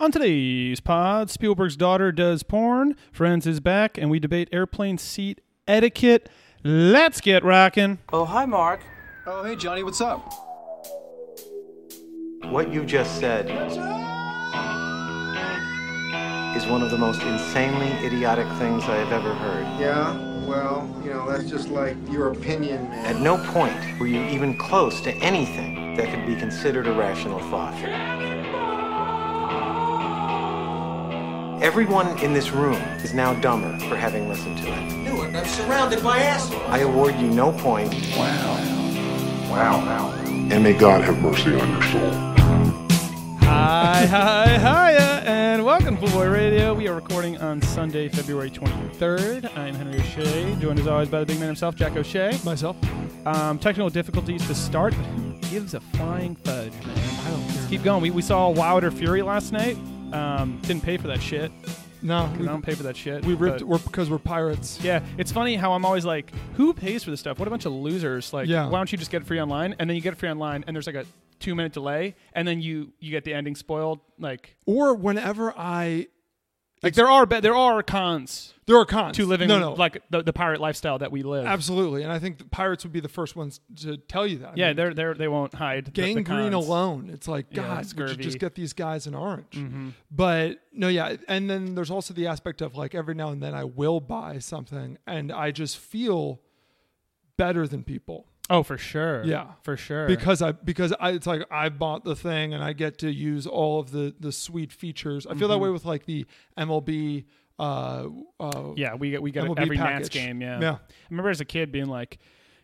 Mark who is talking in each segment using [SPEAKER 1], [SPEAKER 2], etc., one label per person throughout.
[SPEAKER 1] On today's pod, Spielberg's daughter does porn, Friends is back, and we debate airplane seat etiquette. Let's get rocking.
[SPEAKER 2] Oh, hi, Mark.
[SPEAKER 3] Oh, hey, Johnny, what's up?
[SPEAKER 4] What you just said is one of the most insanely idiotic things I have ever heard.
[SPEAKER 5] Yeah, well, you know, that's just like your opinion, man.
[SPEAKER 4] At no point were you even close to anything that could be considered a rational thought. Everyone in this room is now dumber for having listened to it.
[SPEAKER 2] Do it. I'm surrounded by assholes.
[SPEAKER 4] I award you no point.
[SPEAKER 6] and may God have mercy on your soul.
[SPEAKER 1] Hi, hi, hiya, and welcome to Full Boy Radio. We are recording on Sunday, February 23rd. I'm Henry O'Shea, joined as always by the big man himself, Jack O'Shea.
[SPEAKER 7] Myself.
[SPEAKER 1] Um, technical difficulties to start, but who gives a flying fudge, man? I don't care. Let's keep going. We, we saw Wilder Fury last night. Um, didn't pay for that shit.
[SPEAKER 7] No,
[SPEAKER 1] I
[SPEAKER 7] we,
[SPEAKER 1] don't pay for that shit.
[SPEAKER 7] we ripped.
[SPEAKER 1] but-
[SPEAKER 7] We're because we're pirates.
[SPEAKER 1] Yeah, it's funny how I'm always like, who pays for this stuff? What a bunch of losers! Like,
[SPEAKER 7] Yeah.
[SPEAKER 1] why don't you just get it free online? And then you get it free online, and there's like a two minute delay, and then you you get the ending spoiled. Like,
[SPEAKER 7] Or whenever I
[SPEAKER 1] like there are be- there are cons
[SPEAKER 7] there are cons
[SPEAKER 1] to living
[SPEAKER 7] No, no,
[SPEAKER 1] like the, the pirate lifestyle that we live.
[SPEAKER 7] absolutely. And I think the pirates would be the first ones to tell you that. I
[SPEAKER 1] Yeah,
[SPEAKER 7] mean,
[SPEAKER 1] they're they are they won't hide. the- the
[SPEAKER 7] gangrene
[SPEAKER 1] cons.
[SPEAKER 7] alone. It's like
[SPEAKER 1] Yeah, Mm-hmm.
[SPEAKER 7] God, would you
[SPEAKER 1] scurvy.
[SPEAKER 7] just get these guys an orange? But no, yeah. And then there's also the aspect of like every now and then I will buy something, and I just feel better than people.
[SPEAKER 1] Oh, for sure.
[SPEAKER 7] Yeah.
[SPEAKER 1] for sure.
[SPEAKER 7] because I because I it's like I bought the thing and I get to use all of the the sweet features. I feel
[SPEAKER 1] Mm-hmm.
[SPEAKER 7] that way with like the MLB. Uh, uh,
[SPEAKER 1] yeah, we get we get
[SPEAKER 7] MLB
[SPEAKER 1] every Nats
[SPEAKER 7] package.
[SPEAKER 1] game. Yeah.
[SPEAKER 7] Yeah.
[SPEAKER 1] I remember as a kid being like.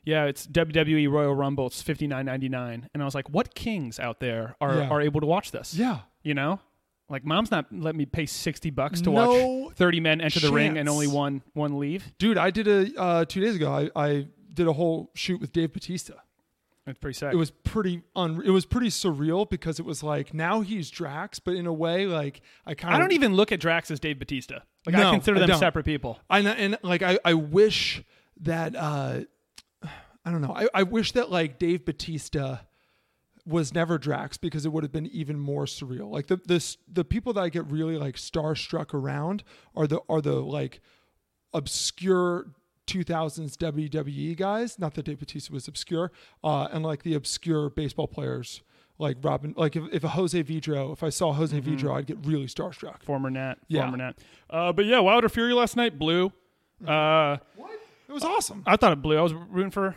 [SPEAKER 1] Yeah, it's WWE Royal Rumble. It's fifty nine ninety nine, and I was like, "What kings out there are,
[SPEAKER 7] Yeah.
[SPEAKER 1] are able to watch this?"
[SPEAKER 7] yeah,
[SPEAKER 1] You know, like mom's not let me pay sixty bucks to
[SPEAKER 7] No
[SPEAKER 1] watch thirty men enter the ring and
[SPEAKER 7] chance.
[SPEAKER 1] only one one leave.
[SPEAKER 7] dude. I did a uh, two days ago. I, I did a whole shoot with Dave Batista.
[SPEAKER 1] That's pretty sad.
[SPEAKER 7] It was pretty un. It was pretty surreal because it was like now he's Drax, but in a way like I kind of
[SPEAKER 1] I don't even look at Drax as Dave Batista. Like I
[SPEAKER 7] No,
[SPEAKER 1] consider
[SPEAKER 7] I
[SPEAKER 1] them
[SPEAKER 7] don't.
[SPEAKER 1] separate people.
[SPEAKER 7] I know- and like I, I wish that uh I don't know. I, I wish that like Dave Batista was never Drax because it would have been even more surreal. Like the this the people that I get really like starstruck around are the are the like obscure 2000s WWE E guys. Not that Dave Batista was obscure, uh, and like the obscure baseball players like Robin. Like if, if a Jose Vidro, if I saw Jose
[SPEAKER 1] Mm-hmm.
[SPEAKER 7] Vidro, I'd get really starstruck.
[SPEAKER 1] Former Nat.
[SPEAKER 7] Yeah.
[SPEAKER 1] Former Nat. Uh, but yeah, Wilder Fury last night blew. Uh,
[SPEAKER 7] It was awesome.
[SPEAKER 1] I thought it blew. I was rooting for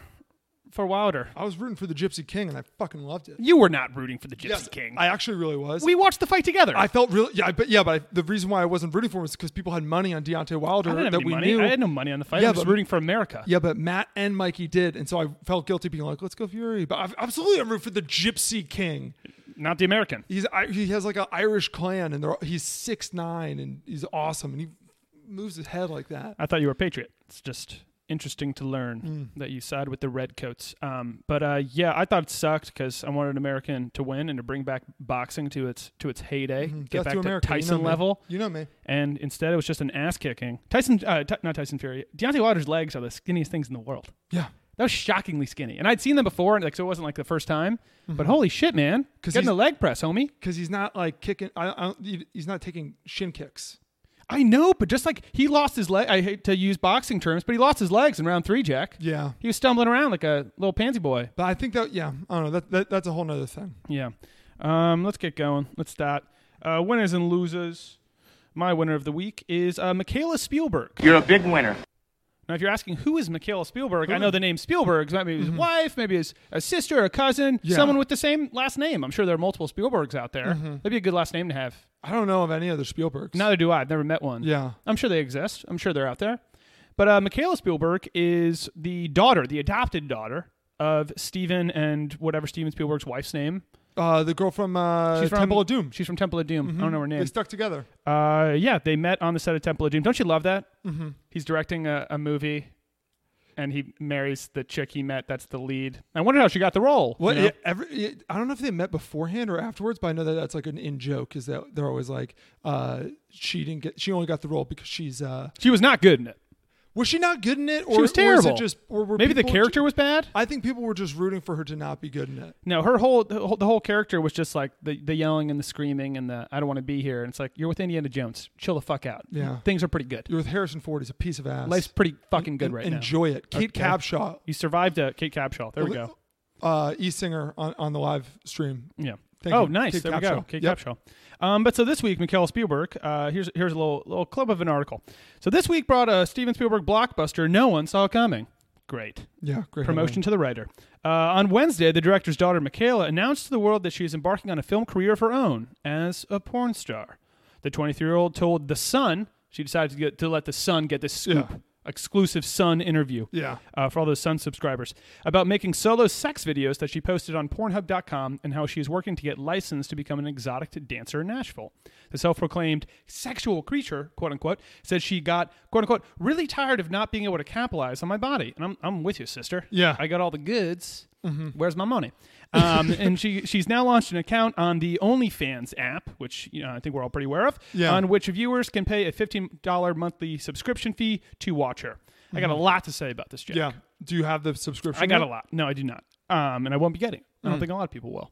[SPEAKER 1] for Wilder.
[SPEAKER 7] I was rooting for the Gypsy King, and I fucking loved it.
[SPEAKER 1] You were not rooting for the Gypsy
[SPEAKER 7] Yes,
[SPEAKER 1] King.
[SPEAKER 7] I actually really was.
[SPEAKER 1] we watched the fight together.
[SPEAKER 7] I felt really, yeah, but yeah, but I, the reason why I wasn't rooting for him was because people had money on Deontay Wilder
[SPEAKER 1] I didn't have
[SPEAKER 7] that
[SPEAKER 1] any
[SPEAKER 7] we
[SPEAKER 1] money.
[SPEAKER 7] knew.
[SPEAKER 1] I had no money on the fight.
[SPEAKER 7] Yeah,
[SPEAKER 1] I was
[SPEAKER 7] but-
[SPEAKER 1] rooting for America.
[SPEAKER 7] yeah, but Matt and Mikey did, and so I felt guilty being like, "Let's go Fury." But I've, absolutely, I'm rooting for the Gypsy King.
[SPEAKER 1] Not the American.
[SPEAKER 7] He's I, he has like an Irish clan, and they're, he's six nine, and he's awesome, and he moves his head like that.
[SPEAKER 1] I thought you were a patriot. It's just interesting to learn
[SPEAKER 7] Hmm.
[SPEAKER 1] that you side with the redcoats. Um, but uh, yeah, I thought it sucked because I wanted American to win and to bring back boxing to its to its heyday, get
[SPEAKER 7] Death
[SPEAKER 1] back
[SPEAKER 7] to
[SPEAKER 1] to,
[SPEAKER 7] Mm-hmm. America, you know
[SPEAKER 1] Tyson
[SPEAKER 7] me.
[SPEAKER 1] level.
[SPEAKER 7] You know me.
[SPEAKER 1] And instead, it was just an ass kicking. Tyson, uh, Ty- not Tyson Fury. Deontay Wilder's legs are the skinniest things in the world.
[SPEAKER 7] Yeah,
[SPEAKER 1] That was shockingly skinny, and I'd seen them before, and like so it wasn't like the first time. But holy shit, man!
[SPEAKER 7] Mm-hmm. 'Cause
[SPEAKER 1] Getting
[SPEAKER 7] he's-
[SPEAKER 1] the leg press, homie.
[SPEAKER 7] because he's not like kicking. I, I don't, he's not taking shin kicks.
[SPEAKER 1] I know, but just like he lost his leg. I hate to use boxing terms, but he lost his legs in round three, Jack.
[SPEAKER 7] Yeah,
[SPEAKER 1] He was stumbling around like a little pansy boy.
[SPEAKER 7] but I think that yeah, I don't know. That, that that's a whole nother thing.
[SPEAKER 1] Yeah. Um, let's get going. Let's start. Uh, winners and losers. My winner of the week is uh, Michaela Spielberg.
[SPEAKER 2] You're a big winner.
[SPEAKER 1] Now, if you're asking who is Mm-hmm. Michaela Spielberg, I know the name Spielberg. Maybe his wife, maybe his a sister, a cousin,
[SPEAKER 7] Yeah.
[SPEAKER 1] someone with the same last name. I'm sure there are multiple Spielbergs out there. That'd be a good last name to have.
[SPEAKER 7] I don't know of any other Spielbergs.
[SPEAKER 1] Neither do I. I've never met one.
[SPEAKER 7] Yeah.
[SPEAKER 1] I'm sure they exist. I'm sure they're out there. But uh, Michaela Spielberg is the daughter, the adopted daughter of Steven and whatever Steven Spielberg's wife's name.
[SPEAKER 7] Uh, the girl from, uh,
[SPEAKER 1] She's from
[SPEAKER 7] Temple of Doom. Mm-hmm.
[SPEAKER 1] She's from Temple of Doom. I don't know her name.
[SPEAKER 7] They stuck together.
[SPEAKER 1] Uh, yeah, they met on the set of Temple of Doom. Don't you love that? Mm-hmm. He's directing a, a movie, and he marries the chick he met. That's the lead. I wonder how she got the role.
[SPEAKER 7] What?
[SPEAKER 1] you know?
[SPEAKER 7] yeah, every, yeah, I don't know if they met beforehand or afterwards, but I know that that's like an in joke. Is that they're always like, uh, she didn't get, she only got the role because she's, uh,
[SPEAKER 1] She was not good in it.
[SPEAKER 7] Was she not good in it, or
[SPEAKER 1] She was terrible.
[SPEAKER 7] Or is it just, or were
[SPEAKER 1] Maybe the
[SPEAKER 7] people
[SPEAKER 1] character
[SPEAKER 7] ju-
[SPEAKER 1] was bad.
[SPEAKER 7] I think people were just rooting for her to not be good in it.
[SPEAKER 1] No, her whole the whole- the whole character was just like the the yelling and the screaming and the I don't want to be here. And it's like you're with Indiana Jones. Chill the fuck out.
[SPEAKER 7] Yeah.
[SPEAKER 1] things are pretty good.
[SPEAKER 7] You're with Harrison Ford. He's a piece of ass.
[SPEAKER 1] Life's pretty fucking good
[SPEAKER 7] En-
[SPEAKER 1] right now.
[SPEAKER 7] enjoy it. Kate
[SPEAKER 1] Okay.
[SPEAKER 7] Capshaw,
[SPEAKER 1] You survived uh, Kate Capshaw. There we go.
[SPEAKER 7] uh, E singer on, on the live stream.
[SPEAKER 1] Yeah.
[SPEAKER 7] Thank
[SPEAKER 1] oh,
[SPEAKER 7] you.
[SPEAKER 1] nice.
[SPEAKER 7] Kate
[SPEAKER 1] there we go.
[SPEAKER 7] Capshaw.
[SPEAKER 1] Kate
[SPEAKER 7] Yep.
[SPEAKER 1] Capshaw. Um, but so this week, Mikhail Spielberg. Uh, here's here's a little little clip of an article. So this week brought a Steven Spielberg blockbuster no one saw coming. Great.
[SPEAKER 7] Yeah, great
[SPEAKER 1] Promotion to the writer. Uh, on Wednesday, the director's daughter, Michaela, announced to the world that she is embarking on a film career of her own as a porn star. The 23 year old told The Sun, she decided to, get, to let The Sun get this scoop,
[SPEAKER 7] Yeah.
[SPEAKER 1] exclusive Sun interview
[SPEAKER 7] Yeah.
[SPEAKER 1] uh, for all those Sun subscribers, about making solo sex videos that she posted on Pornhub.com and how she is working to get licensed to become an exotic dancer in Nashville. The self proclaimed sexual creature, quote unquote, said she got, quote unquote, really tired of not being able to capitalize on my body. And I'm, I'm with you, sister.
[SPEAKER 7] Yeah. Mm-hmm.
[SPEAKER 1] I got all the goods. Where's my money? Um, and she she's now launched an account on the OnlyFans app, which you know, I think we're all pretty aware of,
[SPEAKER 7] Yeah.
[SPEAKER 1] on which viewers can pay a fifteen dollar monthly subscription fee to watch her. I got a lot to say about this, Jack.
[SPEAKER 7] Mm-hmm. Yeah. Do you have the subscription?
[SPEAKER 1] I got a
[SPEAKER 7] yet?
[SPEAKER 1] lot. No, I do not. Um, and I won't be getting. It. I
[SPEAKER 7] Mm.
[SPEAKER 1] don't think a lot of people will.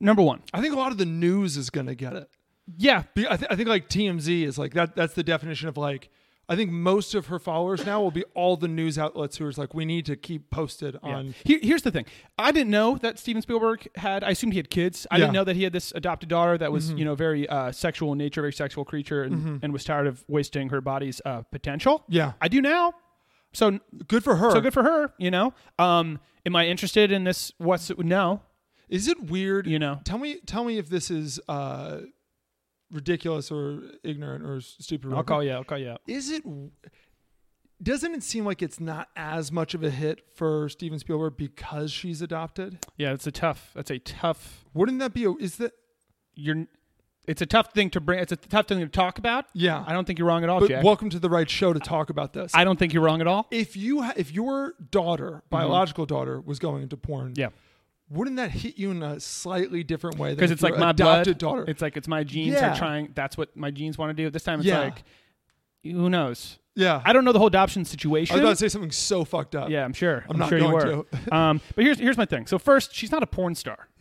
[SPEAKER 1] Number one,
[SPEAKER 7] I think a lot of the news is going to get it.
[SPEAKER 1] yeah,
[SPEAKER 7] Be- I, th- I think like TMZ is like that. That's the definition of like. I think most of her followers now will be all the news outlets who are just like, we need to keep posted on.
[SPEAKER 1] Here, here's the thing. I didn't know that Steven Spielberg had. I assumed he had kids. I didn't
[SPEAKER 7] Yeah. Mm-hmm.
[SPEAKER 1] know that he had this adopted daughter that was, you know, very uh, sexual in nature, very sexual creature, and, and was tired of wasting her body's uh, potential.
[SPEAKER 7] Yeah.
[SPEAKER 1] I do now. So
[SPEAKER 7] Good for her.
[SPEAKER 1] so good for her. You know. Um, am I interested in this? What's no?
[SPEAKER 7] Is it weird?
[SPEAKER 1] You know.
[SPEAKER 7] tell me, tell me if this is uh, ridiculous or ignorant or stupid. or
[SPEAKER 1] I'll
[SPEAKER 7] whatever.
[SPEAKER 1] call you. I'll call you. out.
[SPEAKER 7] Is it? Doesn't it seem like it's not as much of a hit for Steven Spielberg because she's adopted?
[SPEAKER 1] Yeah, it's a tough. That's a tough.
[SPEAKER 7] Wouldn't that be? A, is that?
[SPEAKER 1] You're. It's a tough thing to bring. It's a tough thing to talk about.
[SPEAKER 7] Yeah.
[SPEAKER 1] I don't think you're wrong at all,
[SPEAKER 7] But
[SPEAKER 1] Jack.
[SPEAKER 7] welcome to the right show to talk about this.
[SPEAKER 1] I don't think you're wrong at all.
[SPEAKER 7] if you ha- if your daughter, biological daughter, was going into porn,
[SPEAKER 1] Mm-hmm. Yeah.
[SPEAKER 7] wouldn't that hit you in a slightly different way? than
[SPEAKER 1] because
[SPEAKER 7] if
[SPEAKER 1] it's like
[SPEAKER 7] your
[SPEAKER 1] my blood.
[SPEAKER 7] adopted daughter.
[SPEAKER 1] It's like it's my genes
[SPEAKER 7] Yeah.
[SPEAKER 1] are trying. That's what my genes want to do. This time it's
[SPEAKER 7] Yeah.
[SPEAKER 1] like, who knows?
[SPEAKER 7] yeah,
[SPEAKER 1] I don't know the whole adoption
[SPEAKER 7] I
[SPEAKER 1] situation.
[SPEAKER 7] was about to say something so fucked up.
[SPEAKER 1] yeah, I'm sure.
[SPEAKER 7] I'm not
[SPEAKER 1] sure you
[SPEAKER 7] going
[SPEAKER 1] were. um, but here's here's my thing. So first, she's not a porn star.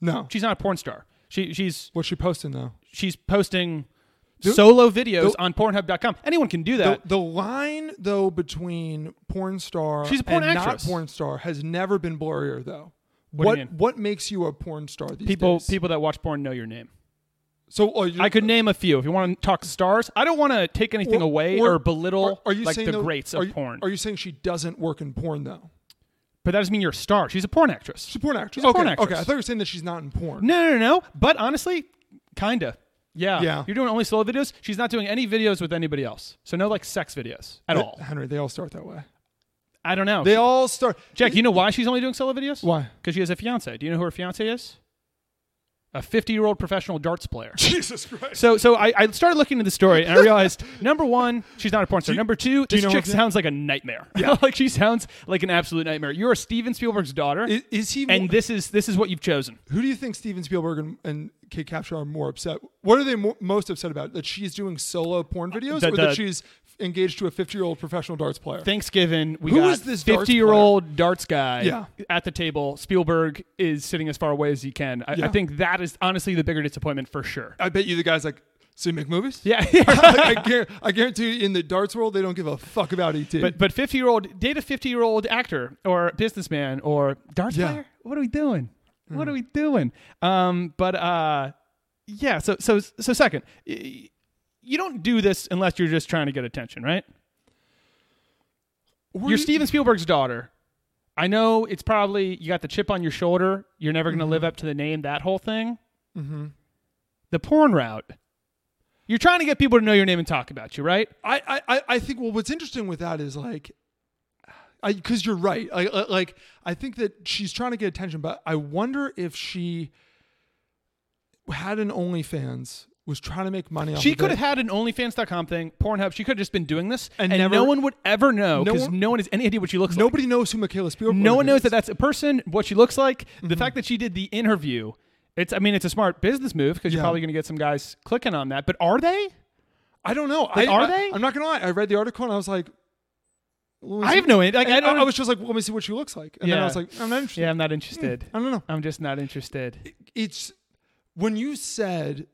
[SPEAKER 7] No.
[SPEAKER 1] She's not a porn star. She she's
[SPEAKER 7] What's she posting though?
[SPEAKER 1] she's posting solo videos
[SPEAKER 7] the-
[SPEAKER 1] on Pornhub.com. Anyone can do
[SPEAKER 7] The,
[SPEAKER 1] that.
[SPEAKER 7] the line though between porn star
[SPEAKER 1] She's a porn
[SPEAKER 7] and
[SPEAKER 1] actress.
[SPEAKER 7] not porn star has never been blurrier though.
[SPEAKER 1] What do you mean?
[SPEAKER 7] what makes you a porn star these
[SPEAKER 1] people
[SPEAKER 7] days?
[SPEAKER 1] people that watch porn know your name.
[SPEAKER 7] so oh, you-
[SPEAKER 1] I could name a few. If you want to talk stars, I don't want to take anything
[SPEAKER 7] or-
[SPEAKER 1] away or, belittle
[SPEAKER 7] Are, are you
[SPEAKER 1] like
[SPEAKER 7] saying
[SPEAKER 1] the
[SPEAKER 7] though-
[SPEAKER 1] greats
[SPEAKER 7] are
[SPEAKER 1] of
[SPEAKER 7] you-
[SPEAKER 1] porn.
[SPEAKER 7] Are you saying she doesn't work in porn though?
[SPEAKER 1] but that doesn't mean you're a star. She's a porn actress.
[SPEAKER 7] She's a porn actress.
[SPEAKER 1] a
[SPEAKER 7] okay,
[SPEAKER 1] porn
[SPEAKER 7] okay.
[SPEAKER 1] actress.
[SPEAKER 7] I thought you were saying that she's not in porn.
[SPEAKER 1] No, no, no. But honestly, kinda. Yeah.
[SPEAKER 7] Yeah.
[SPEAKER 1] You're doing only solo videos. She's not doing any videos with anybody else. So no like sex videos at all.
[SPEAKER 7] Henry, they all start that way.
[SPEAKER 1] I don't know.
[SPEAKER 7] They all start.
[SPEAKER 1] Jack, you know why she's only doing solo videos?
[SPEAKER 7] Why?
[SPEAKER 1] Because she has a fiance. Do you know who her fiance is? A 50 year old professional darts player.
[SPEAKER 7] Jesus Christ.
[SPEAKER 1] So, so I, I started looking into the story and I realized number one, she's not a porn star. number two,
[SPEAKER 7] you
[SPEAKER 1] this
[SPEAKER 7] know
[SPEAKER 1] chick
[SPEAKER 7] her-
[SPEAKER 1] sounds like a nightmare. Yeah, like she sounds like an absolute nightmare. You're a Steven Spielberg's daughter,
[SPEAKER 7] Is, is he?
[SPEAKER 1] and this is this is what you've chosen.
[SPEAKER 7] who do you think Steven Spielberg and, and Kate Capshaw are more upset? What are they mo most upset about? That she's doing solo porn videos,
[SPEAKER 1] Uh, The-
[SPEAKER 7] or that
[SPEAKER 1] the-
[SPEAKER 7] she's engaged to a fifty-year-old professional darts player?
[SPEAKER 1] Thanksgiving, we
[SPEAKER 7] Who
[SPEAKER 1] got
[SPEAKER 7] is this darts
[SPEAKER 1] fifty-year-old darts guy
[SPEAKER 7] Yeah.
[SPEAKER 1] at the table. Spielberg is sitting as far away as he can. I, I
[SPEAKER 7] Yeah. Uh,
[SPEAKER 1] think that is honestly the bigger disappointment for sure.
[SPEAKER 7] I bet you the guy's like, so you make movies?
[SPEAKER 1] Yeah,
[SPEAKER 7] I, guarantee, I guarantee you in the darts world, they don't give a fuck about E ET.
[SPEAKER 1] but but fifty-year-old date a fifty-year-old actor or businessman or darts
[SPEAKER 7] Yeah. Hmm.
[SPEAKER 1] player. What are we doing? What are we doing? Um, but uh, yeah. So so so second, y- you don't do this unless you're just trying to get attention, right?
[SPEAKER 7] Were
[SPEAKER 1] you're
[SPEAKER 7] you-
[SPEAKER 1] Steven Spielberg's daughter. I know it's probably you got the chip on your shoulder. You're never going to
[SPEAKER 7] Mm-hmm.
[SPEAKER 1] live up to the name. That whole thing. Mm-hmm. The porn route. You're trying to get people to know your name and talk about you, right?
[SPEAKER 7] I, I- I, I think well, what's interesting with that is like, I because you're right. I, I- like I think that she's trying to get attention, but I wonder if she had an OnlyFans, was trying to make money. off
[SPEAKER 1] She
[SPEAKER 7] of
[SPEAKER 1] could
[SPEAKER 7] it.
[SPEAKER 1] have had an OnlyFans.com thing, Pornhub. She could have just been doing this, and,
[SPEAKER 7] And never-
[SPEAKER 1] no one would ever know
[SPEAKER 7] No
[SPEAKER 1] because no,
[SPEAKER 7] one-
[SPEAKER 1] one has any idea what she looks like.
[SPEAKER 7] Nobody knows who Michaela Spielberg.
[SPEAKER 1] No one knows
[SPEAKER 7] is.
[SPEAKER 1] that that's a person, what she looks like. The fact that she did the interview, it's I mean, it's a smart business move because you're
[SPEAKER 7] Yeah.
[SPEAKER 1] probably going to get some guys clicking on that. But are they?
[SPEAKER 7] I don't know.
[SPEAKER 1] Like,
[SPEAKER 7] I,
[SPEAKER 1] are
[SPEAKER 7] I-
[SPEAKER 1] they?
[SPEAKER 7] I'm not gonna lie. I read the article and I was like, let me
[SPEAKER 1] I
[SPEAKER 7] see-
[SPEAKER 1] have no idea. Like,
[SPEAKER 7] and
[SPEAKER 1] I don't.
[SPEAKER 7] I was just like, well, let me see what she looks like, and then
[SPEAKER 1] Yeah.
[SPEAKER 7] I was like, I'm not interested.
[SPEAKER 1] yeah, I'm not interested.
[SPEAKER 7] I don't know.
[SPEAKER 1] I'm just not interested.
[SPEAKER 7] It's when you said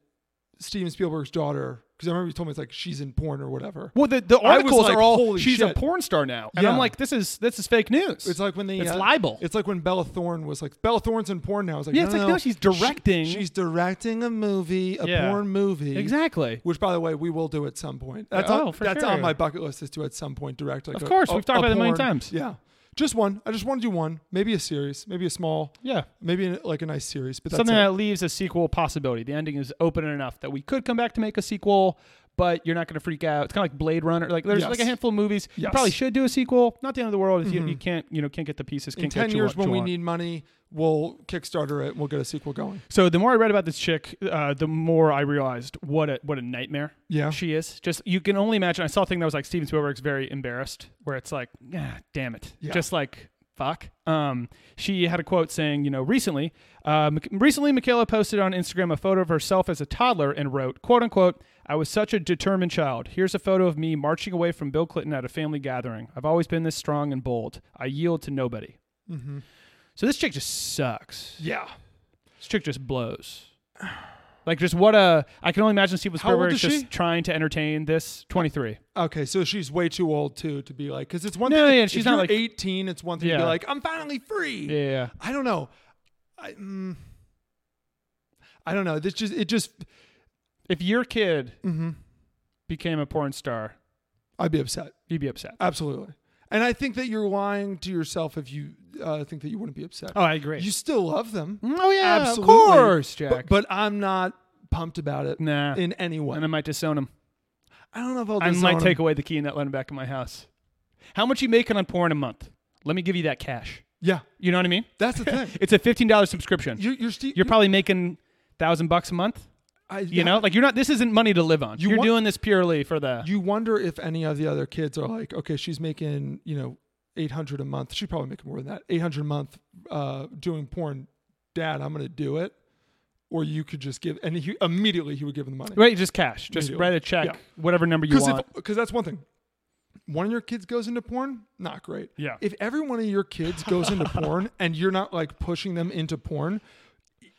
[SPEAKER 7] Steven Spielberg's daughter, because I remember you told me it's like she's in porn or whatever.
[SPEAKER 1] Well, the, the
[SPEAKER 7] I was
[SPEAKER 1] articles
[SPEAKER 7] like,
[SPEAKER 1] are all
[SPEAKER 7] holy
[SPEAKER 1] she's a
[SPEAKER 7] shit."
[SPEAKER 1] porn star now, and I'm
[SPEAKER 7] Yeah.
[SPEAKER 1] like, this is this is fake news.
[SPEAKER 7] It's like when they
[SPEAKER 1] it's
[SPEAKER 7] uh,
[SPEAKER 1] libel.
[SPEAKER 7] It's like when Bella Thorne was like Bella Thorne's in porn now. It's like
[SPEAKER 1] Yeah, it's
[SPEAKER 7] no,
[SPEAKER 1] like, no, she's
[SPEAKER 7] She-
[SPEAKER 1] directing.
[SPEAKER 7] she's directing a movie, a
[SPEAKER 1] Yeah.
[SPEAKER 7] porn movie.
[SPEAKER 1] exactly.
[SPEAKER 7] Which, by the way, we will do at some point. That's
[SPEAKER 1] Oh,
[SPEAKER 7] on,
[SPEAKER 1] for
[SPEAKER 7] that's
[SPEAKER 1] sure.
[SPEAKER 7] on my bucket list is to at some point direct. Like
[SPEAKER 1] Of
[SPEAKER 7] a-
[SPEAKER 1] course,
[SPEAKER 7] a-
[SPEAKER 1] we've talked
[SPEAKER 7] a
[SPEAKER 1] about it a million
[SPEAKER 7] porn-
[SPEAKER 1] times.
[SPEAKER 7] Yeah, just one. I just want to do one. Maybe a series. Maybe a small.
[SPEAKER 1] Yeah.
[SPEAKER 7] Maybe an, like a nice series. But that's
[SPEAKER 1] Something
[SPEAKER 7] it.
[SPEAKER 1] that leaves a sequel possibility. The ending is open enough that we could come back to make a sequel, but you're not going to freak out. It's kind of like Blade Runner. Like there's
[SPEAKER 7] Yes.
[SPEAKER 1] like a handful of movies you
[SPEAKER 7] Yes. Mm-hmm.
[SPEAKER 1] probably should do a sequel. Not the end of the world if you, you can't you know can't get the pieces. Can't
[SPEAKER 7] in
[SPEAKER 1] get
[SPEAKER 7] ten
[SPEAKER 1] you
[SPEAKER 7] years
[SPEAKER 1] want-
[SPEAKER 7] when
[SPEAKER 1] you
[SPEAKER 7] we
[SPEAKER 1] want.
[SPEAKER 7] need money, we'll Kickstarter it. and We'll get a sequel going.
[SPEAKER 1] So the more I read about this chick, uh, the more I realized what a what a nightmare
[SPEAKER 7] Yeah.
[SPEAKER 1] she is. Just you can only imagine. I saw a thing that was like Steven Spielberg's very embarrassed, where it's like, ah, damn it,
[SPEAKER 7] Yeah.
[SPEAKER 1] just like fuck. Um, she had a quote saying, you know, recently, uh, Mik- recently Michaela posted on Instagram a photo of herself as a toddler and wrote, quote unquote, I was such a determined child. Here's a photo of me marching away from Bill Clinton at a family gathering. I've always been this strong and bold. I yield to nobody.
[SPEAKER 7] Mm-hmm.
[SPEAKER 1] So this chick just sucks
[SPEAKER 7] Yeah.
[SPEAKER 1] this chick just blows. Like just what a I can only imagine Steven
[SPEAKER 7] How old
[SPEAKER 1] Spielberg
[SPEAKER 7] is
[SPEAKER 1] just
[SPEAKER 7] she?
[SPEAKER 1] trying to entertain this. Twenty three.
[SPEAKER 7] Okay, so she's way too old too to be like, because it's one
[SPEAKER 1] No,
[SPEAKER 7] thing.
[SPEAKER 1] yeah,
[SPEAKER 7] if
[SPEAKER 1] she's
[SPEAKER 7] you're
[SPEAKER 1] not, like-
[SPEAKER 7] 18. It's one thing to
[SPEAKER 1] Yeah.
[SPEAKER 7] be like, I'm finally free.
[SPEAKER 1] Yeah.
[SPEAKER 7] I don't know. I, mm, I don't know. This just it just
[SPEAKER 1] If your kid
[SPEAKER 7] Mm-hmm.
[SPEAKER 1] became a porn star,
[SPEAKER 7] I'd be upset.
[SPEAKER 1] you'd be upset.
[SPEAKER 7] Uh, Absolutely. And I think that you're lying to yourself if you uh, think that you wouldn't be upset.
[SPEAKER 1] Oh, I agree.
[SPEAKER 7] You still love them.
[SPEAKER 1] oh yeah,
[SPEAKER 7] Absolutely.
[SPEAKER 1] of course, Jack.
[SPEAKER 7] But, but I'm not pumped about it
[SPEAKER 1] Nah.
[SPEAKER 7] in any way.
[SPEAKER 1] and I might disown him.
[SPEAKER 7] I don't know if I'll
[SPEAKER 1] I
[SPEAKER 7] disown
[SPEAKER 1] might take
[SPEAKER 7] him.
[SPEAKER 1] away the key and not let him back in my house. How much you making on porn a month? Let me give you that cash.
[SPEAKER 7] Yeah,
[SPEAKER 1] You know what I mean?
[SPEAKER 7] that's the thing.
[SPEAKER 1] It's a fifteen dollar subscription.
[SPEAKER 7] you're you're, sti-
[SPEAKER 1] You're probably making thousand bucks a month.
[SPEAKER 7] I,
[SPEAKER 1] You know, like you're not. This isn't money to live on.
[SPEAKER 7] You
[SPEAKER 1] You are
[SPEAKER 7] want-
[SPEAKER 1] doing this purely for the.
[SPEAKER 7] you wonder if any of the other kids are like, okay, she's making, you know, 800 a month. She's probably making more than that. 800 a month uh, doing porn. Dad, I'm going to do it. Or you could just give, and he, immediately he would give him the money.
[SPEAKER 1] Right, just cash. Just
[SPEAKER 7] Immediately.
[SPEAKER 1] write a check,
[SPEAKER 7] Yeah.
[SPEAKER 1] whatever number you
[SPEAKER 7] Because
[SPEAKER 1] want.
[SPEAKER 7] because that's one thing. One of your kids goes into porn, not great.
[SPEAKER 1] Yeah.
[SPEAKER 7] If every one of your kids goes into porn and you're not like pushing them into porn,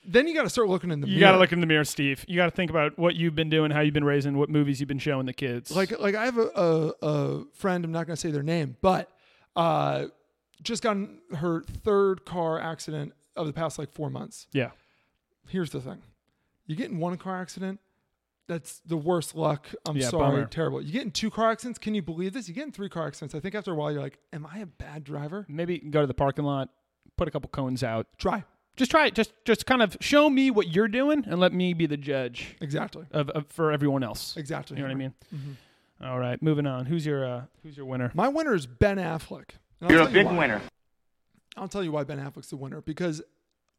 [SPEAKER 7] then you got to start looking in the
[SPEAKER 1] you
[SPEAKER 7] mirror.
[SPEAKER 1] got to look in the mirror, Steve. You got to think about what you've been doing, how you've been raising, what movies you've been showing the kids.
[SPEAKER 7] like like I have a, a, a friend. I'm not going to say their name, but uh, just got in her third car accident of the past like four months.
[SPEAKER 1] yeah,
[SPEAKER 7] Here's the thing: you get in one car accident, that's the worst luck. I'm
[SPEAKER 1] Yeah,
[SPEAKER 7] sorry,
[SPEAKER 1] bummer.
[SPEAKER 7] terrible. You get in two car accidents. Can you believe this? You get in three car accidents. I think after a while, you're like, "Am I a bad driver?"
[SPEAKER 1] maybe go to the parking lot, put a couple cones out.
[SPEAKER 7] Try
[SPEAKER 1] Just try it. Just just kind of show me what you're doing, and let me be the judge
[SPEAKER 7] exactly,
[SPEAKER 1] of, of for everyone else.
[SPEAKER 7] exactly.
[SPEAKER 1] You know what I mean? All right, moving on. Who's your uh, who's your winner?
[SPEAKER 7] My winner is Ben Affleck. And I'll
[SPEAKER 2] You're a
[SPEAKER 7] tell you
[SPEAKER 2] big
[SPEAKER 7] why.
[SPEAKER 2] winner.
[SPEAKER 7] I'll tell you why Ben Affleck's the winner because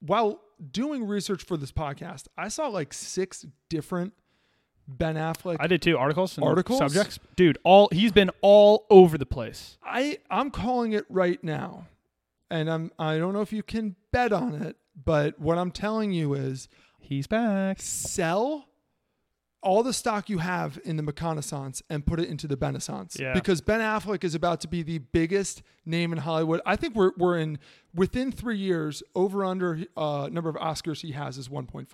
[SPEAKER 7] while doing research for this podcast, I saw like six different Ben Affleck.
[SPEAKER 1] I did two articles, and
[SPEAKER 7] Articles?
[SPEAKER 1] subjects, dude. All he's been all over the place.
[SPEAKER 7] I I'm calling it right now, and I'm I don't know if you can bet on it, but what I'm telling you is
[SPEAKER 1] He's back.
[SPEAKER 7] sell all the stock you have in the McConaissance and put it into the Benaissance.
[SPEAKER 1] Yeah.
[SPEAKER 7] Because Ben Affleck is about to be the biggest name in Hollywood. I think we're, we're in, within three years, over under uh, number of Oscars he has is 1.5.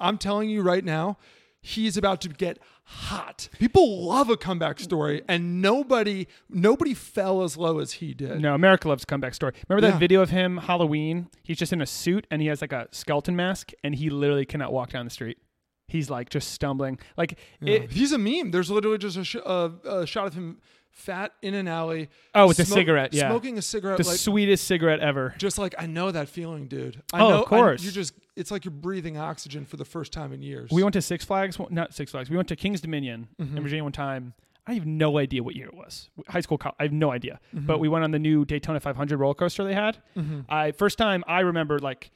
[SPEAKER 7] I'm telling you right now, he's about to get hot. People love a comeback story and nobody, nobody fell as low as he did.
[SPEAKER 1] No, America Loves Comeback Story. Remember that
[SPEAKER 7] Yeah.
[SPEAKER 1] video of him Halloween? He's just in a suit and he has like a skeleton mask and he literally cannot walk down the street. He's like just stumbling. Like it,
[SPEAKER 7] He's a meme. There's literally just a, sh- a, a shot of him fat in an alley.
[SPEAKER 1] Oh, with a
[SPEAKER 7] smo-
[SPEAKER 1] cigarette, yeah.
[SPEAKER 7] Smoking a cigarette.
[SPEAKER 1] the
[SPEAKER 7] like,
[SPEAKER 1] sweetest cigarette ever.
[SPEAKER 7] just like I know that feeling, dude. I
[SPEAKER 1] Oh,
[SPEAKER 7] know,
[SPEAKER 1] of
[SPEAKER 7] I-
[SPEAKER 1] course.
[SPEAKER 7] you just it's like you're breathing oxygen for the first time in years.
[SPEAKER 1] We went to Six Flags, well, not Six Flags. We went to King's Dominion
[SPEAKER 7] Mm-hmm.
[SPEAKER 1] in Virginia one time. I have no idea what year it was. High school, col- I have no idea.
[SPEAKER 7] Mm-hmm.
[SPEAKER 1] But we went on the new Daytona 500 roller coaster they had. I first time I remember like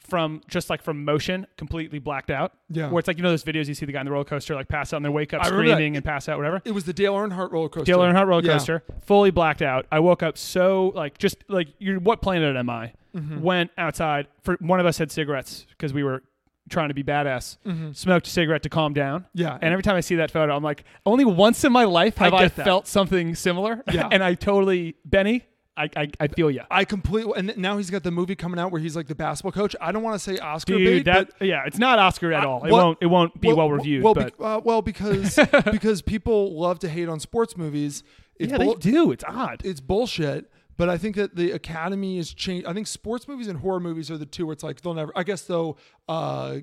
[SPEAKER 1] from just like from motion, completely blacked out.
[SPEAKER 7] Yeah.
[SPEAKER 1] where it's like you know those videos you see the guy on the roller coaster like pass out and then wake up
[SPEAKER 7] I remember that.
[SPEAKER 1] screaming and pass out, whatever.
[SPEAKER 7] it was the Dale Earnhardt roller coaster.
[SPEAKER 1] Dale Earnhardt roller
[SPEAKER 7] Yeah.
[SPEAKER 1] coaster, fully blacked out. I woke up so like just
[SPEAKER 7] Mm-hmm.
[SPEAKER 1] like you're what planet am I? Went outside for one of us had cigarettes because we were trying to be badass, smoked a cigarette to calm down.
[SPEAKER 7] Mm-hmm. Yeah.
[SPEAKER 1] And every time I see that photo, I'm like, only once in my life have
[SPEAKER 7] I
[SPEAKER 1] I,
[SPEAKER 7] get that.
[SPEAKER 1] felt something similar.
[SPEAKER 7] Yeah.
[SPEAKER 1] and I totally, Benny, I, I, I feel you.
[SPEAKER 7] I completely and th- now he's got the movie coming out where he's like the basketball coach. I don't want to say Oscar bait,
[SPEAKER 1] Dude, that
[SPEAKER 7] but
[SPEAKER 1] yeah, it's not Oscar at all. It
[SPEAKER 7] what-
[SPEAKER 1] won't. It won't be well,
[SPEAKER 7] well,
[SPEAKER 1] reviewed.
[SPEAKER 7] Well,
[SPEAKER 1] but
[SPEAKER 7] be- uh, well, because because people love to hate on sports movies. It's
[SPEAKER 1] yeah, they
[SPEAKER 7] bull-
[SPEAKER 1] do. It's odd.
[SPEAKER 7] it's bullshit. But I think that the Academy is changed. I think sports movies and horror movies are the two where it's like they'll never. I guess though, uh,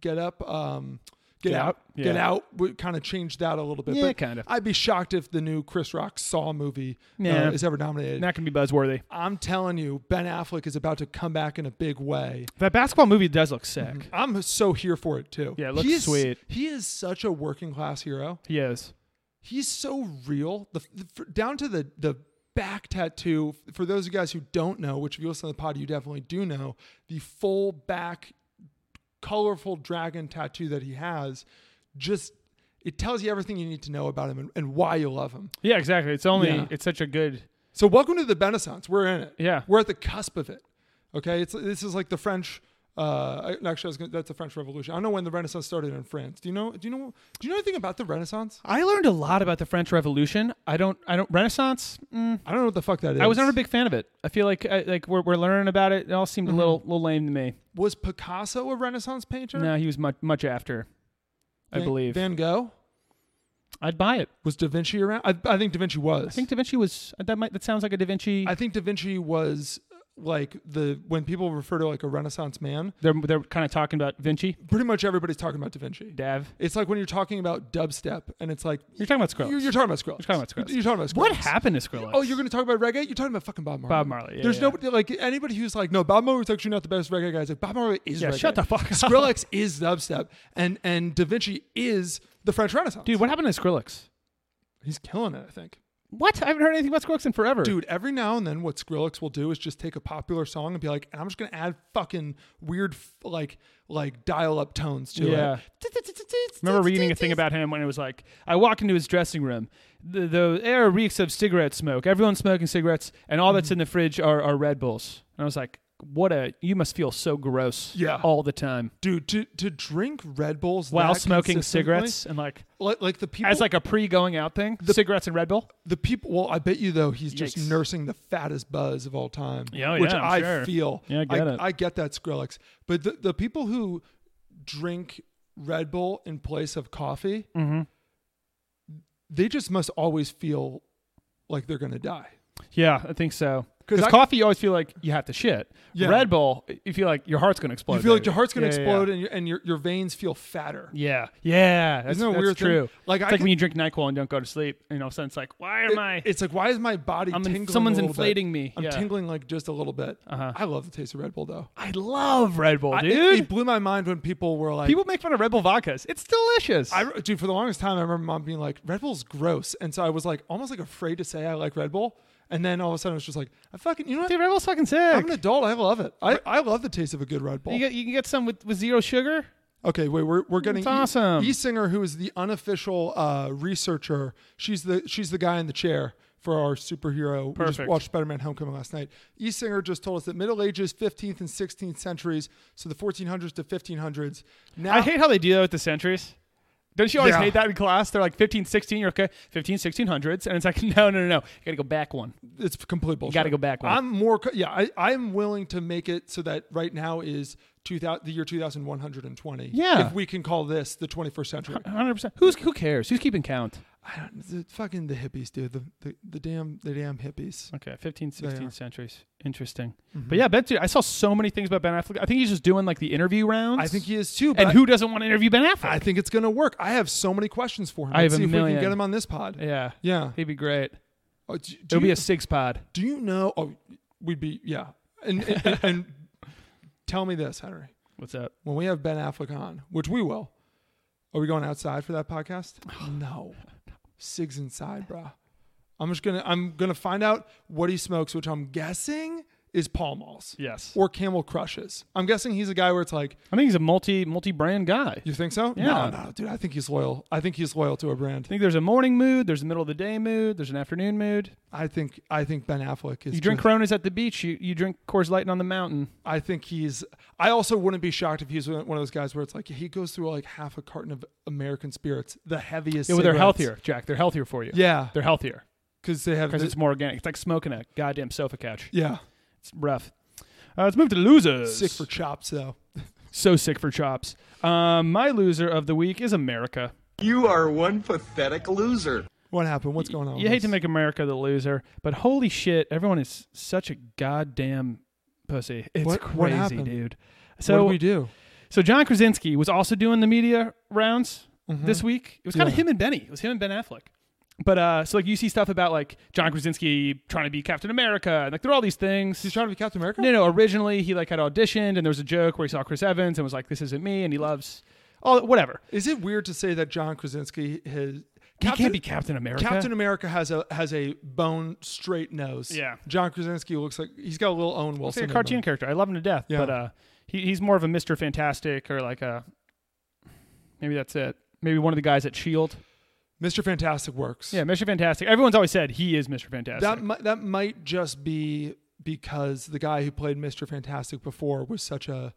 [SPEAKER 7] Get Up, um, Get,
[SPEAKER 1] Get
[SPEAKER 7] Out,
[SPEAKER 1] Out, yeah.
[SPEAKER 7] Get Out would kind of change that a little bit.
[SPEAKER 1] Yeah,
[SPEAKER 7] but
[SPEAKER 1] kinda.
[SPEAKER 7] I'd be shocked if the new Chris Rock Saw movie uh,
[SPEAKER 1] Yeah.
[SPEAKER 7] is ever nominated.
[SPEAKER 1] not gonna be buzzworthy.
[SPEAKER 7] I'm telling you, Ben Affleck is about to come back in a big way.
[SPEAKER 1] That basketball movie does look sick.
[SPEAKER 7] I'm so here for it too.
[SPEAKER 1] Yeah, it looks
[SPEAKER 7] He is-
[SPEAKER 1] sweet.
[SPEAKER 7] He is such a working class hero.
[SPEAKER 1] He is.
[SPEAKER 7] He's so real. The, the for, down to the the back tattoo. For those of you guys who don't know, which if you listen to the pod, you definitely do know the full back, colorful dragon tattoo that he has. Just it tells you everything you need to know about him and, and why you love him.
[SPEAKER 1] Yeah, exactly. It's only.
[SPEAKER 7] Yeah.
[SPEAKER 1] It's such a good.
[SPEAKER 7] So welcome to the Renaissance. We're in it.
[SPEAKER 1] Yeah.
[SPEAKER 7] we're at the cusp of it. Okay, it's this is like the French. Uh, I- actually, I was gonna, that's the French Revolution. I don't know when the Renaissance started in France. Do you know? Do you know? Do you know anything about the Renaissance?
[SPEAKER 1] I learned a lot about the French Revolution. I don't. I don't. Renaissance. Mm,
[SPEAKER 7] I don't know what the fuck that is.
[SPEAKER 1] I was never a big fan of it. I feel like I, like we're, we're learning about it. It all seemed a little little lame to me.
[SPEAKER 7] Was Picasso a Renaissance painter?
[SPEAKER 1] No, he was much much after. I
[SPEAKER 7] Van-
[SPEAKER 1] believe
[SPEAKER 7] Van Gogh
[SPEAKER 1] I'd buy it.
[SPEAKER 7] was Da Vinci around. I, I think Da Vinci was.
[SPEAKER 1] I think Da Vinci was uh, that. Might that sounds like a Da Vinci.
[SPEAKER 7] I think Da Vinci was like the when people refer to like a Renaissance man.
[SPEAKER 1] they're they're kind of talking about Vinci,
[SPEAKER 7] Pretty much everybody's talking about Da Vinci.
[SPEAKER 1] Dav.
[SPEAKER 7] It's like when you're talking about dubstep, and it's like
[SPEAKER 1] You're talking about Skrillex.
[SPEAKER 7] You're, you're talking about Skrillex.
[SPEAKER 1] You're talking about Skrillex.
[SPEAKER 7] You're talking about Skrillex.
[SPEAKER 1] What happened to Skrillex?
[SPEAKER 7] Oh, you're going to talk about reggae? You're talking about fucking Bob Marley.
[SPEAKER 1] Bob Marley, yeah,
[SPEAKER 7] There's
[SPEAKER 1] yeah.
[SPEAKER 7] nobody like anybody who's like, no, Bob Marley's actually not the best reggae guy. It's like Bob Marley is
[SPEAKER 1] Yeah,
[SPEAKER 7] reggae.
[SPEAKER 1] shut the fuck up.
[SPEAKER 7] Skrillex is dubstep, and and Da Vinci is the French Renaissance.
[SPEAKER 1] dude. What happened to Skrillex?
[SPEAKER 7] He's killing it. I think.
[SPEAKER 1] What? I haven't heard anything about Skrillex in forever.
[SPEAKER 7] Dude, every now and then, what Skrillex will do is just take a popular song and be like, and I'm just gonna add fucking weird, f- like, like dial-up tones to
[SPEAKER 1] Yeah.
[SPEAKER 7] it.
[SPEAKER 1] remember reading a thing about him when it was like, I walk into his dressing room, the, the air reeks of cigarette smoke. Everyone's smoking cigarettes, and all that's in the fridge are, are Red Bulls. And I was like, what a you must feel so gross.
[SPEAKER 7] Yeah.
[SPEAKER 1] all the time
[SPEAKER 7] Dude, to to drink Red Bulls
[SPEAKER 1] while
[SPEAKER 7] that
[SPEAKER 1] smoking
[SPEAKER 7] consistently-
[SPEAKER 1] cigarettes and like
[SPEAKER 7] like, like the people
[SPEAKER 1] as like a pre going out thing, cigarettes and Red Bull.
[SPEAKER 7] the people well i bet you though he's just
[SPEAKER 1] Yikes.
[SPEAKER 7] nursing the fattest buzz of all time
[SPEAKER 1] Yeah, oh,
[SPEAKER 7] which
[SPEAKER 1] yeah, I'm
[SPEAKER 7] i
[SPEAKER 1] sure.
[SPEAKER 7] feel
[SPEAKER 1] Yeah, I get it.
[SPEAKER 7] I get that skrillex but the, the people who drink red bull in place of coffee
[SPEAKER 1] Mm-hmm.
[SPEAKER 7] they just must always feel like they're gonna die
[SPEAKER 1] Yeah, I think so.
[SPEAKER 7] 'Cause
[SPEAKER 1] Because
[SPEAKER 7] I-
[SPEAKER 1] coffee, you always feel like you have to shit.
[SPEAKER 7] Yeah.
[SPEAKER 1] Red Bull, you feel like your heart's going to explode.
[SPEAKER 7] you feel like
[SPEAKER 1] baby.
[SPEAKER 7] your heart's gonna
[SPEAKER 1] Yeah, yeah,
[SPEAKER 7] explode and, your, and your, your veins feel fatter
[SPEAKER 1] Yeah, yeah. That's,
[SPEAKER 7] Isn't that a
[SPEAKER 1] that's
[SPEAKER 7] weird thing?
[SPEAKER 1] true.
[SPEAKER 7] Like,
[SPEAKER 1] it's
[SPEAKER 7] I
[SPEAKER 1] like
[SPEAKER 7] could-
[SPEAKER 1] when you drink Nyquil and don't go to sleep, and all of a sudden it's like, why am
[SPEAKER 7] It-
[SPEAKER 1] I?
[SPEAKER 7] it's like why is my body
[SPEAKER 1] I'm in-
[SPEAKER 7] tingling a
[SPEAKER 1] someone's
[SPEAKER 7] little bit?
[SPEAKER 1] inflating me.
[SPEAKER 7] i'm
[SPEAKER 1] Yeah.
[SPEAKER 7] tingling like just a little bit i love the taste of red bull though
[SPEAKER 1] I love Red Bull,
[SPEAKER 7] I-
[SPEAKER 1] dude.
[SPEAKER 7] it- it blew my mind when people were like
[SPEAKER 1] People make fun of Red Bull vodkas. It's delicious.
[SPEAKER 7] I dude for the longest time I remember mom being like Red Bull's gross, and so I was like almost like afraid to say I like Red Bull, and then all of a sudden I was just like I fucking you know what
[SPEAKER 1] dude, Red Bull's fucking sick.
[SPEAKER 7] I'm an adult I love it I, I love the taste of a good Red Bull.
[SPEAKER 1] you, get, you can get some with, with zero sugar.
[SPEAKER 7] okay, wait we're we're getting
[SPEAKER 1] That's awesome.
[SPEAKER 7] E, e Singer who is the unofficial uh, researcher. She's the she's the guy in the chair. For our superhero, we just
[SPEAKER 1] Perfect.
[SPEAKER 7] watched Spider-Man: Homecoming last night. E. Singer just told us that Middle Ages, 15th and 16th centuries, so the 1400s to 1500s. Now,
[SPEAKER 1] I hate how they do that with the centuries. Don't you always
[SPEAKER 7] Yeah.
[SPEAKER 1] hate that in class? They're like 15, 16, you're okay, 15, 1600s. And it's like, no, no, no, no. You got to go back one.
[SPEAKER 7] it's complete bullshit.
[SPEAKER 1] gotta go back one.
[SPEAKER 7] I'm more. co- Yeah, I, I'm willing to make it so that right now is 2000, the year 2120.
[SPEAKER 1] Yeah.
[SPEAKER 7] if we can call this the 21st century.
[SPEAKER 1] 100%. Who's, who cares? Who's keeping count?
[SPEAKER 7] I don't, the, fucking the hippies, dude. The, the the damn the damn hippies.
[SPEAKER 1] Okay, 15,
[SPEAKER 7] They
[SPEAKER 1] 16
[SPEAKER 7] are.
[SPEAKER 1] centuries. Interesting.
[SPEAKER 7] Mm-hmm.
[SPEAKER 1] But yeah, Ben, dude, I saw so many things about Ben Affleck. I think he's just doing like the interview rounds.
[SPEAKER 7] I think he is too. But
[SPEAKER 1] And
[SPEAKER 7] I-
[SPEAKER 1] who doesn't want to interview Ben Affleck?
[SPEAKER 7] I think it's gonna work. I have so many questions for him.
[SPEAKER 1] I have
[SPEAKER 7] Let's
[SPEAKER 1] a
[SPEAKER 7] see if we
[SPEAKER 1] million.
[SPEAKER 7] can get him on this pod.
[SPEAKER 1] yeah.
[SPEAKER 7] Yeah.
[SPEAKER 1] He'd be great.
[SPEAKER 7] Oh, do, do
[SPEAKER 1] It'll be
[SPEAKER 7] you-
[SPEAKER 1] a Sigs pod.
[SPEAKER 7] do you know? Oh, we'd be yeah. And and, and tell me this, Henry.
[SPEAKER 1] What's up?
[SPEAKER 7] when we have Ben Affleck on, which we will, are we going outside for that podcast? no. Sigs inside, bruh. I'm just gonna I'm gonna find out what he smokes, which I'm guessing is Pall Malls.
[SPEAKER 1] Yes.
[SPEAKER 7] Or Camel Crushes. I'm guessing he's a guy where it's like,
[SPEAKER 1] I think he's a multi multi brand guy.
[SPEAKER 7] you think so?
[SPEAKER 1] Yeah.
[SPEAKER 7] No, no, dude. I think he's loyal. I think he's loyal to a brand.
[SPEAKER 1] I think there's a morning mood, there's a middle of the day mood, there's an afternoon mood.
[SPEAKER 7] I think I think Ben Affleck is.
[SPEAKER 1] You drink
[SPEAKER 7] just-
[SPEAKER 1] Coronas at the beach, you, you drink Coors Light on the mountain.
[SPEAKER 7] I think he's. I also wouldn't be shocked if he's one of those guys where it's like he goes through like half a carton of American spirits, the heaviest.
[SPEAKER 1] Yeah, well, they're
[SPEAKER 7] cigarettes.
[SPEAKER 1] healthier, Jack. They're healthier for you.
[SPEAKER 7] Yeah,
[SPEAKER 1] They're healthier
[SPEAKER 7] because they have.
[SPEAKER 1] because
[SPEAKER 7] the-
[SPEAKER 1] it's more organic. It's like smoking a goddamn sofa couch.
[SPEAKER 7] yeah,
[SPEAKER 1] It's rough. Uh, let's move to losers.
[SPEAKER 7] sick for chops though.
[SPEAKER 1] so sick for chops. Um, my loser of the week is America.
[SPEAKER 8] You are one pathetic loser.
[SPEAKER 7] What happened? What's going on?
[SPEAKER 1] You
[SPEAKER 7] with
[SPEAKER 1] hate to
[SPEAKER 7] this?
[SPEAKER 1] make America the loser, but holy shit, everyone is such a goddamn pussy. It's
[SPEAKER 7] What- what
[SPEAKER 1] crazy,
[SPEAKER 7] happened?
[SPEAKER 1] dude.
[SPEAKER 7] What
[SPEAKER 1] So
[SPEAKER 7] do we do?
[SPEAKER 1] so John Krasinski was also doing the media rounds this week. It was kind of
[SPEAKER 7] Mm-hmm. Yeah.
[SPEAKER 1] him and Benny. It was him and Ben Affleck. But uh, so like you see stuff about like John Krasinski trying to be Captain America, and like there are all these things.
[SPEAKER 7] He's trying to be Captain America.
[SPEAKER 1] No, no. Originally, he like had auditioned, and there was a joke where he saw Chris Evans and was like, "This isn't me," and he loves all whatever.
[SPEAKER 7] Is it weird to say that John Krasinski has?
[SPEAKER 1] he can't be Captain America.
[SPEAKER 7] Captain America has a has a bone straight nose.
[SPEAKER 1] Yeah.
[SPEAKER 7] John Krasinski looks like he's got a little Owen
[SPEAKER 1] It's
[SPEAKER 7] Wilson.
[SPEAKER 1] like a
[SPEAKER 7] in
[SPEAKER 1] cartoon
[SPEAKER 7] him.
[SPEAKER 1] character. I love him to death,
[SPEAKER 7] Yeah.
[SPEAKER 1] but uh, he, he's more of a Mister Fantastic or like a maybe that's it. Maybe one of the guys at Shield.
[SPEAKER 7] Mr. Fantastic works.
[SPEAKER 1] E Yeah, Mister Fantastic. Everyone's always said he is Mister Fantastic.
[SPEAKER 7] That mi- that might just be because the guy who played Mr. Fantastic before was such a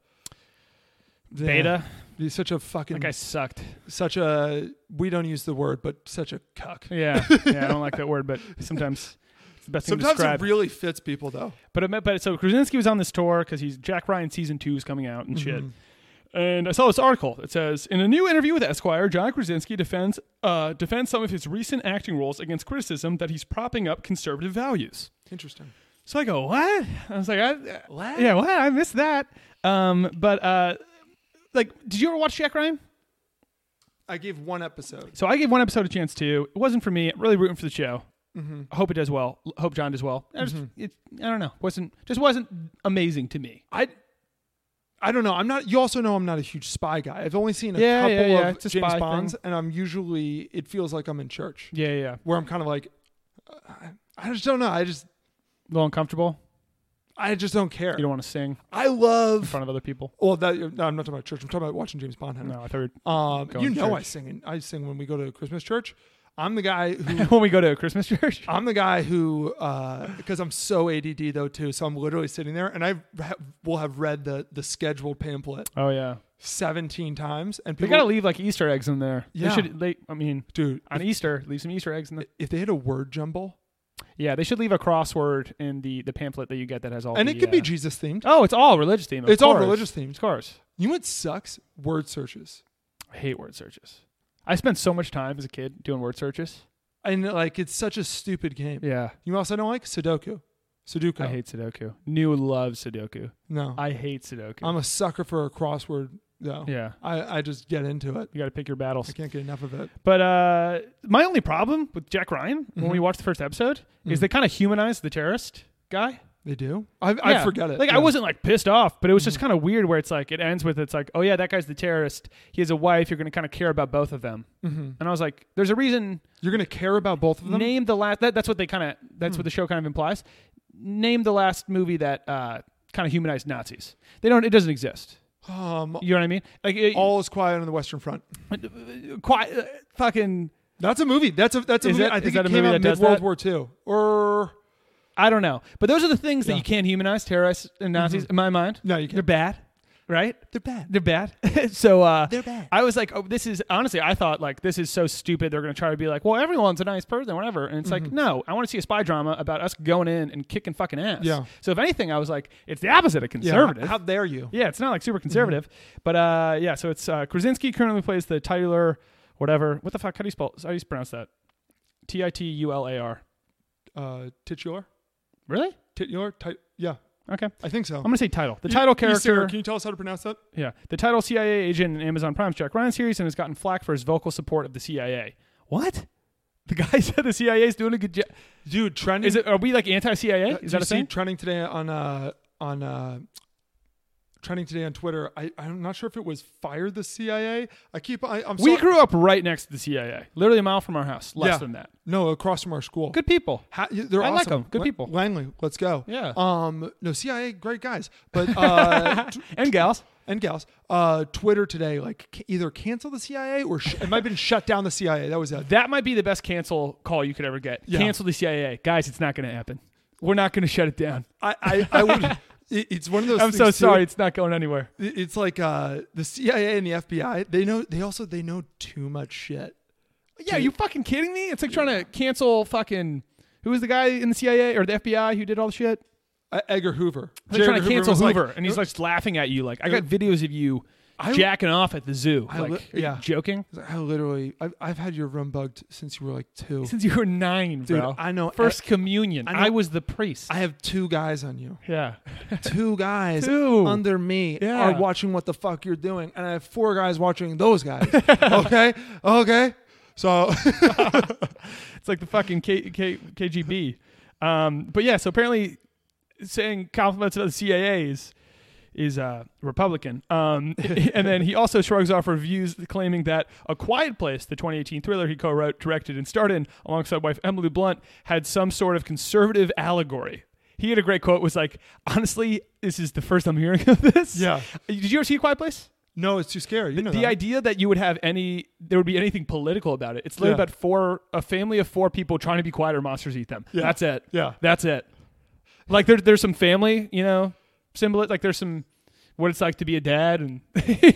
[SPEAKER 7] Yeah.
[SPEAKER 1] Beta.
[SPEAKER 7] He's such a fucking
[SPEAKER 1] That guy sucked.
[SPEAKER 7] such a we don't use the word, but such a cuck.
[SPEAKER 1] Yeah, yeah. I don't like that word, but sometimes it's the best thing to
[SPEAKER 7] Sometimes
[SPEAKER 1] describe.
[SPEAKER 7] it really fits people though.
[SPEAKER 1] But it meant, but so Krasinski was on this tour because he's Jack Ryan season two is coming out and
[SPEAKER 7] Mm-hmm.
[SPEAKER 1] shit. And I saw this article. It says in a new interview with Esquire, John Krasinski defends uh, defends some of his recent acting roles against criticism that he's propping up conservative values.
[SPEAKER 7] Interesting.
[SPEAKER 1] So I go, what? I was like, I, what? Yeah, what? I missed that. Um, but uh, like, did you ever watch Jack Ryan?
[SPEAKER 7] I gave one episode.
[SPEAKER 1] So I gave one episode a chance too. It wasn't for me. I'm really rooting for the show. I hope it does well. L- Hope John does well. I, just, it, I don't know. wasn't just wasn't amazing to me.
[SPEAKER 7] I I don't know. I'm not. You also know I'm not a huge spy guy. I've only seen a
[SPEAKER 1] Yeah,
[SPEAKER 7] couple
[SPEAKER 1] yeah, yeah.
[SPEAKER 7] of
[SPEAKER 1] It's a
[SPEAKER 7] James
[SPEAKER 1] spy
[SPEAKER 7] Bonds,
[SPEAKER 1] thing.
[SPEAKER 7] and I'm usually. It feels like I'm in church,
[SPEAKER 1] Yeah, yeah, yeah.
[SPEAKER 7] where I'm kind of like, uh, I I just don't know. I just
[SPEAKER 1] a little uncomfortable.
[SPEAKER 7] I just don't care.
[SPEAKER 1] You don't want to sing in
[SPEAKER 7] I love.
[SPEAKER 1] front of other people.
[SPEAKER 7] Well, that, no, I'm not talking about church. I'm talking about watching James Bond. Henry.
[SPEAKER 1] No, I thought we
[SPEAKER 7] um,
[SPEAKER 1] going
[SPEAKER 7] you
[SPEAKER 1] to
[SPEAKER 7] know I
[SPEAKER 1] church.
[SPEAKER 7] sing. in- I sing when we go to Christmas church. I'm the guy who.
[SPEAKER 1] when we go to a Christmas church.
[SPEAKER 7] I'm the guy who, because I'm so ADD though too, so I'm literally sitting there, and I ha- will have read the the scheduled pamphlet
[SPEAKER 1] Oh yeah,
[SPEAKER 7] 17 times, and
[SPEAKER 1] they
[SPEAKER 7] people
[SPEAKER 1] gotta leave like Easter eggs in there.
[SPEAKER 7] Yeah.
[SPEAKER 1] They should. They, I mean,
[SPEAKER 7] dude,
[SPEAKER 1] on e-, Easter, leave some Easter eggs in there.
[SPEAKER 7] if they had a word jumble,
[SPEAKER 1] Yeah, they should leave a crossword in the the pamphlet that you get that has all.
[SPEAKER 7] and
[SPEAKER 1] the,
[SPEAKER 7] it could be
[SPEAKER 1] uh,
[SPEAKER 7] Jesus themed.
[SPEAKER 1] Oh, it's all religious themed. of
[SPEAKER 7] It's all
[SPEAKER 1] course.
[SPEAKER 7] religious themed.
[SPEAKER 1] Of course.
[SPEAKER 7] You know what sucks? Word searches.
[SPEAKER 1] I hate word searches. I spent so much time as a kid doing word searches.
[SPEAKER 7] And like, it's such a stupid game.
[SPEAKER 1] Yeah.
[SPEAKER 7] You also don't like Sudoku. Sudoku.
[SPEAKER 1] I hate Sudoku. New loves Sudoku.
[SPEAKER 7] No.
[SPEAKER 1] I hate Sudoku.
[SPEAKER 7] I'm a sucker for a crossword though.
[SPEAKER 1] Yeah.
[SPEAKER 7] I, I just get into it.
[SPEAKER 1] you got to pick your battles.
[SPEAKER 7] I can't get enough of it.
[SPEAKER 1] But uh, my only problem with Jack Ryan when
[SPEAKER 7] Mm-hmm.
[SPEAKER 1] we watched the first episode
[SPEAKER 7] Mm.
[SPEAKER 1] is they kind of humanized the terrorist guy.
[SPEAKER 7] They do. I, I
[SPEAKER 1] Yeah.
[SPEAKER 7] forget it.
[SPEAKER 1] Like I
[SPEAKER 7] Yeah. Mm.
[SPEAKER 1] wasn't like pissed off, but it was just kind of weird where it's like it ends with it's like, oh yeah, that guy's the terrorist. He has a wife. You're going to kind of care about both of them. And I was like, there's a reason.
[SPEAKER 7] Mm-hmm. You're gonna care about both of them. Mm.
[SPEAKER 1] Name the last. That, that's what they kind of. That's what the show kind of implies. Name the last movie that uh, kind of humanized Nazis. They don't. It doesn't exist.
[SPEAKER 7] Um,
[SPEAKER 1] You know what I mean? Like it,
[SPEAKER 7] all is quiet on the Western Front.
[SPEAKER 1] quite uh, fucking.
[SPEAKER 7] That's a movie. That's a that's a
[SPEAKER 1] Is
[SPEAKER 7] movie.
[SPEAKER 1] that-
[SPEAKER 7] I
[SPEAKER 1] is
[SPEAKER 7] think
[SPEAKER 1] that
[SPEAKER 7] it
[SPEAKER 1] a
[SPEAKER 7] came
[SPEAKER 1] movie that
[SPEAKER 7] out mid
[SPEAKER 1] does
[SPEAKER 7] World
[SPEAKER 1] that?
[SPEAKER 7] War II. Or
[SPEAKER 1] I don't know. But those are the things that
[SPEAKER 7] Yeah. Mm-hmm.
[SPEAKER 1] you can't humanize terrorists and Nazis in my mind.
[SPEAKER 7] No, you can't.
[SPEAKER 1] They're bad, right?
[SPEAKER 7] they're bad.
[SPEAKER 1] They're bad. so uh,
[SPEAKER 7] They're bad.
[SPEAKER 1] I was like, oh, this is honestly, I thought like this is so stupid. They're gonna try to be like, well, everyone's a nice person, whatever. And it's like,
[SPEAKER 7] Mm-hmm.
[SPEAKER 1] no, I want to see a spy drama about us going in and kicking fucking ass.
[SPEAKER 7] Yeah.
[SPEAKER 1] So if anything, I was like, it's the opposite of
[SPEAKER 7] Yeah.
[SPEAKER 1] conservative.
[SPEAKER 7] How Mm-hmm. dare you?
[SPEAKER 1] Yeah, it's not like super conservative, but uh, yeah. So it's uh, Krasinski currently plays the titular, whatever. What the fuck? How do you spell? How do you pronounce that? T i t u l a r.
[SPEAKER 7] Uh, titular.
[SPEAKER 1] Really?
[SPEAKER 7] Titular. Tit- yeah,
[SPEAKER 1] Okay.
[SPEAKER 7] I think so.
[SPEAKER 1] I'm gonna say title. The
[SPEAKER 7] You-
[SPEAKER 1] title
[SPEAKER 7] you, Sarah,
[SPEAKER 1] character.
[SPEAKER 7] can you tell us how to pronounce that?
[SPEAKER 1] yeah, the title CIA agent in Amazon Prime's Jack Ryan series, and has gotten flack for his vocal support of the CIA. What? The guy said the CIA is doing a good job.
[SPEAKER 7] Dude, trending.
[SPEAKER 1] Is it? Are we like anti-CIA?
[SPEAKER 7] Uh,
[SPEAKER 1] Is
[SPEAKER 7] did
[SPEAKER 1] that
[SPEAKER 7] you
[SPEAKER 1] a
[SPEAKER 7] see
[SPEAKER 1] thing?
[SPEAKER 7] trending today on uh on uh trending today on Twitter. I, I'm not sure if it was fire the CIA. I keep I, I'm
[SPEAKER 1] We
[SPEAKER 7] so-
[SPEAKER 1] grew up right next to the CIA, literally a mile from our house, less
[SPEAKER 7] Yeah.
[SPEAKER 1] than that.
[SPEAKER 7] No, across from our school.
[SPEAKER 1] Good people.
[SPEAKER 7] Ha- y- they're
[SPEAKER 1] I like
[SPEAKER 7] awesome.
[SPEAKER 1] 'em. Good
[SPEAKER 7] Lan-
[SPEAKER 1] people.
[SPEAKER 7] Langley, let's go.
[SPEAKER 1] Yeah.
[SPEAKER 7] Um. No, CIA, great guys, but uh, t-
[SPEAKER 1] And gals.
[SPEAKER 7] and gals. Uh, Twitter today, like c- either cancel the CIA or sh- it might have been shut down the CIA. That was it.
[SPEAKER 1] That might be the best cancel call you could ever get.
[SPEAKER 7] Yeah.
[SPEAKER 1] Cancel the CIA. Guys, it's not going to happen. We're not going to shut it down.
[SPEAKER 7] I, I, I would. it- It's one of those.
[SPEAKER 1] I'm so
[SPEAKER 7] things, too.
[SPEAKER 1] sorry. It's not going anywhere.
[SPEAKER 7] It- It's like uh, the CIA and the FBI. They know. They also they know too much shit.
[SPEAKER 1] Yeah, you fucking kidding me? It's like trying to cancel fucking. Who was the guy in the CIA or the FBI who did all the shit?
[SPEAKER 7] Uh, Edgar Hoover.
[SPEAKER 1] They're
[SPEAKER 7] J.
[SPEAKER 1] trying to
[SPEAKER 7] Edgar
[SPEAKER 1] cancel
[SPEAKER 7] was like-
[SPEAKER 1] Hoover, and he's like laughing at you. Like I got videos of you jacking off at the zoo.
[SPEAKER 7] I
[SPEAKER 1] like,
[SPEAKER 7] li-
[SPEAKER 1] are you
[SPEAKER 7] yeah.
[SPEAKER 1] joking.
[SPEAKER 7] He's like, I literally, I've, I've had your room bugged since you were like two.
[SPEAKER 1] Since you were nine,
[SPEAKER 7] Dude,
[SPEAKER 1] bro.
[SPEAKER 7] I know-
[SPEAKER 1] First
[SPEAKER 7] I-
[SPEAKER 1] communion.
[SPEAKER 7] I
[SPEAKER 1] I,
[SPEAKER 7] know-
[SPEAKER 1] was the priest.
[SPEAKER 7] I have two guys on you.
[SPEAKER 1] yeah.
[SPEAKER 7] Two guys
[SPEAKER 1] Two.
[SPEAKER 7] under me
[SPEAKER 1] Yeah.
[SPEAKER 7] are watching what the fuck you're doing, and I have four guys watching those guys. okay, okay. So
[SPEAKER 1] It's like the fucking K- K- KGB. Um, but yeah, so apparently saying compliments about the CAAs is uh, Republican. Um, and then he also shrugs off reviews claiming that A Quiet Place, the 2018 thriller he co wrote, directed, and starred in alongside wife Emily Blunt, had some sort of conservative allegory. He had a great quote was like, honestly, this is the first I'm hearing of this.
[SPEAKER 7] Yeah.
[SPEAKER 1] Did you ever see A Quiet Place?
[SPEAKER 7] no, it's too scary. You know
[SPEAKER 1] the
[SPEAKER 7] that.
[SPEAKER 1] idea that you would have any there would be anything political about it it's literally
[SPEAKER 7] Yeah.
[SPEAKER 1] about four a family of four people trying to be quiet or monsters eat them that's it
[SPEAKER 7] Yeah.
[SPEAKER 1] that's it like there, there's some family you know symbol like there's some what it's like to be a dad and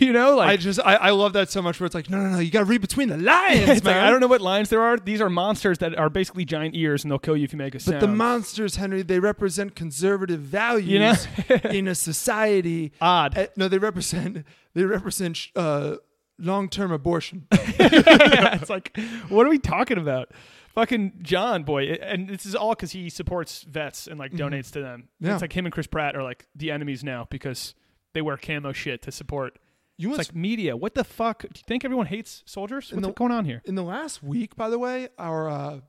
[SPEAKER 1] you know like
[SPEAKER 7] I just, I, I love that so much. Where it's like, no, no, no, you got to read between the lines,
[SPEAKER 1] it's
[SPEAKER 7] man.
[SPEAKER 1] like, I don't know what lines there are. These are monsters that are basically giant ears, and they'll kill you if you make a
[SPEAKER 7] But
[SPEAKER 1] sound.
[SPEAKER 7] the monsters, Henry, they represent conservative values in a society.
[SPEAKER 1] Odd.
[SPEAKER 7] Uh, no, they represent they represent sh- uh, long term abortion.
[SPEAKER 1] yeah, it's like, what are we talking about? Fucking John, boy. And this is all because he supports vets and like donates to them.
[SPEAKER 7] Yeah.
[SPEAKER 1] It's like him and Chris Pratt are like the enemies now because they wear camo shit to support.
[SPEAKER 7] You
[SPEAKER 1] It's
[SPEAKER 7] must-
[SPEAKER 1] like media. What the fuck? Do you think everyone hates soldiers? What's
[SPEAKER 7] the-
[SPEAKER 1] going on here?
[SPEAKER 7] in the last week, by the way, our uh,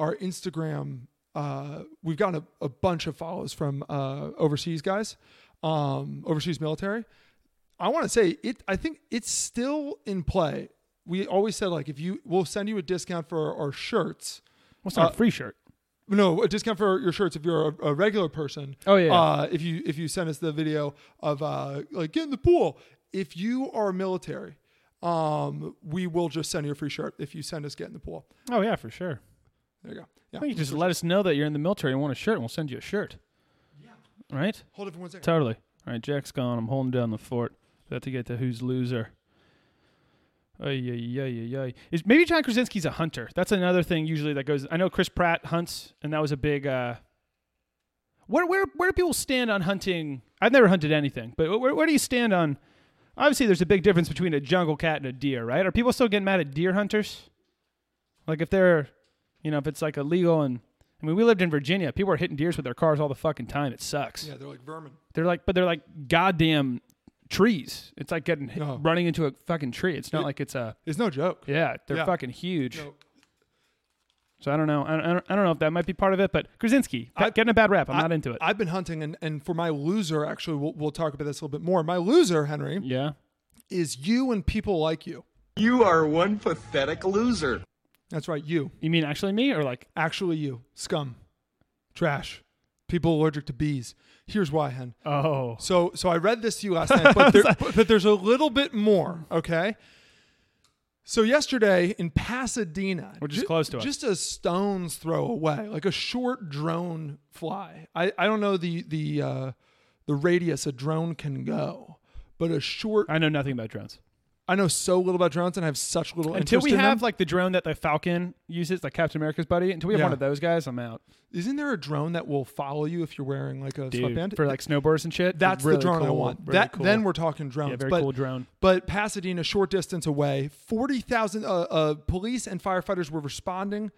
[SPEAKER 7] our Instagram, uh, we've gotten a, a bunch of follows from uh, overseas guys, um, overseas military. I want to say it. I think it's still in play. We always said like if you, we'll send you a discount for our, our shirts.
[SPEAKER 1] What's not a free shirt?
[SPEAKER 7] No, a discount for your shirts if you're a, a regular person.
[SPEAKER 1] Oh, yeah.
[SPEAKER 7] Uh, if you if you send us the video of uh, like get in the pool. If you are military, um, we will just send you a free shirt if you send us get in the pool.
[SPEAKER 1] Oh yeah, for sure.
[SPEAKER 7] There you go. Yeah.
[SPEAKER 1] I think you just let us know that you're in the military and want a shirt, and we'll send you a shirt. Yeah. Right.
[SPEAKER 7] Hold it for one second.
[SPEAKER 1] Totally. All right, Jack's gone. I'm holding down the fort. About to get to who's loser. Ay, ay, ay, ay, ay. Is maybe John Krasinski's a hunter? That's another thing usually that goes. I know Chris Pratt hunts, and that was a big. Uh, where where where do people stand on hunting? I've never hunted anything, but where where do you stand on? Obviously, there's a big difference between a jungle cat and a deer, right? Are people still getting mad at deer hunters? Like if they're, you know, if it's like illegal and I mean, we lived in Virginia. People are hitting deers with their cars all the fucking time. It sucks.
[SPEAKER 7] Yeah, they're like vermin.
[SPEAKER 1] They're like, but they're like goddamn trees. It's like getting hit,
[SPEAKER 7] No.
[SPEAKER 1] running into a fucking tree. It's not like it's a
[SPEAKER 7] It's no joke.
[SPEAKER 1] yeah. They're
[SPEAKER 7] Yeah.
[SPEAKER 1] fucking huge.
[SPEAKER 7] No.
[SPEAKER 1] So I don't know. I don't, I don't- I don't know if that might be part of it, but Krasinski
[SPEAKER 7] I-
[SPEAKER 1] getting a bad rap. I'm
[SPEAKER 7] I-
[SPEAKER 1] not into it.
[SPEAKER 7] I've been hunting, and, and for my loser, actually, we'll, we'll talk about this a little bit more. My loser, Henry,
[SPEAKER 1] yeah.
[SPEAKER 7] is you and people like you.
[SPEAKER 8] You are one pathetic loser.
[SPEAKER 7] That's right, you.
[SPEAKER 1] You mean actually me or like?
[SPEAKER 7] Actually, you. Scum. Trash. People allergic to bees. Here's why, Hen.
[SPEAKER 1] Oh,
[SPEAKER 7] So so I read this to you last night, but, there, but, but there's a little bit more. Okay. So yesterday in Pasadena,
[SPEAKER 1] Which is
[SPEAKER 7] ju-
[SPEAKER 1] close to us.
[SPEAKER 7] just a stone's throw away, like a short drone fly. I, I don't know the the uh, the radius a drone can go, but a short. I,
[SPEAKER 1] I know nothing about drones.
[SPEAKER 7] know so little about drones and I have such little
[SPEAKER 1] Until
[SPEAKER 7] interest
[SPEAKER 1] we
[SPEAKER 7] in
[SPEAKER 1] have
[SPEAKER 7] them.
[SPEAKER 1] like the drone that the Falcon uses, like Captain America's buddy. Until we have
[SPEAKER 7] Yeah.
[SPEAKER 1] one of those guys, I'm out.
[SPEAKER 7] Isn't there a drone that will follow you if you're wearing like a sweatband
[SPEAKER 1] for like snowboards and shit.
[SPEAKER 7] That's
[SPEAKER 1] Really
[SPEAKER 7] the drone I
[SPEAKER 1] cool.
[SPEAKER 7] want.
[SPEAKER 1] Really
[SPEAKER 7] that
[SPEAKER 1] cool.
[SPEAKER 7] then we're talking drones.
[SPEAKER 1] very
[SPEAKER 7] but,
[SPEAKER 1] cool drone.
[SPEAKER 7] But Pasadena, short distance away, forty thousand uh, uh, police and firefighters were responding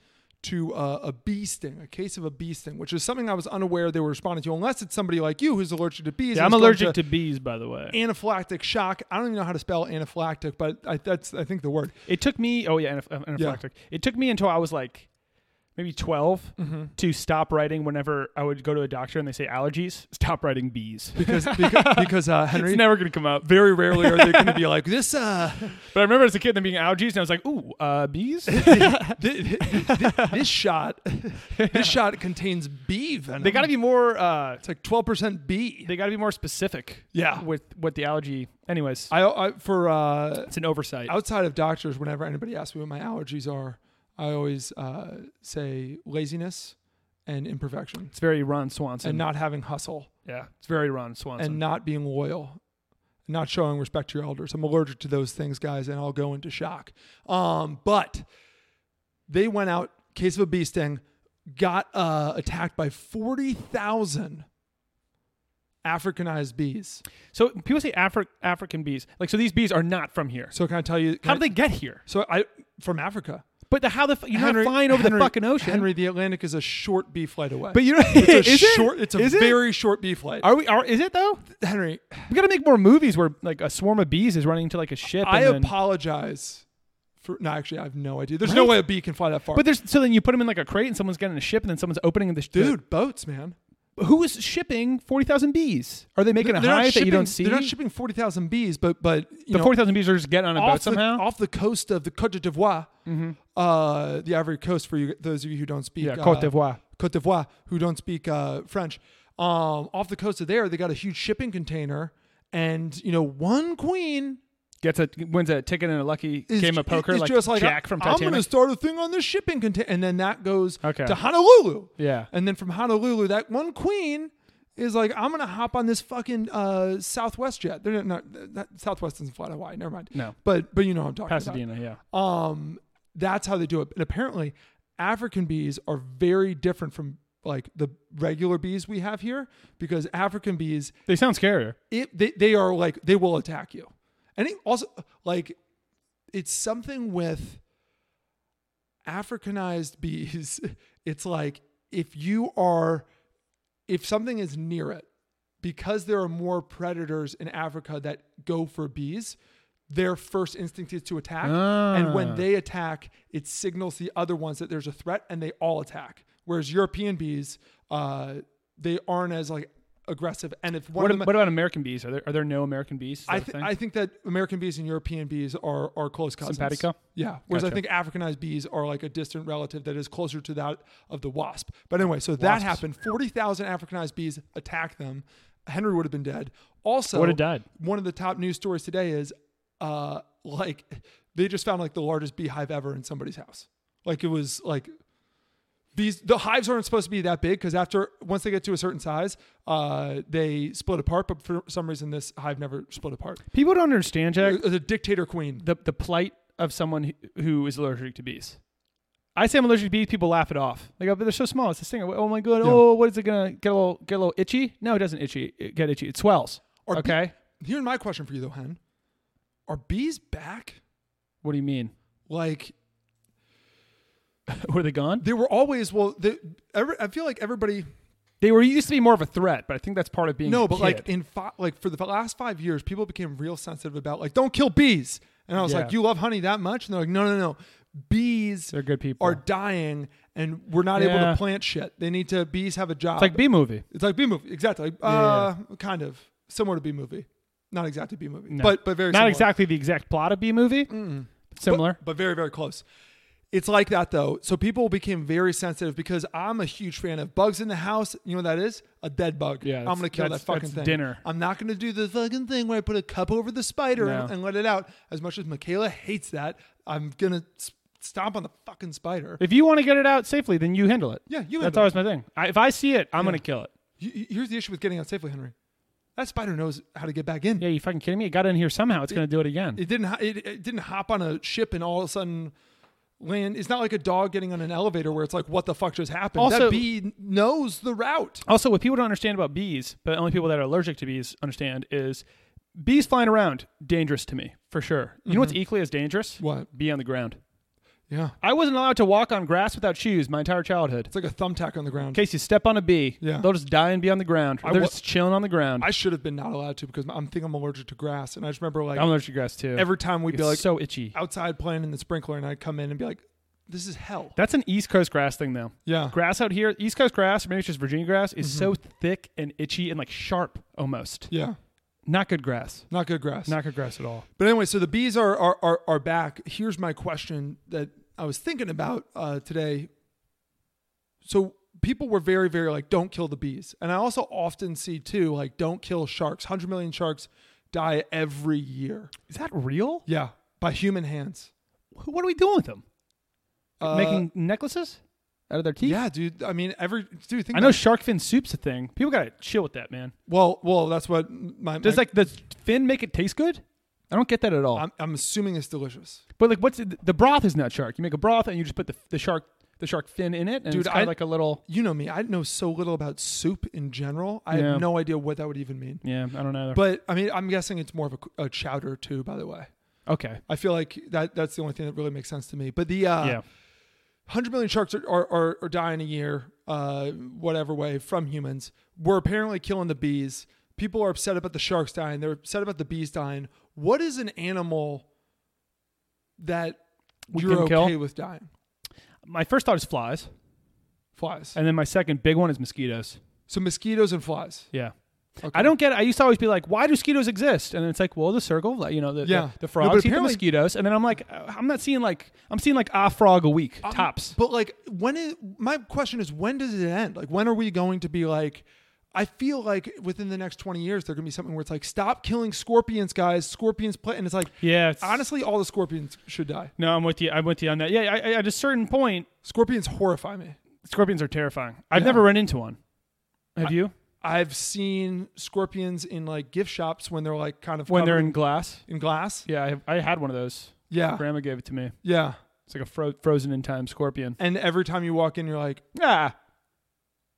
[SPEAKER 7] to uh, a bee sting, a case of a bee sting, which is something I was unaware they were responding to. Unless it's somebody like you who's allergic to bees.
[SPEAKER 1] Yeah,
[SPEAKER 7] and
[SPEAKER 1] I'm
[SPEAKER 7] is going
[SPEAKER 1] allergic to bees, by the way.
[SPEAKER 7] anaphylactic shock. I don't even know how to spell anaphylactic, but I, that's I think the word.
[SPEAKER 1] It took me. Oh yeah, anaph- uh, anaphylactic. It took me until I was like maybe 12
[SPEAKER 7] Mm-hmm.
[SPEAKER 1] to stop writing whenever I would go to a doctor and they say allergies, stop writing bees.
[SPEAKER 7] because because, because uh, Henry
[SPEAKER 1] it's never going to come up.
[SPEAKER 7] very rarely are they going to be like this. Uh,
[SPEAKER 1] But I remember as a kid them being allergies and I was like, ooh, uh, bees?
[SPEAKER 7] thi- thi- thi- this shot, this shot contains B venom.
[SPEAKER 1] they got to be more uh,
[SPEAKER 7] It's like twelve percent B.
[SPEAKER 1] they got to be more specific.
[SPEAKER 7] Yeah.
[SPEAKER 1] With what the allergy anyways.
[SPEAKER 7] I, I for uh,
[SPEAKER 1] it's an oversight.
[SPEAKER 7] outside of doctors, whenever anybody asks me what my allergies are, I always uh, say laziness and imperfection,
[SPEAKER 1] it's very Ron Swanson.
[SPEAKER 7] and not having hustle,
[SPEAKER 1] yeah, it's very Ron Swanson.
[SPEAKER 7] and not being loyal, not showing respect to your elders. I'm allergic to those things, guys, and I'll go into shock. Um, but they went out, case of a bee sting, got uh, attacked by forty thousand Africanized bees.
[SPEAKER 1] so people say Afri- African bees. Like so these bees are not from here.
[SPEAKER 7] So can I tell you?
[SPEAKER 1] how did they get here?
[SPEAKER 7] So I from Africa.
[SPEAKER 1] But the, how the f- you're not flying over
[SPEAKER 7] Henry-
[SPEAKER 1] the fucking ocean.
[SPEAKER 7] Henry, the Atlantic is a short bee flight away.
[SPEAKER 1] But you know,
[SPEAKER 7] it's a
[SPEAKER 1] is
[SPEAKER 7] short.
[SPEAKER 1] It?
[SPEAKER 7] It's a
[SPEAKER 1] Is it?
[SPEAKER 7] very short bee flight.
[SPEAKER 1] Are we? Are is it though?
[SPEAKER 7] Henry,
[SPEAKER 1] We got to make more movies where like a swarm of bees is running into like a ship.
[SPEAKER 7] I
[SPEAKER 1] and then-
[SPEAKER 7] apologize for. No, actually, I have no idea. There's no
[SPEAKER 1] Right?
[SPEAKER 7] way a bee can fly that far.
[SPEAKER 1] But there's so then you put them in like a crate and someone's getting a ship and then someone's opening the sh-
[SPEAKER 7] dude, boats, man.
[SPEAKER 1] Who is shipping forty thousand bees? Are they making a hive
[SPEAKER 7] shipping,
[SPEAKER 1] that you don't see?
[SPEAKER 7] They're not shipping forty thousand bees, but but you
[SPEAKER 1] the
[SPEAKER 7] know,
[SPEAKER 1] forty thousand bees are just getting on a boat
[SPEAKER 7] off the,
[SPEAKER 1] somehow. Mm-hmm.
[SPEAKER 7] off the coast of the Cote d'Ivoire, uh, the Ivory Coast. For you, those of you who don't speak,
[SPEAKER 1] Yeah, Côte
[SPEAKER 7] uh,
[SPEAKER 1] d'Ivoire.
[SPEAKER 7] Cote d'Ivoire, who don't speak uh, French, um, off the coast of there, they got a huge shipping container, and you know, one queen
[SPEAKER 1] Gets a wins a ticket and a lucky
[SPEAKER 7] is,
[SPEAKER 1] game of poker
[SPEAKER 7] is
[SPEAKER 1] like,
[SPEAKER 7] just like
[SPEAKER 1] Jack from Titanic.
[SPEAKER 7] I'm going to start a thing on this shipping container, and then that goes
[SPEAKER 1] Okay.
[SPEAKER 7] to Honolulu.
[SPEAKER 1] Yeah.
[SPEAKER 7] and then from Honolulu, that one queen. Is like I'm gonna hop on this fucking uh, Southwest jet. They're not, not that, Southwest doesn't fly to Hawaii. Never mind.
[SPEAKER 1] No.
[SPEAKER 7] but but you know what I'm talking about.
[SPEAKER 1] Pasadena, yeah.
[SPEAKER 7] Um, that's how they do it. And apparently, African bees are very different from like the regular bees we have here because African bees,
[SPEAKER 1] They sound scarier.
[SPEAKER 7] it, they, they are like, they will attack you. And it also, like, it's something with Africanized bees. It's like if you are, if something is near it, because there are more predators in Africa that go for bees, their first instinct is to attack. And when
[SPEAKER 1] Ah.
[SPEAKER 7] they attack, it signals the other ones that there's a threat and they all attack. Whereas European bees, uh, they aren't as like aggressive. And if one
[SPEAKER 1] What,
[SPEAKER 7] of them,
[SPEAKER 1] ab- what about American bees? Are there are there no American bees? Is that
[SPEAKER 7] I,
[SPEAKER 1] a
[SPEAKER 7] th-
[SPEAKER 1] thing?
[SPEAKER 7] I think that American bees and European bees are are close cousins.
[SPEAKER 1] Simpatico?
[SPEAKER 7] Yeah. Whereas I
[SPEAKER 1] Gotcha.
[SPEAKER 7] think Africanized bees are like a distant relative that is closer to that of the wasp. But anyway, so that
[SPEAKER 1] Wasps.
[SPEAKER 7] happened. Forty thousand Africanized bees attacked them. Henry would have been dead. Also,
[SPEAKER 1] Would have died.
[SPEAKER 7] One of the top news stories today is, uh, like they just found like the largest beehive ever in somebody's house. Like it was like these the hives aren't supposed to be that big because after once they get to a certain size, uh, they split apart. But for some reason, this hive never split apart.
[SPEAKER 1] People don't understand, Jack.
[SPEAKER 7] It was a dictator queen.
[SPEAKER 1] the the plight of someone who, who is allergic to bees. I say I'm allergic to bees. People laugh it off. They go, but they're so small. It's this thing. Oh my god. Oh, what is it gonna get a little get a little itchy? No, it doesn't itchy. It get itchy. It swells.
[SPEAKER 7] Are be-
[SPEAKER 1] okay.
[SPEAKER 7] Here's my question for you though, Hen: Are bees back?
[SPEAKER 1] what do you mean?
[SPEAKER 7] Like
[SPEAKER 1] Were they gone?
[SPEAKER 7] they were always well. They, every, I feel like everybody
[SPEAKER 1] They were used to be more of a threat, but I think that's part of being
[SPEAKER 7] no,
[SPEAKER 1] a
[SPEAKER 7] but like
[SPEAKER 1] kid.
[SPEAKER 7] in fi- like for the last five years, people became real sensitive about like don't kill bees. And I was
[SPEAKER 1] Yeah.
[SPEAKER 7] like, you love honey that much? And they're like, no, no, no. Bees
[SPEAKER 1] They're good people.
[SPEAKER 7] are dying, and we're not able
[SPEAKER 1] Yeah.
[SPEAKER 7] to plant shit. They need to. Bees have a job.
[SPEAKER 1] it's like bee movie.
[SPEAKER 7] It's like B movie, exactly. Uh, kind of similar to B movie, not exactly B movie, but but very
[SPEAKER 1] not
[SPEAKER 7] similar.
[SPEAKER 1] exactly the exact plot of bee movie. But similar.
[SPEAKER 7] but very very close. It's like that though. So people became very sensitive because I'm a huge fan of bugs in the house. You know what that is? A dead bug.
[SPEAKER 1] Yeah,
[SPEAKER 7] I'm gonna
[SPEAKER 1] that's-
[SPEAKER 7] kill that
[SPEAKER 1] that's-
[SPEAKER 7] fucking
[SPEAKER 1] that's
[SPEAKER 7] thing.
[SPEAKER 1] dinner.
[SPEAKER 7] I'm not gonna do the fucking thing where I put a cup over the spider and,
[SPEAKER 1] No.
[SPEAKER 7] and let it out. As much as Michaela hates that, I'm gonna s- stomp on the fucking spider.
[SPEAKER 1] if you want to get it out safely, then you handle it.
[SPEAKER 7] Yeah, you
[SPEAKER 1] That's
[SPEAKER 7] handle
[SPEAKER 1] always my thing. I, if I see it, I'm gonna kill it.
[SPEAKER 7] You- you- Here's the issue with getting out safely, Henry. That spider knows how to get back in.
[SPEAKER 1] Yeah, you fucking kidding me? It got in here somehow. It's gonna do it again.
[SPEAKER 7] It didn't. ho- It, it didn't hop on a ship and all of a sudden land. It's not like a dog getting on an elevator where it's like, what the fuck just happened?
[SPEAKER 1] Also-
[SPEAKER 7] that bee knows the route.
[SPEAKER 1] Also, what people don't understand about bees, but only people that are allergic to bees understand, is bees flying around dangerous to me for sure. You know what's equally as dangerous?
[SPEAKER 7] Mm-hmm. What?
[SPEAKER 1] Bee on the ground.
[SPEAKER 7] Yeah,
[SPEAKER 1] I wasn't allowed to walk on grass without shoes my entire childhood.
[SPEAKER 7] it's like a thumbtack on the ground.
[SPEAKER 1] In case you step on a bee,
[SPEAKER 7] Yeah.
[SPEAKER 1] they'll just die and be on the ground. They're
[SPEAKER 7] wa-
[SPEAKER 1] just chilling on the ground.
[SPEAKER 7] I should have been not allowed to because I'm think I'm allergic to grass, and I just remember like
[SPEAKER 1] am allergic to grass too.
[SPEAKER 7] every time we'd
[SPEAKER 1] it's
[SPEAKER 7] be like
[SPEAKER 1] so itchy.
[SPEAKER 7] outside playing in the sprinkler, and I'd come in and be like, This is hell.
[SPEAKER 1] That's an East Coast grass thing, though.
[SPEAKER 7] Yeah. Mm-hmm.
[SPEAKER 1] Grass out here, East Coast grass, or maybe it's just Virginia grass, is so thick and itchy and like sharp almost.
[SPEAKER 7] yeah.
[SPEAKER 1] Not good grass.
[SPEAKER 7] Not good grass.
[SPEAKER 1] Not good grass at all.
[SPEAKER 7] But anyway, so the bees are are are, are back. Here's my question that I was thinking about uh, today. So people were very very like don't kill the bees, and I also often see too like don't kill sharks. Hundred million sharks die every year.
[SPEAKER 1] Is that real?
[SPEAKER 7] Yeah, by human hands.
[SPEAKER 1] Wh- What are we doing with them? Making necklaces out of their teeth?
[SPEAKER 7] Yeah, dude. I mean, every dude. Think
[SPEAKER 1] I know
[SPEAKER 7] about-
[SPEAKER 1] shark fin soup's a thing. People gotta chill with that, man.
[SPEAKER 7] well, well, that's what my.
[SPEAKER 1] Does
[SPEAKER 7] my-
[SPEAKER 1] like the fin make it taste good? I don't get that at all.
[SPEAKER 7] I'm, I'm assuming it's delicious.
[SPEAKER 1] but like, what's the broth is not shark. You make a broth and you just put the, the shark the shark fin in it, and
[SPEAKER 7] Dude,
[SPEAKER 1] it's kind
[SPEAKER 7] I-
[SPEAKER 1] of like a little.
[SPEAKER 7] You know me. I know so little about soup in general. I
[SPEAKER 1] Yeah.
[SPEAKER 7] have no idea what that would even mean.
[SPEAKER 1] Yeah, I don't know.
[SPEAKER 7] But I mean, I'm guessing it's more of a, a chowder too. By the way,
[SPEAKER 1] okay,
[SPEAKER 7] I feel like that that's the only thing that really makes sense to me. But the uh,
[SPEAKER 1] yeah,
[SPEAKER 7] 100 million sharks are, are, are, are dying a year, uh, whatever way, from humans. We're apparently killing the bees. People are upset about the sharks dying. They're upset about the bees dying. What is an animal that
[SPEAKER 1] We
[SPEAKER 7] you're
[SPEAKER 1] can
[SPEAKER 7] okay
[SPEAKER 1] kill?
[SPEAKER 7] with dying?
[SPEAKER 1] my first thought is flies,
[SPEAKER 7] Flies.
[SPEAKER 1] and then my second big one is mosquitoes.
[SPEAKER 7] so mosquitoes and flies.
[SPEAKER 1] Yeah. I don't get. It. I used to always be like, "Why do mosquitoes exist?" And it's like, "Well, the circle, like, you know, the the-
[SPEAKER 7] Yeah.
[SPEAKER 1] the,
[SPEAKER 7] No, but
[SPEAKER 1] frogs eat the
[SPEAKER 7] apparently-
[SPEAKER 1] mosquitoes." And then I'm like, uh, "I'm not seeing like I'm seeing like a frog a week tops."
[SPEAKER 7] But like, when is my question is when does it end? Like, when are we going to be like? I feel like within the next twenty years, there's gonna be something where it's like, stop killing scorpions, guys. Scorpions play, and it's like,
[SPEAKER 1] Yeah, it's-
[SPEAKER 7] honestly, all the scorpions should die.
[SPEAKER 1] No, I'm with you. I'm with you on that. Yeah, I, I, at a certain point,
[SPEAKER 7] Scorpions horrify me.
[SPEAKER 1] scorpions are terrifying. I've never run into one. Have you?
[SPEAKER 7] I've seen scorpions in like gift shops when they're like kind of
[SPEAKER 1] When they're
[SPEAKER 7] covered
[SPEAKER 1] in glass?
[SPEAKER 7] in glass.
[SPEAKER 1] Yeah, I, have, I had one of those.
[SPEAKER 7] Yeah,
[SPEAKER 1] Grandma gave it to me.
[SPEAKER 7] yeah.
[SPEAKER 1] It's like a fro- frozen in time scorpion.
[SPEAKER 7] And every time you walk in, you're like,
[SPEAKER 1] Ah.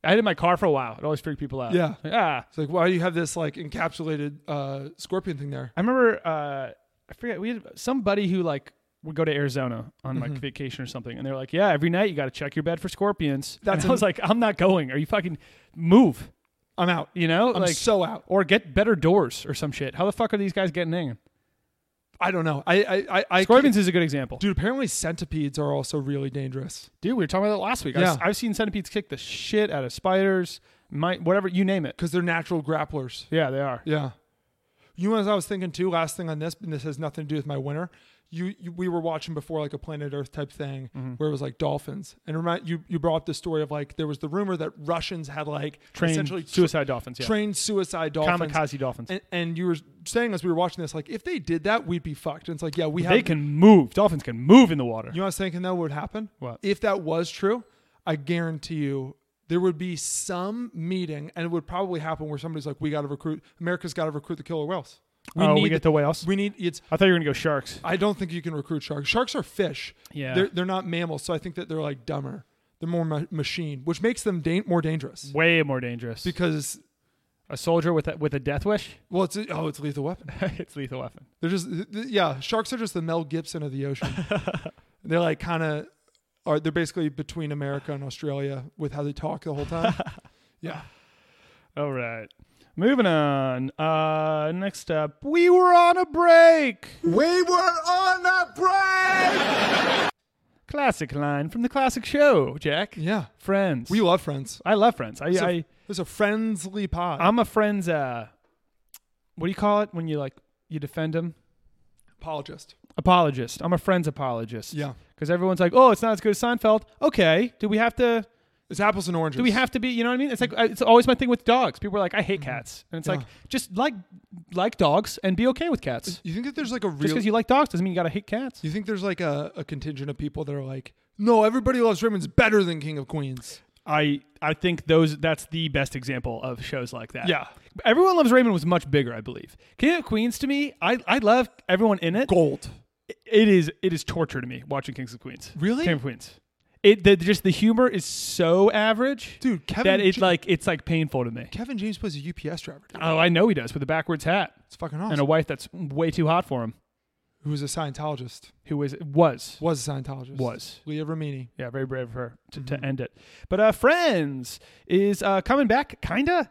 [SPEAKER 1] I had it in my car for a while. It always freaked people out.
[SPEAKER 7] Yeah.
[SPEAKER 1] Like, ah.
[SPEAKER 7] it's like, why do you have this like encapsulated uh, scorpion thing there?
[SPEAKER 1] I remember uh, I forget we had somebody who like would go to Arizona on like vacation or something, and they're like, "Yeah, every night you got to check your bed for scorpions." That's
[SPEAKER 7] That's
[SPEAKER 1] and I was
[SPEAKER 7] a-
[SPEAKER 1] like, "I'm not going. Are you fucking move?
[SPEAKER 7] I'm out.
[SPEAKER 1] You know,
[SPEAKER 7] I'm
[SPEAKER 1] like
[SPEAKER 7] so out.
[SPEAKER 1] or get better doors or some shit. How the fuck are these guys getting in?
[SPEAKER 7] I don't know. I I I, I
[SPEAKER 1] Scorpions is a good example,
[SPEAKER 7] Dude, apparently centipedes are also really dangerous.
[SPEAKER 1] Dude, we were talking about that last week. I've-
[SPEAKER 7] Yeah.
[SPEAKER 1] I've, seen centipedes kick the shit out of spiders, my, whatever you name it.
[SPEAKER 7] because they're natural grapplers.
[SPEAKER 1] Yeah, they are.
[SPEAKER 7] Yeah. You know, as I was thinking too, last thing on this, and this has nothing to do with my winter. You, you we were watching before like a Planet Earth type thing
[SPEAKER 1] Mm-hmm.
[SPEAKER 7] where it was like dolphins, and remind you you brought up the story of like there was the rumor that Russians had like
[SPEAKER 1] Trained
[SPEAKER 7] essentially tra-
[SPEAKER 1] suicide dolphins, yeah.
[SPEAKER 7] trained suicide dolphins,
[SPEAKER 1] Kamikaze dolphins.
[SPEAKER 7] and, and you were saying as we were watching this like if they did that we'd be fucked. And it's like yeah we have
[SPEAKER 1] They can move. Dolphins can move in the water.
[SPEAKER 7] You know what I was thinking though would happen?
[SPEAKER 1] What?
[SPEAKER 7] If that was true, I guarantee you there would be some meeting and it would probably happen where somebody's like, We gotta recruit America's gotta recruit the killer whales.
[SPEAKER 1] Oh, we get the whales?
[SPEAKER 7] We need it's
[SPEAKER 1] I thought you were gonna go sharks.
[SPEAKER 7] I don't think you can recruit sharks. Sharks are fish.
[SPEAKER 1] Yeah.
[SPEAKER 7] They're they're not mammals, so I think that they're like dumber. They're more ma- machine, which makes them da- more dangerous.
[SPEAKER 1] Way more dangerous.
[SPEAKER 7] Because
[SPEAKER 1] a soldier with a, with a death wish.
[SPEAKER 7] well, it's oh, it's a lethal weapon.
[SPEAKER 1] it's lethal weapon.
[SPEAKER 7] They're just th- th- yeah, sharks are just the Mel Gibson of the ocean. they're like kind of are they're basically between America and Australia with how they talk the whole time. yeah.
[SPEAKER 1] All right. Moving on. Uh, next up, we were on a break. We were on a break. Classic line from the classic show, Jack.
[SPEAKER 7] Yeah.
[SPEAKER 1] Friends.
[SPEAKER 7] We love friends.
[SPEAKER 1] I love Friends. I,
[SPEAKER 7] It's a-
[SPEAKER 1] I
[SPEAKER 7] it's a friendly pod.
[SPEAKER 1] I'm a Friends. Uh, what do you call it when you like you defend them?
[SPEAKER 7] apologist.
[SPEAKER 1] Apologist. I'm a Friends apologist.
[SPEAKER 7] Yeah.
[SPEAKER 1] Because everyone's like, oh, it's not as good as Seinfeld. Okay. Do we have to?
[SPEAKER 7] It's apples and oranges.
[SPEAKER 1] Do we have to be? You know what I mean? It's like I- it's always my thing with dogs. People are like, I hate cats, and it's like just like like dogs and be okay with cats.
[SPEAKER 7] You think that there's like a
[SPEAKER 1] Just
[SPEAKER 7] real
[SPEAKER 1] because you like dogs doesn't mean you gotta hate cats.
[SPEAKER 7] you think there's like a, a contingent of people that are like, no, everybody loves Raymond's better than King of Queens.
[SPEAKER 1] I I think those that's the best example of shows like that.
[SPEAKER 7] Yeah.
[SPEAKER 1] Everyone Loves Raymond was much bigger, I believe. King of Queens to me, I I love everyone in it.
[SPEAKER 7] Gold.
[SPEAKER 1] it is it is torture to me watching Kings of Queens.
[SPEAKER 7] Really?
[SPEAKER 1] King of Queens. It the, just the humor is so average,
[SPEAKER 7] Dude, Kevin
[SPEAKER 1] That it's
[SPEAKER 7] J-
[SPEAKER 1] like it's like painful to me.
[SPEAKER 7] Kevin James plays a UPS driver. Dude.
[SPEAKER 1] Oh, I know he does with a backwards hat
[SPEAKER 7] It's fucking
[SPEAKER 1] and a
[SPEAKER 7] awesome.
[SPEAKER 1] wife that's way too hot for him.
[SPEAKER 7] Who was a Scientologist?
[SPEAKER 1] Who is was
[SPEAKER 7] Was a Scientologist?
[SPEAKER 1] Was.
[SPEAKER 7] Leah Remini?
[SPEAKER 1] yeah very brave of her to,
[SPEAKER 7] Mm-hmm.
[SPEAKER 1] to end it. But uh, Friends is uh, coming back, kinda.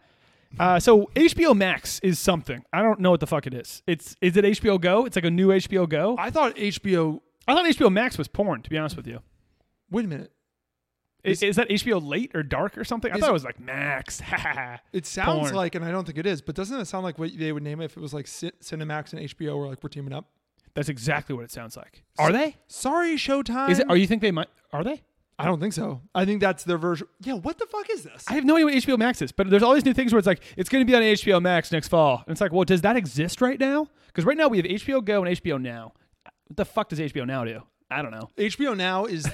[SPEAKER 1] Uh, so HBO Max is something. I don't know what the fuck it is. It's is it HBO Go? It's like a new HBO Go.
[SPEAKER 7] I thought HBO
[SPEAKER 1] I thought HBO Max was porn. To be honest with you,
[SPEAKER 7] Wait a minute.
[SPEAKER 1] I- Is, that HBO late or dark or something? I thought it was like Max.
[SPEAKER 7] It sounds
[SPEAKER 1] Porn.
[SPEAKER 7] like, and I don't think it is, but doesn't it sound like what they would name it if it was like Cin- Cinemax and HBO were like we're teaming up?
[SPEAKER 1] that's exactly what it sounds like. Are they?
[SPEAKER 7] Sorry, Showtime.
[SPEAKER 1] Is it? Are you think they might? Are they?
[SPEAKER 7] I don't think so. I think that's their version. Yeah, what the fuck is this?
[SPEAKER 1] I have no idea what HBO Max is, but there's all these new things where it's like it's going to be on HBO Max next fall, and it's like, well, does that exist right now? Because right now we have HBO Go and HBO Now. What the fuck does HBO Now do? I don't know.
[SPEAKER 7] HBO Now is the,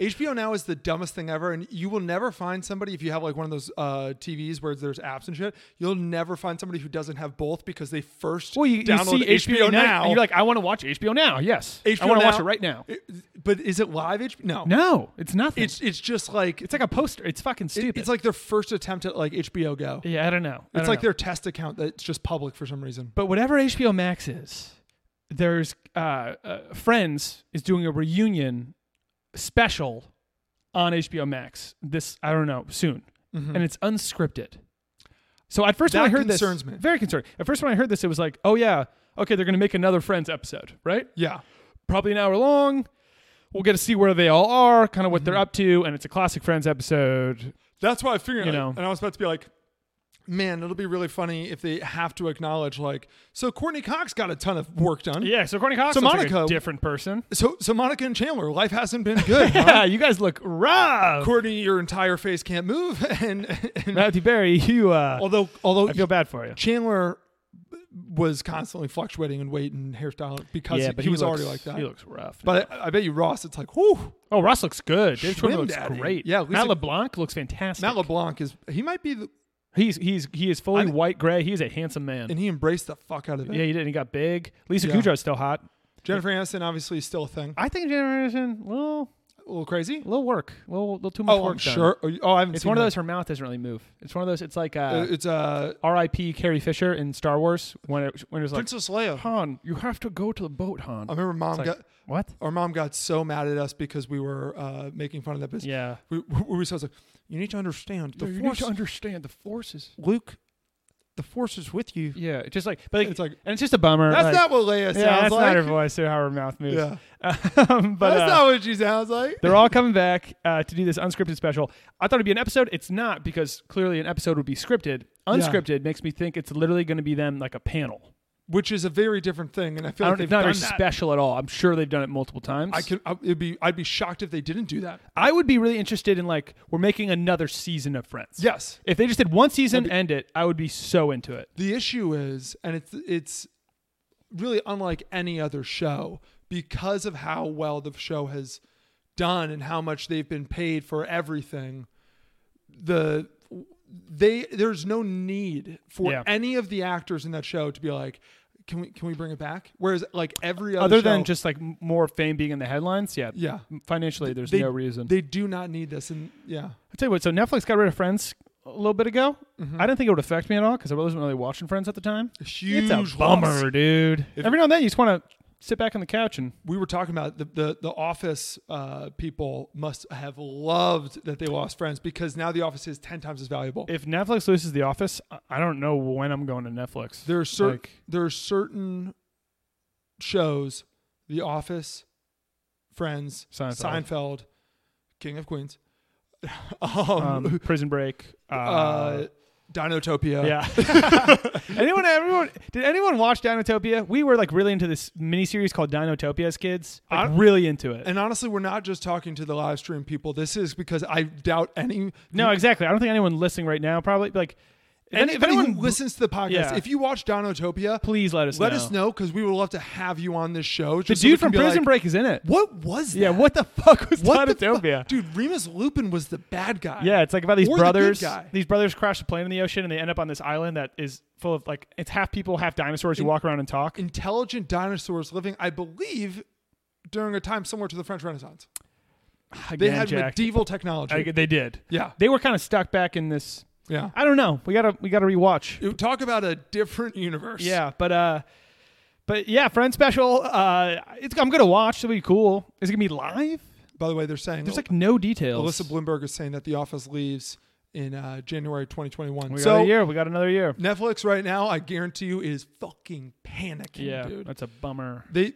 [SPEAKER 7] HBO Now is the dumbest thing ever, and you will never find somebody if you have like one of those uh, TVs where there's apps and shit. You'll never find somebody who doesn't have both because they first
[SPEAKER 1] Well, you, you
[SPEAKER 7] download
[SPEAKER 1] see HBO,
[SPEAKER 7] HBO,
[SPEAKER 1] Now,
[SPEAKER 7] Now.
[SPEAKER 1] and you're like, I want to watch HBO Now. Yes, I
[SPEAKER 7] HBO
[SPEAKER 1] want to watch
[SPEAKER 7] Now-
[SPEAKER 1] it right now.
[SPEAKER 7] It- but is it live? HBO? No,
[SPEAKER 1] no, it's nothing.
[SPEAKER 7] It's it's just like
[SPEAKER 1] it's like a poster. It's fucking
[SPEAKER 7] it-
[SPEAKER 1] stupid.
[SPEAKER 7] it's like their first attempt at like HBO Go.
[SPEAKER 1] yeah, I don't know. I
[SPEAKER 7] It's
[SPEAKER 1] don't
[SPEAKER 7] like
[SPEAKER 1] know.
[SPEAKER 7] their test account that's just public for some reason.
[SPEAKER 1] But whatever HBO Max is, there's uh, uh, Friends is doing a reunion special on HBO Max. This I don't know soon, and it's unscripted. So at first when I
[SPEAKER 7] That
[SPEAKER 1] heard this,
[SPEAKER 7] concerns me.
[SPEAKER 1] very concerned. At first when I heard this, it was like, oh yeah, okay, they're gonna make another Friends episode, right?
[SPEAKER 7] Yeah.
[SPEAKER 1] Probably an hour long. We'll get to see where they all are, kind of what they're up to, and it's a classic Friends episode.
[SPEAKER 7] That's why I figured
[SPEAKER 1] You
[SPEAKER 7] you
[SPEAKER 1] know.
[SPEAKER 7] know. And I was about to be like, man, it'll be really funny if they have to acknowledge like, so Courtney Cox got a ton of work done.
[SPEAKER 1] Yeah, so Courtney Cox
[SPEAKER 7] So
[SPEAKER 1] looks like a
[SPEAKER 7] Monica-
[SPEAKER 1] different person.
[SPEAKER 7] So so Monica and Chandler, life hasn't been good. huh?
[SPEAKER 1] Yeah, you guys look rough.
[SPEAKER 7] Courtney, your entire face can't move, and, and
[SPEAKER 1] Matthew Barry, you uh,
[SPEAKER 7] although although
[SPEAKER 1] I feel bad for you.
[SPEAKER 7] Chandler was constantly fluctuating in weight and hairstyle because he, was already like that.
[SPEAKER 1] He looks rough.
[SPEAKER 7] but I, I bet you Ross, it's like, whoo,
[SPEAKER 1] oh, Ross looks good. Dave
[SPEAKER 7] Schwinn
[SPEAKER 1] Schwimmer looks
[SPEAKER 7] daddy.
[SPEAKER 1] great.
[SPEAKER 7] Yeah,
[SPEAKER 1] Matt
[SPEAKER 7] Lisa-
[SPEAKER 1] LeBlanc looks fantastic.
[SPEAKER 7] Matt LeBlanc is he might be the,
[SPEAKER 1] he's he's he is fully
[SPEAKER 7] I-
[SPEAKER 1] white gray. He's a handsome man.
[SPEAKER 7] and he embraced the fuck out of it.
[SPEAKER 1] yeah, he did. He got big. Lisa
[SPEAKER 7] Yeah.
[SPEAKER 1] Kudrow's still hot.
[SPEAKER 7] Jennifer Aniston obviously is still a thing.
[SPEAKER 1] I think Generation little
[SPEAKER 7] a little crazy.
[SPEAKER 1] little work, little little too much
[SPEAKER 7] Oh,
[SPEAKER 1] work.
[SPEAKER 7] I'm
[SPEAKER 1] done.
[SPEAKER 7] sure. Oh, you- oh, I haven't.
[SPEAKER 1] It's
[SPEAKER 7] seen
[SPEAKER 1] one
[SPEAKER 7] that.
[SPEAKER 1] of those. Her mouth doesn't really move. It's one of those. It's like uh,
[SPEAKER 7] Uh, it's uh,
[SPEAKER 1] R.I.P. Carrie Fisher in Star Wars when it when it was like
[SPEAKER 7] Princess Leia.
[SPEAKER 1] Han, you have to go to the boat, Han.
[SPEAKER 7] I remember mom
[SPEAKER 1] like,
[SPEAKER 7] got
[SPEAKER 1] what?
[SPEAKER 7] our mom got so mad at us because we were uh, making fun of that business.
[SPEAKER 1] Yeah.
[SPEAKER 7] we, we we were so like, you need to understand the
[SPEAKER 1] you
[SPEAKER 7] force.
[SPEAKER 1] need to understand the forces.
[SPEAKER 7] Luke, the force is with you.
[SPEAKER 1] Yeah, it's just like, but like,
[SPEAKER 7] It's like-
[SPEAKER 1] and it's just a bummer.
[SPEAKER 7] That's
[SPEAKER 1] like-
[SPEAKER 7] not what Leia sounds
[SPEAKER 1] Yeah, that's
[SPEAKER 7] like.
[SPEAKER 1] not her voice or how her mouth moves.
[SPEAKER 7] Yeah,
[SPEAKER 1] Um, but
[SPEAKER 7] that's
[SPEAKER 1] uh,
[SPEAKER 7] not what she sounds like.
[SPEAKER 1] they're all coming back uh, to do this unscripted special. I thought it'd be an episode. It's not because clearly an episode would be scripted. Unscripted makes me think it's literally going to be them like a panel.
[SPEAKER 7] Which is a very different thing, and I feel
[SPEAKER 1] I don't,
[SPEAKER 7] like they've
[SPEAKER 1] it's not
[SPEAKER 7] done
[SPEAKER 1] very
[SPEAKER 7] that.
[SPEAKER 1] special at all. I'm sure they've done it multiple times.
[SPEAKER 7] I can. I, it'd be. I'd be shocked if they didn't do that.
[SPEAKER 1] I would be really interested in like we're making another season of Friends.
[SPEAKER 7] Yes.
[SPEAKER 1] If they just did one season, end it. I would be so into it.
[SPEAKER 7] The issue is, and it's it's really unlike any other show because of how well the show has done and how much they've been paid for everything. The they there's no need for
[SPEAKER 1] Yeah.
[SPEAKER 7] any of the actors in that show to be like, can we can we bring it back? Whereas like every other
[SPEAKER 1] Other than
[SPEAKER 7] show-
[SPEAKER 1] just like m- more fame being in the headlines, yeah.
[SPEAKER 7] Yeah.
[SPEAKER 1] Financially, there's
[SPEAKER 7] they,
[SPEAKER 1] no reason.
[SPEAKER 7] they do not need this, and yeah,
[SPEAKER 1] I tell you what, so Netflix got rid of Friends a little bit ago. I didn't think it would affect me at all because I wasn't really watching Friends at the time.
[SPEAKER 7] huge
[SPEAKER 1] it's Mm-hmm. a bummer,
[SPEAKER 7] loss.
[SPEAKER 1] dude. Every now and then, you just want to sit back on the couch and
[SPEAKER 7] we were talking about the the, the office uh, people must have loved that they lost friends because now the office is 10 times as valuable
[SPEAKER 1] if Netflix loses The Office, I- I don't know when I'm going to Netflix.
[SPEAKER 7] there are certain
[SPEAKER 1] Like,
[SPEAKER 7] there are certain shows the office friends
[SPEAKER 1] Seinfeld.
[SPEAKER 7] seinfeld king of queens
[SPEAKER 1] um,
[SPEAKER 7] um,
[SPEAKER 1] Prison Break. Uh,
[SPEAKER 7] uh, dinotopia
[SPEAKER 1] yeah. anyone? Everyone? Did anyone watch Dinotopia? We were like really into this miniseries called Dinotopia as kids. Like,
[SPEAKER 7] I-
[SPEAKER 1] really into it.
[SPEAKER 7] and honestly we're not just talking to the live stream people this is because i doubt any
[SPEAKER 1] no, exactly. I don't think anyone listening right now probably like. if any-
[SPEAKER 7] Any,
[SPEAKER 1] if
[SPEAKER 7] anyone
[SPEAKER 1] anyone
[SPEAKER 7] listens to the podcast,
[SPEAKER 1] Yeah.
[SPEAKER 7] if you watch Donotopia,
[SPEAKER 1] Please let us
[SPEAKER 7] let
[SPEAKER 1] know.
[SPEAKER 7] us know because we would love to have you on this show.
[SPEAKER 1] the
[SPEAKER 7] just so we
[SPEAKER 1] dude
[SPEAKER 7] can
[SPEAKER 1] from
[SPEAKER 7] be
[SPEAKER 1] Prison
[SPEAKER 7] like,
[SPEAKER 1] Break is in it.
[SPEAKER 7] What was that?
[SPEAKER 1] Yeah, what the fuck was
[SPEAKER 7] What the
[SPEAKER 1] Dinotopia?
[SPEAKER 7] fu- dude, Remus Lupin was the bad guy.
[SPEAKER 1] Yeah, it's like about these
[SPEAKER 7] Or the good
[SPEAKER 1] brothers.
[SPEAKER 7] guy.
[SPEAKER 1] these brothers crash a plane in the ocean and they end up on this island that is full of like it's half people, half dinosaurs who walk around and talk.
[SPEAKER 7] Intelligent dinosaurs living, I believe, during a time similar to the French Renaissance. They
[SPEAKER 1] Again,
[SPEAKER 7] had
[SPEAKER 1] Jack.
[SPEAKER 7] medieval technology.
[SPEAKER 1] I- they did.
[SPEAKER 7] Yeah.
[SPEAKER 1] They were kind of stuck back in this
[SPEAKER 7] yeah.
[SPEAKER 1] I don't know. We got to we got to rewatch.
[SPEAKER 7] You talk about a different universe.
[SPEAKER 1] Yeah, but uh but yeah, friend special uh it's I'm going to watch. It'll be cool. Is it going to be live?
[SPEAKER 7] By the way, they're saying
[SPEAKER 1] There's like no details.
[SPEAKER 7] Alyssa Bloomberg is saying that The Office leaves in uh, January 2021.
[SPEAKER 1] We got
[SPEAKER 7] so
[SPEAKER 1] a year. We got another year.
[SPEAKER 7] Netflix right now, I guarantee you, is fucking panicking,
[SPEAKER 1] Yeah,
[SPEAKER 7] dude.
[SPEAKER 1] that's a bummer.
[SPEAKER 7] They,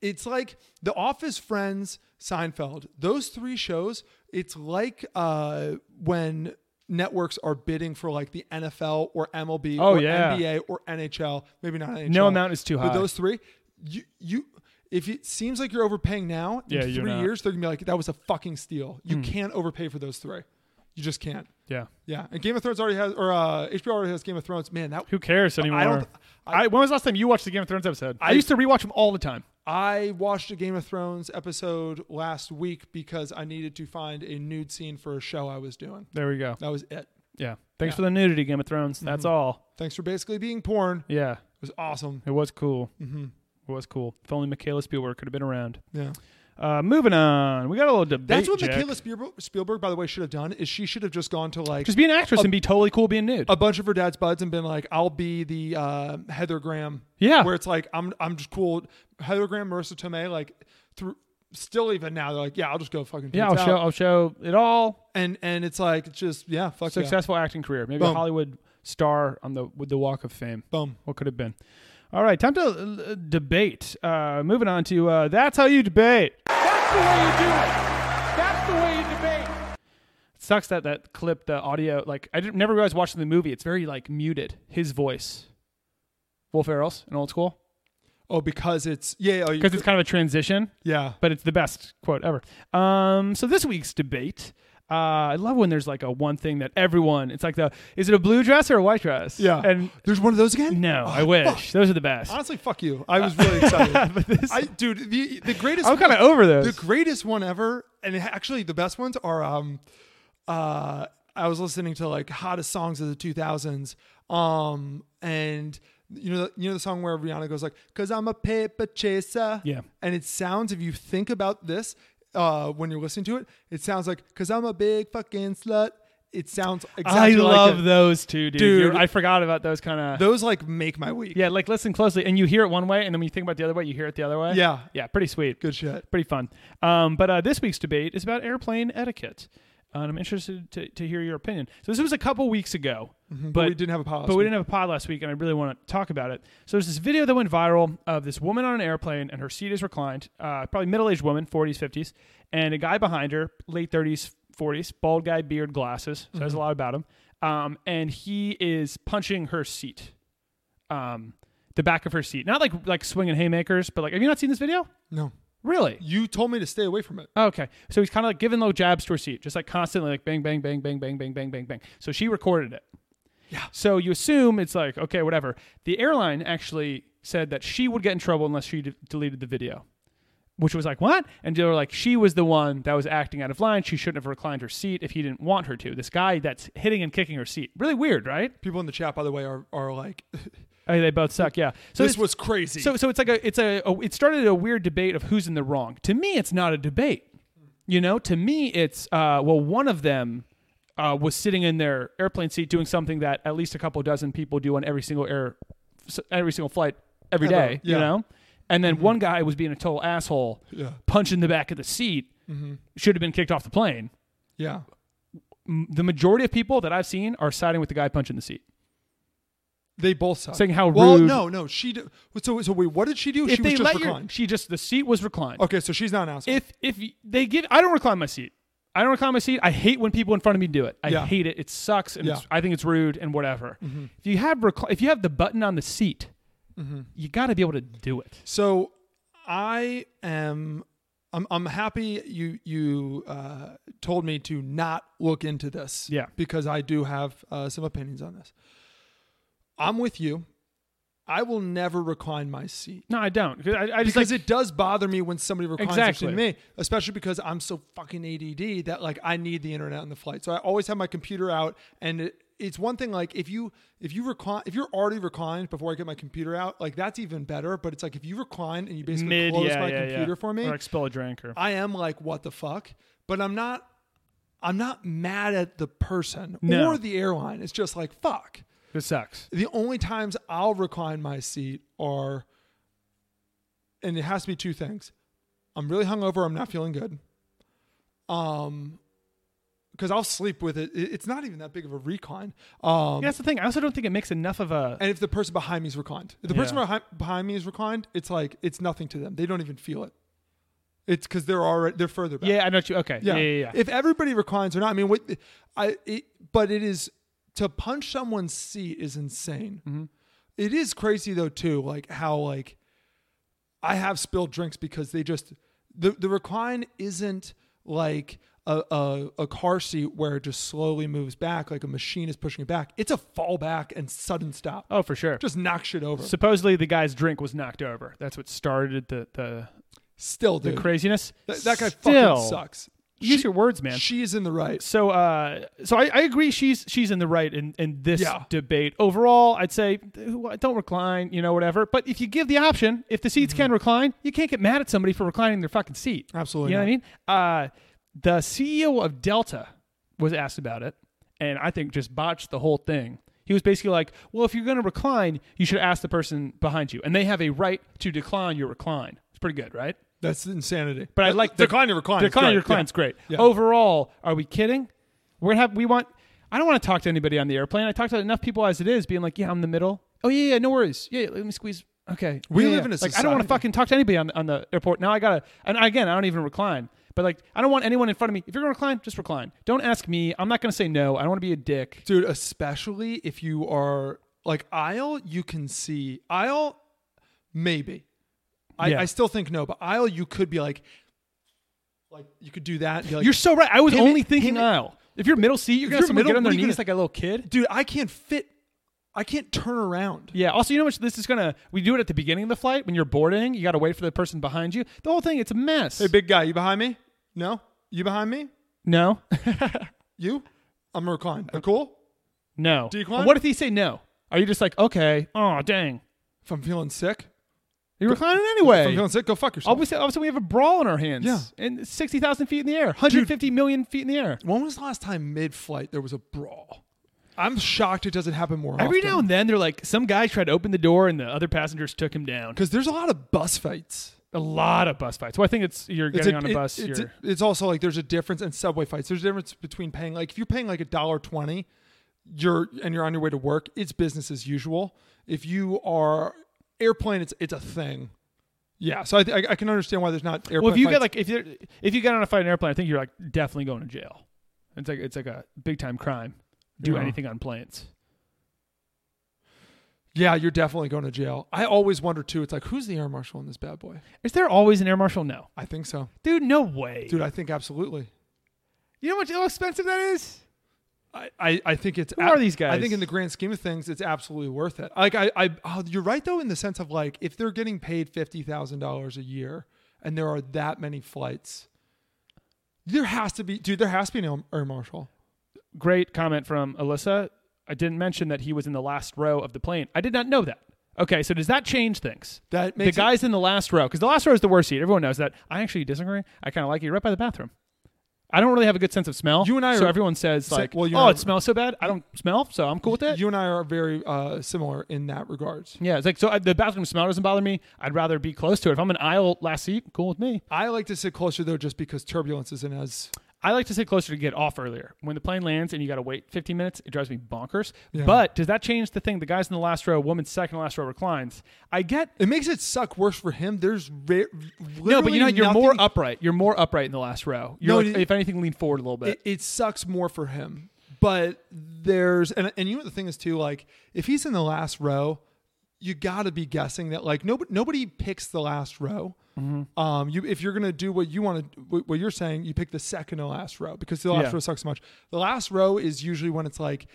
[SPEAKER 7] it's like The Office, Friends, Seinfeld. Those three shows. It's like uh, when networks are bidding for like the NFL or MLB
[SPEAKER 1] Oh,
[SPEAKER 7] or
[SPEAKER 1] yeah.
[SPEAKER 7] NBA or NHL. Maybe not NHL.
[SPEAKER 1] No amount is too high.
[SPEAKER 7] But those three, you you. If it seems like you're overpaying now,
[SPEAKER 1] Yeah,
[SPEAKER 7] in
[SPEAKER 1] you're
[SPEAKER 7] three
[SPEAKER 1] not. Hmm.
[SPEAKER 7] years they're gonna be like, "That was a fucking steal." You can't overpay for those three. You just can't.
[SPEAKER 1] Yeah.
[SPEAKER 7] Yeah, and Game of Thrones already has, or uh, HBO already has Game of Thrones. Man, that
[SPEAKER 1] Who cares anymore? I
[SPEAKER 7] I don't. I,
[SPEAKER 1] when was the last time you watched the Game of Thrones episode? I, used to rewatch them all the time.
[SPEAKER 7] I watched a Game of Thrones episode last week because I needed to find a nude scene for a show I was doing.
[SPEAKER 1] There we go.
[SPEAKER 7] That was it.
[SPEAKER 1] Yeah. Thanks for the nudity, Game of Thrones. That's all.
[SPEAKER 7] Thanks for basically being porn. It
[SPEAKER 1] Yeah.
[SPEAKER 7] was awesome.
[SPEAKER 1] It was cool. Mm-hmm. It was cool. If only Michaela Spielberg could have been around.
[SPEAKER 7] Yeah,
[SPEAKER 1] Uh, moving on. We got a little debate.
[SPEAKER 7] that's what
[SPEAKER 1] Jack.
[SPEAKER 7] Michaela Spielberg, Spielberg, by the way, should have done. Is she should have just gone to like
[SPEAKER 1] Just be an actress and be totally cool being nude.
[SPEAKER 7] a bunch of her dad's buds and been like, "I'll be the uh, Heather Graham."
[SPEAKER 1] Yeah.
[SPEAKER 7] where it's like I'm I'm just cool. Heather Graham, Marissa Tomei, like through. Still, even now, they're like, "Yeah, I'll just go fucking."
[SPEAKER 1] yeah, I'll
[SPEAKER 7] tits out."
[SPEAKER 1] show, I'll show it all.
[SPEAKER 7] and and it's like it's just yeah, fuck yeah.
[SPEAKER 1] Successful acting career. Maybe a
[SPEAKER 7] Boom.
[SPEAKER 1] Hollywood star on the with the Walk of Fame.
[SPEAKER 7] Boom.
[SPEAKER 1] What could have been? All right, time to uh, debate. Uh, moving on to uh, that's how you debate. That's the way you do it. That's the way you debate. It sucks that that clip, the audio, like I didn't, never realized watching the movie. It's very like muted. His voice, Will Ferrell's in old school,
[SPEAKER 7] Oh, because it's yeah, oh, you-
[SPEAKER 1] because it's kind of a transition,
[SPEAKER 7] yeah.
[SPEAKER 1] but it's the best quote ever. Um, so this week's debate. Uh, I love when there's like a one thing that everyone. It's like the is it a blue dress or a white dress?
[SPEAKER 7] Yeah.
[SPEAKER 1] And
[SPEAKER 7] there's one of those again?
[SPEAKER 1] no,
[SPEAKER 7] Oh,
[SPEAKER 1] I wish
[SPEAKER 7] fuck.
[SPEAKER 1] those are the best.
[SPEAKER 7] Honestly, fuck you. I was really excited. I, dude, the, the greatest
[SPEAKER 1] I'm kinda over this.
[SPEAKER 7] The greatest one ever, and actually the best ones are um uh I was listening to like hottest songs of the 2000s um and you know the, you know the song where Rihanna goes like cuz I'm a paper chaser.
[SPEAKER 1] Yeah.
[SPEAKER 7] And it sounds if you think about this uh when you're listening to it, it sounds like cuz I'm a big fucking slut. It sounds exactly
[SPEAKER 1] I love
[SPEAKER 7] like it.
[SPEAKER 1] those too, dude.
[SPEAKER 7] Dude.
[SPEAKER 1] You're- I forgot about those kind of.
[SPEAKER 7] Those like make my week.
[SPEAKER 1] yeah, like listen closely, and you hear it one way, and then when you think about it the other way, you hear it the other way.
[SPEAKER 7] Yeah.
[SPEAKER 1] yeah, pretty sweet.
[SPEAKER 7] Good shit.
[SPEAKER 1] pretty fun. Um, but uh, this week's debate is about airplane etiquette, and I'm interested to, to hear your opinion. So this was a couple weeks ago, but
[SPEAKER 7] Mm-hmm. we didn't have a pod last
[SPEAKER 1] But we
[SPEAKER 7] week.
[SPEAKER 1] didn't have a pod last week, and I really want to talk about it. So there's this video that went viral of this woman on an airplane, and her seat is reclined, uh, probably middle-aged woman, 40s, 50s, and a guy behind her, late 30s, 40s, bald guy, beard, glasses. Says
[SPEAKER 7] Mm-hmm.
[SPEAKER 1] a lot about him. Um, and he is punching her seat, um, the back of her seat. Not like like swinging haymakers, but like, have you not seen this video?
[SPEAKER 7] No.
[SPEAKER 1] Really?
[SPEAKER 7] You told me to stay away from it.
[SPEAKER 1] Okay. So he's kind of like giving little jabs to her seat, just like constantly like bang, bang, bang, bang, bang, bang, bang, bang, bang. So she recorded it. Yeah. So you assume it's like, okay, whatever. The airline actually said that she would get in trouble unless she d- deleted the video, which was like, what? And they were like, she was the one that was acting out of line. She shouldn't have reclined her seat if he didn't want her to. This guy that's hitting and kicking her seat. Really weird, right?
[SPEAKER 7] People in the chat, by the way, are, are like,
[SPEAKER 1] I mean, they both suck. Yeah. So
[SPEAKER 7] this
[SPEAKER 1] it's-
[SPEAKER 7] was crazy.
[SPEAKER 1] So so it's like a it's a, a it started a weird debate of who's in the wrong. To me, it's not a debate. You know, to me, it's uh, well, one of them uh, was sitting in their airplane seat doing something that at least a couple dozen people do on every single air, s- every single flight every
[SPEAKER 7] Ever,
[SPEAKER 1] day. You
[SPEAKER 7] yeah. Mm-hmm.
[SPEAKER 1] know, and then one guy was being a total asshole,
[SPEAKER 7] Yeah. Mm-hmm.
[SPEAKER 1] punching the back of the seat. Should have been kicked off the plane.
[SPEAKER 7] yeah.
[SPEAKER 1] The majority of people that I've seen are siding with the guy punching the seat.
[SPEAKER 7] They both suck.
[SPEAKER 1] Saying how
[SPEAKER 7] well,
[SPEAKER 1] rude-
[SPEAKER 7] no, no. She did, so, so wait, what did she do?
[SPEAKER 1] If
[SPEAKER 7] she
[SPEAKER 1] they
[SPEAKER 7] was just
[SPEAKER 1] let your-
[SPEAKER 7] reclined.
[SPEAKER 1] she just the seat was reclined.
[SPEAKER 7] okay, so she's not an asshole.
[SPEAKER 1] if if y- they give I don't recline my seat. I don't recline my seat. I hate when people in front of me do it. I
[SPEAKER 7] Yeah.
[SPEAKER 1] hate it. It sucks and
[SPEAKER 7] Yeah. Mm-hmm.
[SPEAKER 1] it's, I think it's rude and whatever. If you have recli- if you have the button on the seat, you got to be able to do it.
[SPEAKER 7] so I am, I'm, I'm happy you, you uh, told me to not look into this.
[SPEAKER 1] Yeah.
[SPEAKER 7] Because I do have uh, some opinions on this. I'm with you. I will never recline my seat.
[SPEAKER 1] No, I don't. 'Cause I, I just
[SPEAKER 7] because
[SPEAKER 1] like,
[SPEAKER 7] it does bother me when somebody reclines
[SPEAKER 1] Exactly.
[SPEAKER 7] exactly. to me, especially because I'm so fucking ADD that like I need the internet on the flight. So I always have my computer out, and it, it's one thing like if you if you recline if you're already reclined before I get my computer out, like that's even better. But it's like if you recline and you basically
[SPEAKER 1] mid
[SPEAKER 7] close
[SPEAKER 1] yeah,
[SPEAKER 7] my
[SPEAKER 1] yeah,
[SPEAKER 7] computer
[SPEAKER 1] yeah.
[SPEAKER 7] for me,
[SPEAKER 1] or like spill a drink or
[SPEAKER 7] I am like what the fuck. But I'm not I'm not mad at the person
[SPEAKER 1] No.
[SPEAKER 7] or the airline. It's just like fuck
[SPEAKER 1] this sucks.
[SPEAKER 7] the only times I'll recline my seat are, and it has to be two things. I'm really hungover. I'm not feeling good. Um, because I'll sleep with it. It- It's not even that big of a recon. Um,
[SPEAKER 1] Yeah, that's the thing. I also don't think it makes enough of a.
[SPEAKER 7] And if the person behind me is reclined, if the person
[SPEAKER 1] Yeah.
[SPEAKER 7] behind, behind me is reclined, it's like it's nothing to them. They don't even feel it. It's because they're already they're further back.
[SPEAKER 1] yeah, I know what you. Okay. Yeah, yeah, yeah.
[SPEAKER 7] If everybody reclines or not, I mean, what, I it, but it is to punch someone's seat is insane.
[SPEAKER 1] Mm-hmm.
[SPEAKER 7] It is crazy though too, like how like I have spilled drinks because they just the the recline isn't like. A, a, a car seat where it just slowly moves back like a machine is pushing it back. It's a fall back and sudden stop.
[SPEAKER 1] oh, for sure.
[SPEAKER 7] Just knock shit over.
[SPEAKER 1] Supposedly the guy's drink was knocked over. That's what started the the,
[SPEAKER 7] Still,
[SPEAKER 1] the
[SPEAKER 7] dude.
[SPEAKER 1] craziness.
[SPEAKER 7] Th- that guy
[SPEAKER 1] Still,
[SPEAKER 7] fucking sucks.
[SPEAKER 1] Use
[SPEAKER 7] She-
[SPEAKER 1] your words, man.
[SPEAKER 7] She is in the right.
[SPEAKER 1] so uh so I, I agree she's she's in the right in, in this
[SPEAKER 7] Yeah.
[SPEAKER 1] debate overall i'd say uh, don't recline you know whatever but if you give the option if the seats can recline you can't get mad at somebody for reclining their fucking seat
[SPEAKER 7] Mm-hmm. Absolutely
[SPEAKER 1] you know what i mean uh the ceo of delta was asked about it and i think just botched the whole thing he was basically like well if you're going to recline you should ask the person behind you and they have a right to decline your recline it's pretty good right
[SPEAKER 7] That's insanity.
[SPEAKER 1] but I like the,
[SPEAKER 7] decline to recline.
[SPEAKER 1] Decline to
[SPEAKER 7] It's great.
[SPEAKER 1] recline is great.
[SPEAKER 7] Yeah.
[SPEAKER 1] Overall, are we kidding? We're gonna have we want. I don't want to talk to anybody on the airplane. I talk to enough people as it is, being like, yeah, I'm in the middle. Oh yeah, yeah, no worries. Yeah, let me squeeze. Okay.
[SPEAKER 7] We
[SPEAKER 1] Yeah,
[SPEAKER 7] live
[SPEAKER 1] yeah.
[SPEAKER 7] in a
[SPEAKER 1] like I don't want
[SPEAKER 7] society-
[SPEAKER 1] to fucking talk to anybody on on the airport now. I gotta and again, I don't even recline. But like, I don't want anyone in front of me. If you're gonna recline, just recline. Don't ask me. I'm not gonna say no. I don't want to be a dick.
[SPEAKER 7] dude. Especially if you are like aisle, you can see aisle. Maybe, I,
[SPEAKER 1] Yeah.
[SPEAKER 7] I still think no, but aisle you could be like, like you could do that. and be like,
[SPEAKER 1] You're so right. I was
[SPEAKER 7] Him-
[SPEAKER 1] only thinking
[SPEAKER 7] him-
[SPEAKER 1] aisle. If you're middle seat, you're
[SPEAKER 7] If
[SPEAKER 1] gonna
[SPEAKER 7] you're
[SPEAKER 1] someone get
[SPEAKER 7] middle,
[SPEAKER 1] on their
[SPEAKER 7] what are you
[SPEAKER 1] knees
[SPEAKER 7] gonna-
[SPEAKER 1] like a little kid.
[SPEAKER 7] dude. I can't fit. I can't turn around.
[SPEAKER 1] Yeah. Also, you know what? This is gonna. We do it at the beginning of the flight when you're boarding. You got to wait for the person behind you. The whole thing. It's a mess.
[SPEAKER 7] Hey, big guy, you behind me? No, you behind me?
[SPEAKER 1] no.
[SPEAKER 7] You? I'm gonna recline. Uh, cool.
[SPEAKER 1] no.
[SPEAKER 7] Decline?
[SPEAKER 1] What if he say no? Are you just like okay? Oh dang.
[SPEAKER 7] If I'm feeling sick,
[SPEAKER 1] You're reclining
[SPEAKER 7] if I'm
[SPEAKER 1] anyway.
[SPEAKER 7] feeling sick, go fuck yourself.
[SPEAKER 1] All of, a sudden, all of a sudden we have a brawl on our hands.
[SPEAKER 7] Yeah.
[SPEAKER 1] And sixty thousand feet in the air. 150 million feet in the air.
[SPEAKER 7] When was the last time mid-flight there was a brawl? I'm shocked it doesn't happen more
[SPEAKER 1] Every
[SPEAKER 7] often.
[SPEAKER 1] now and then they're like some guy tried to open the door and the other passengers took him down.
[SPEAKER 7] because there's a lot of bus fights.
[SPEAKER 1] A lot of bus fights. Well, I think it's you're
[SPEAKER 7] It's
[SPEAKER 1] getting
[SPEAKER 7] a-
[SPEAKER 1] on a
[SPEAKER 7] it-
[SPEAKER 1] bus.
[SPEAKER 7] It's,
[SPEAKER 1] you're,
[SPEAKER 7] it's also like there's a difference in subway fights. There's a difference between paying like if you're paying like a dollar twenty, you're and you're on your way to work. It's business as usual. If you are airplane, it's it's a thing. Yeah, so I, th- I, I can understand why there's not airplane.
[SPEAKER 1] Well, if you
[SPEAKER 7] fights.
[SPEAKER 1] get like if you are if you got on a fighting airplane, I think you're like definitely going to jail. It's like it's like a big time crime. Do
[SPEAKER 7] Yeah.
[SPEAKER 1] anything on planes.
[SPEAKER 7] yeah, you're definitely going to jail. I always wonder too. It's like who's the air marshal in this bad boy?
[SPEAKER 1] Is there always an air marshal? No,
[SPEAKER 7] I think so,
[SPEAKER 1] dude. No way.
[SPEAKER 7] dude. I think absolutely.
[SPEAKER 1] you know how much how expensive that is.
[SPEAKER 7] I- I, I think it's
[SPEAKER 1] Who are these guys?
[SPEAKER 7] I think in the grand scheme of things, it's absolutely worth it. Like I, I oh, you're right though in the sense of like if they're getting paid fifty thousand dollars a year and there are that many flights, there has to be dude. There has to be an air marshal.
[SPEAKER 1] Great comment from Alyssa. I didn't mention that he was in the last row of the plane. I did not know that. Okay, so does that change things?
[SPEAKER 7] That
[SPEAKER 1] the
[SPEAKER 7] makes it-
[SPEAKER 1] guys in the last row because the last row is the worst seat. Everyone knows that. I actually disagree. I kind of like it. You're right by the bathroom. I don't really have a good sense of smell.
[SPEAKER 7] You and I
[SPEAKER 1] So
[SPEAKER 7] are-
[SPEAKER 1] everyone says
[SPEAKER 7] Sa-
[SPEAKER 1] like,
[SPEAKER 7] well, you and
[SPEAKER 1] "Oh,
[SPEAKER 7] I-
[SPEAKER 1] it smells so bad. I don't smell, so I'm cool with it."
[SPEAKER 7] You and I are very uh, similar in that regards.
[SPEAKER 1] Yeah, it's like so. I, the bathroom smell doesn't bother me. I'd rather be close to it. If I'm an aisle last seat, cool with me.
[SPEAKER 7] I like to sit closer though, just because turbulence isn't as
[SPEAKER 1] I like to sit closer to get off earlier. When the plane lands and you got to wait 15 minutes, it drives me bonkers.
[SPEAKER 7] Yeah.
[SPEAKER 1] But does that change the thing? The guys in the last row, woman's second to last row reclines. I get.
[SPEAKER 7] it makes it suck worse for him. There's re-
[SPEAKER 1] No, but you know you're more
[SPEAKER 7] nothing-
[SPEAKER 1] upright. You're more upright in the last row. You're
[SPEAKER 7] No,
[SPEAKER 1] like,
[SPEAKER 7] it-
[SPEAKER 1] if anything, lean forward a little bit.
[SPEAKER 7] it, it sucks more for him. But there's and and you know what the thing is too, like if he's in the last row, you got to be guessing that like nobody nobody picks the last row.
[SPEAKER 1] Mm-hmm.
[SPEAKER 7] Um, you if you're gonna do what you want to what what you're saying, you pick the second to last row because the last
[SPEAKER 1] Yeah.
[SPEAKER 7] row sucks so much. The last row is usually when it's like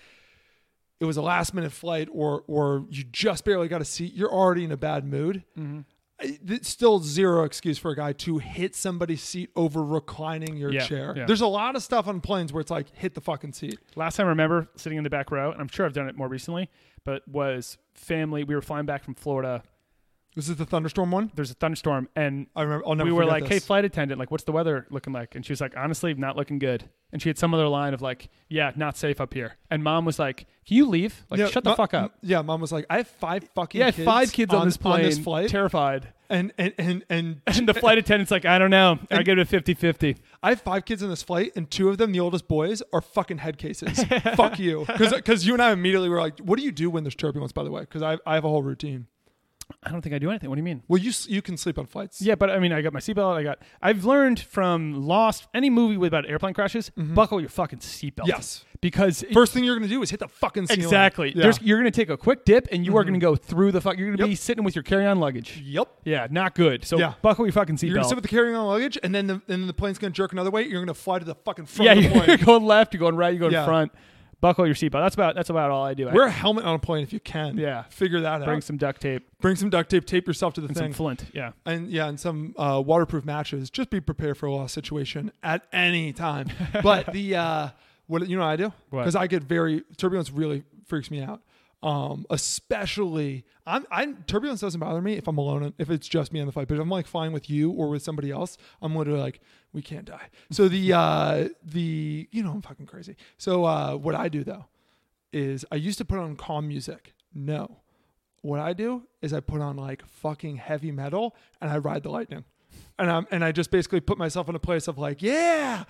[SPEAKER 7] it was a last minute flight or or you just barely got a seat. You're already in a bad mood. I- It's still zero excuse for a guy to hit somebody's seat over reclining your
[SPEAKER 1] Yeah,
[SPEAKER 7] chair.
[SPEAKER 1] yeah.
[SPEAKER 7] There's a lot of stuff on planes where it's like hit the fucking seat.
[SPEAKER 1] last time I remember sitting in the back row, and I'm sure I've done it more recently, but was family. We were flying back from Florida.
[SPEAKER 7] This is the thunderstorm one.
[SPEAKER 1] There's a thunderstorm, and
[SPEAKER 7] I remember. I'll never
[SPEAKER 1] we were
[SPEAKER 7] forget
[SPEAKER 1] like,
[SPEAKER 7] this.
[SPEAKER 1] "Hey, flight attendant, like, what's the weather looking like?" And she was like, "Honestly, not looking good." And she had some other line of like, "Yeah, not safe up here." And mom was like, "Can you leave? Like,
[SPEAKER 7] Yeah,
[SPEAKER 1] shut the
[SPEAKER 7] mo-
[SPEAKER 1] fuck up."
[SPEAKER 7] Yeah, mom was like, I have five fucking
[SPEAKER 1] Yeah, I had
[SPEAKER 7] kids
[SPEAKER 1] five kids on, this plane,
[SPEAKER 7] flight,
[SPEAKER 1] terrified.
[SPEAKER 7] and and and and
[SPEAKER 1] And the flight attendant's like, "I don't know. I give it a 50-50.
[SPEAKER 7] I have five kids on this flight, and two of them, the oldest boys, are fucking head cases. Fuck you, because you and I immediately were like, what do you do when there's turbulence? By the way, because I I have a whole routine.
[SPEAKER 1] I don't think I do anything. What do you mean?"
[SPEAKER 7] Well, you s- you can sleep on flights.
[SPEAKER 1] Yeah, but I mean, I got my seatbelt. I got. I've learned from Lost, any movie with about airplane crashes, buckle your fucking seatbelt.
[SPEAKER 7] Mm-hmm. Yes.
[SPEAKER 1] because it-
[SPEAKER 7] First thing you're gonna do is hit the fucking ceiling.
[SPEAKER 1] exactly.
[SPEAKER 7] Yeah. Mm-hmm.
[SPEAKER 1] There's, you're gonna take a quick dip, and you are gonna go through the fuck. You're gonna be sitting with your carry-on luggage.
[SPEAKER 7] yep.
[SPEAKER 1] Yeah, not good. So
[SPEAKER 7] Yeah.
[SPEAKER 1] buckle your fucking seatbelt.
[SPEAKER 7] You're gonna sit with the carrying on luggage, and then the and the plane's gonna jerk another way. You're gonna fly to the fucking front.
[SPEAKER 1] yeah,
[SPEAKER 7] of the
[SPEAKER 1] you're
[SPEAKER 7] plane.
[SPEAKER 1] going left. You're going right. You're going
[SPEAKER 7] Yeah.
[SPEAKER 1] front. Buckle your seatbelt. That's about. That's about all I do. I
[SPEAKER 7] Wear a helmet on a plane if you can.
[SPEAKER 1] Yeah.
[SPEAKER 7] figure that
[SPEAKER 1] bring
[SPEAKER 7] out.
[SPEAKER 1] some duct tape
[SPEAKER 7] bring some duct tape, tape yourself to the
[SPEAKER 1] and
[SPEAKER 7] thing,
[SPEAKER 1] some flint. Yeah.
[SPEAKER 7] and yeah, and some uh, waterproof matches. Just be prepared for a loss situation at any time. But the uh, what you know what I do
[SPEAKER 1] What?
[SPEAKER 7] because I get very turbulence really freaks me out. Um, especially I'm, I'm turbulence doesn't bother me if I'm alone if it's just me on the flight. But if I'm like flying with you or with somebody else, I'm literally like we can't die. So the uh, the you know I'm fucking crazy. So uh, what I do though is I used to put on calm music. No. What I do is I put on like fucking heavy metal and I ride the lightning. And I'm and I just basically put myself in a place of like, yeah,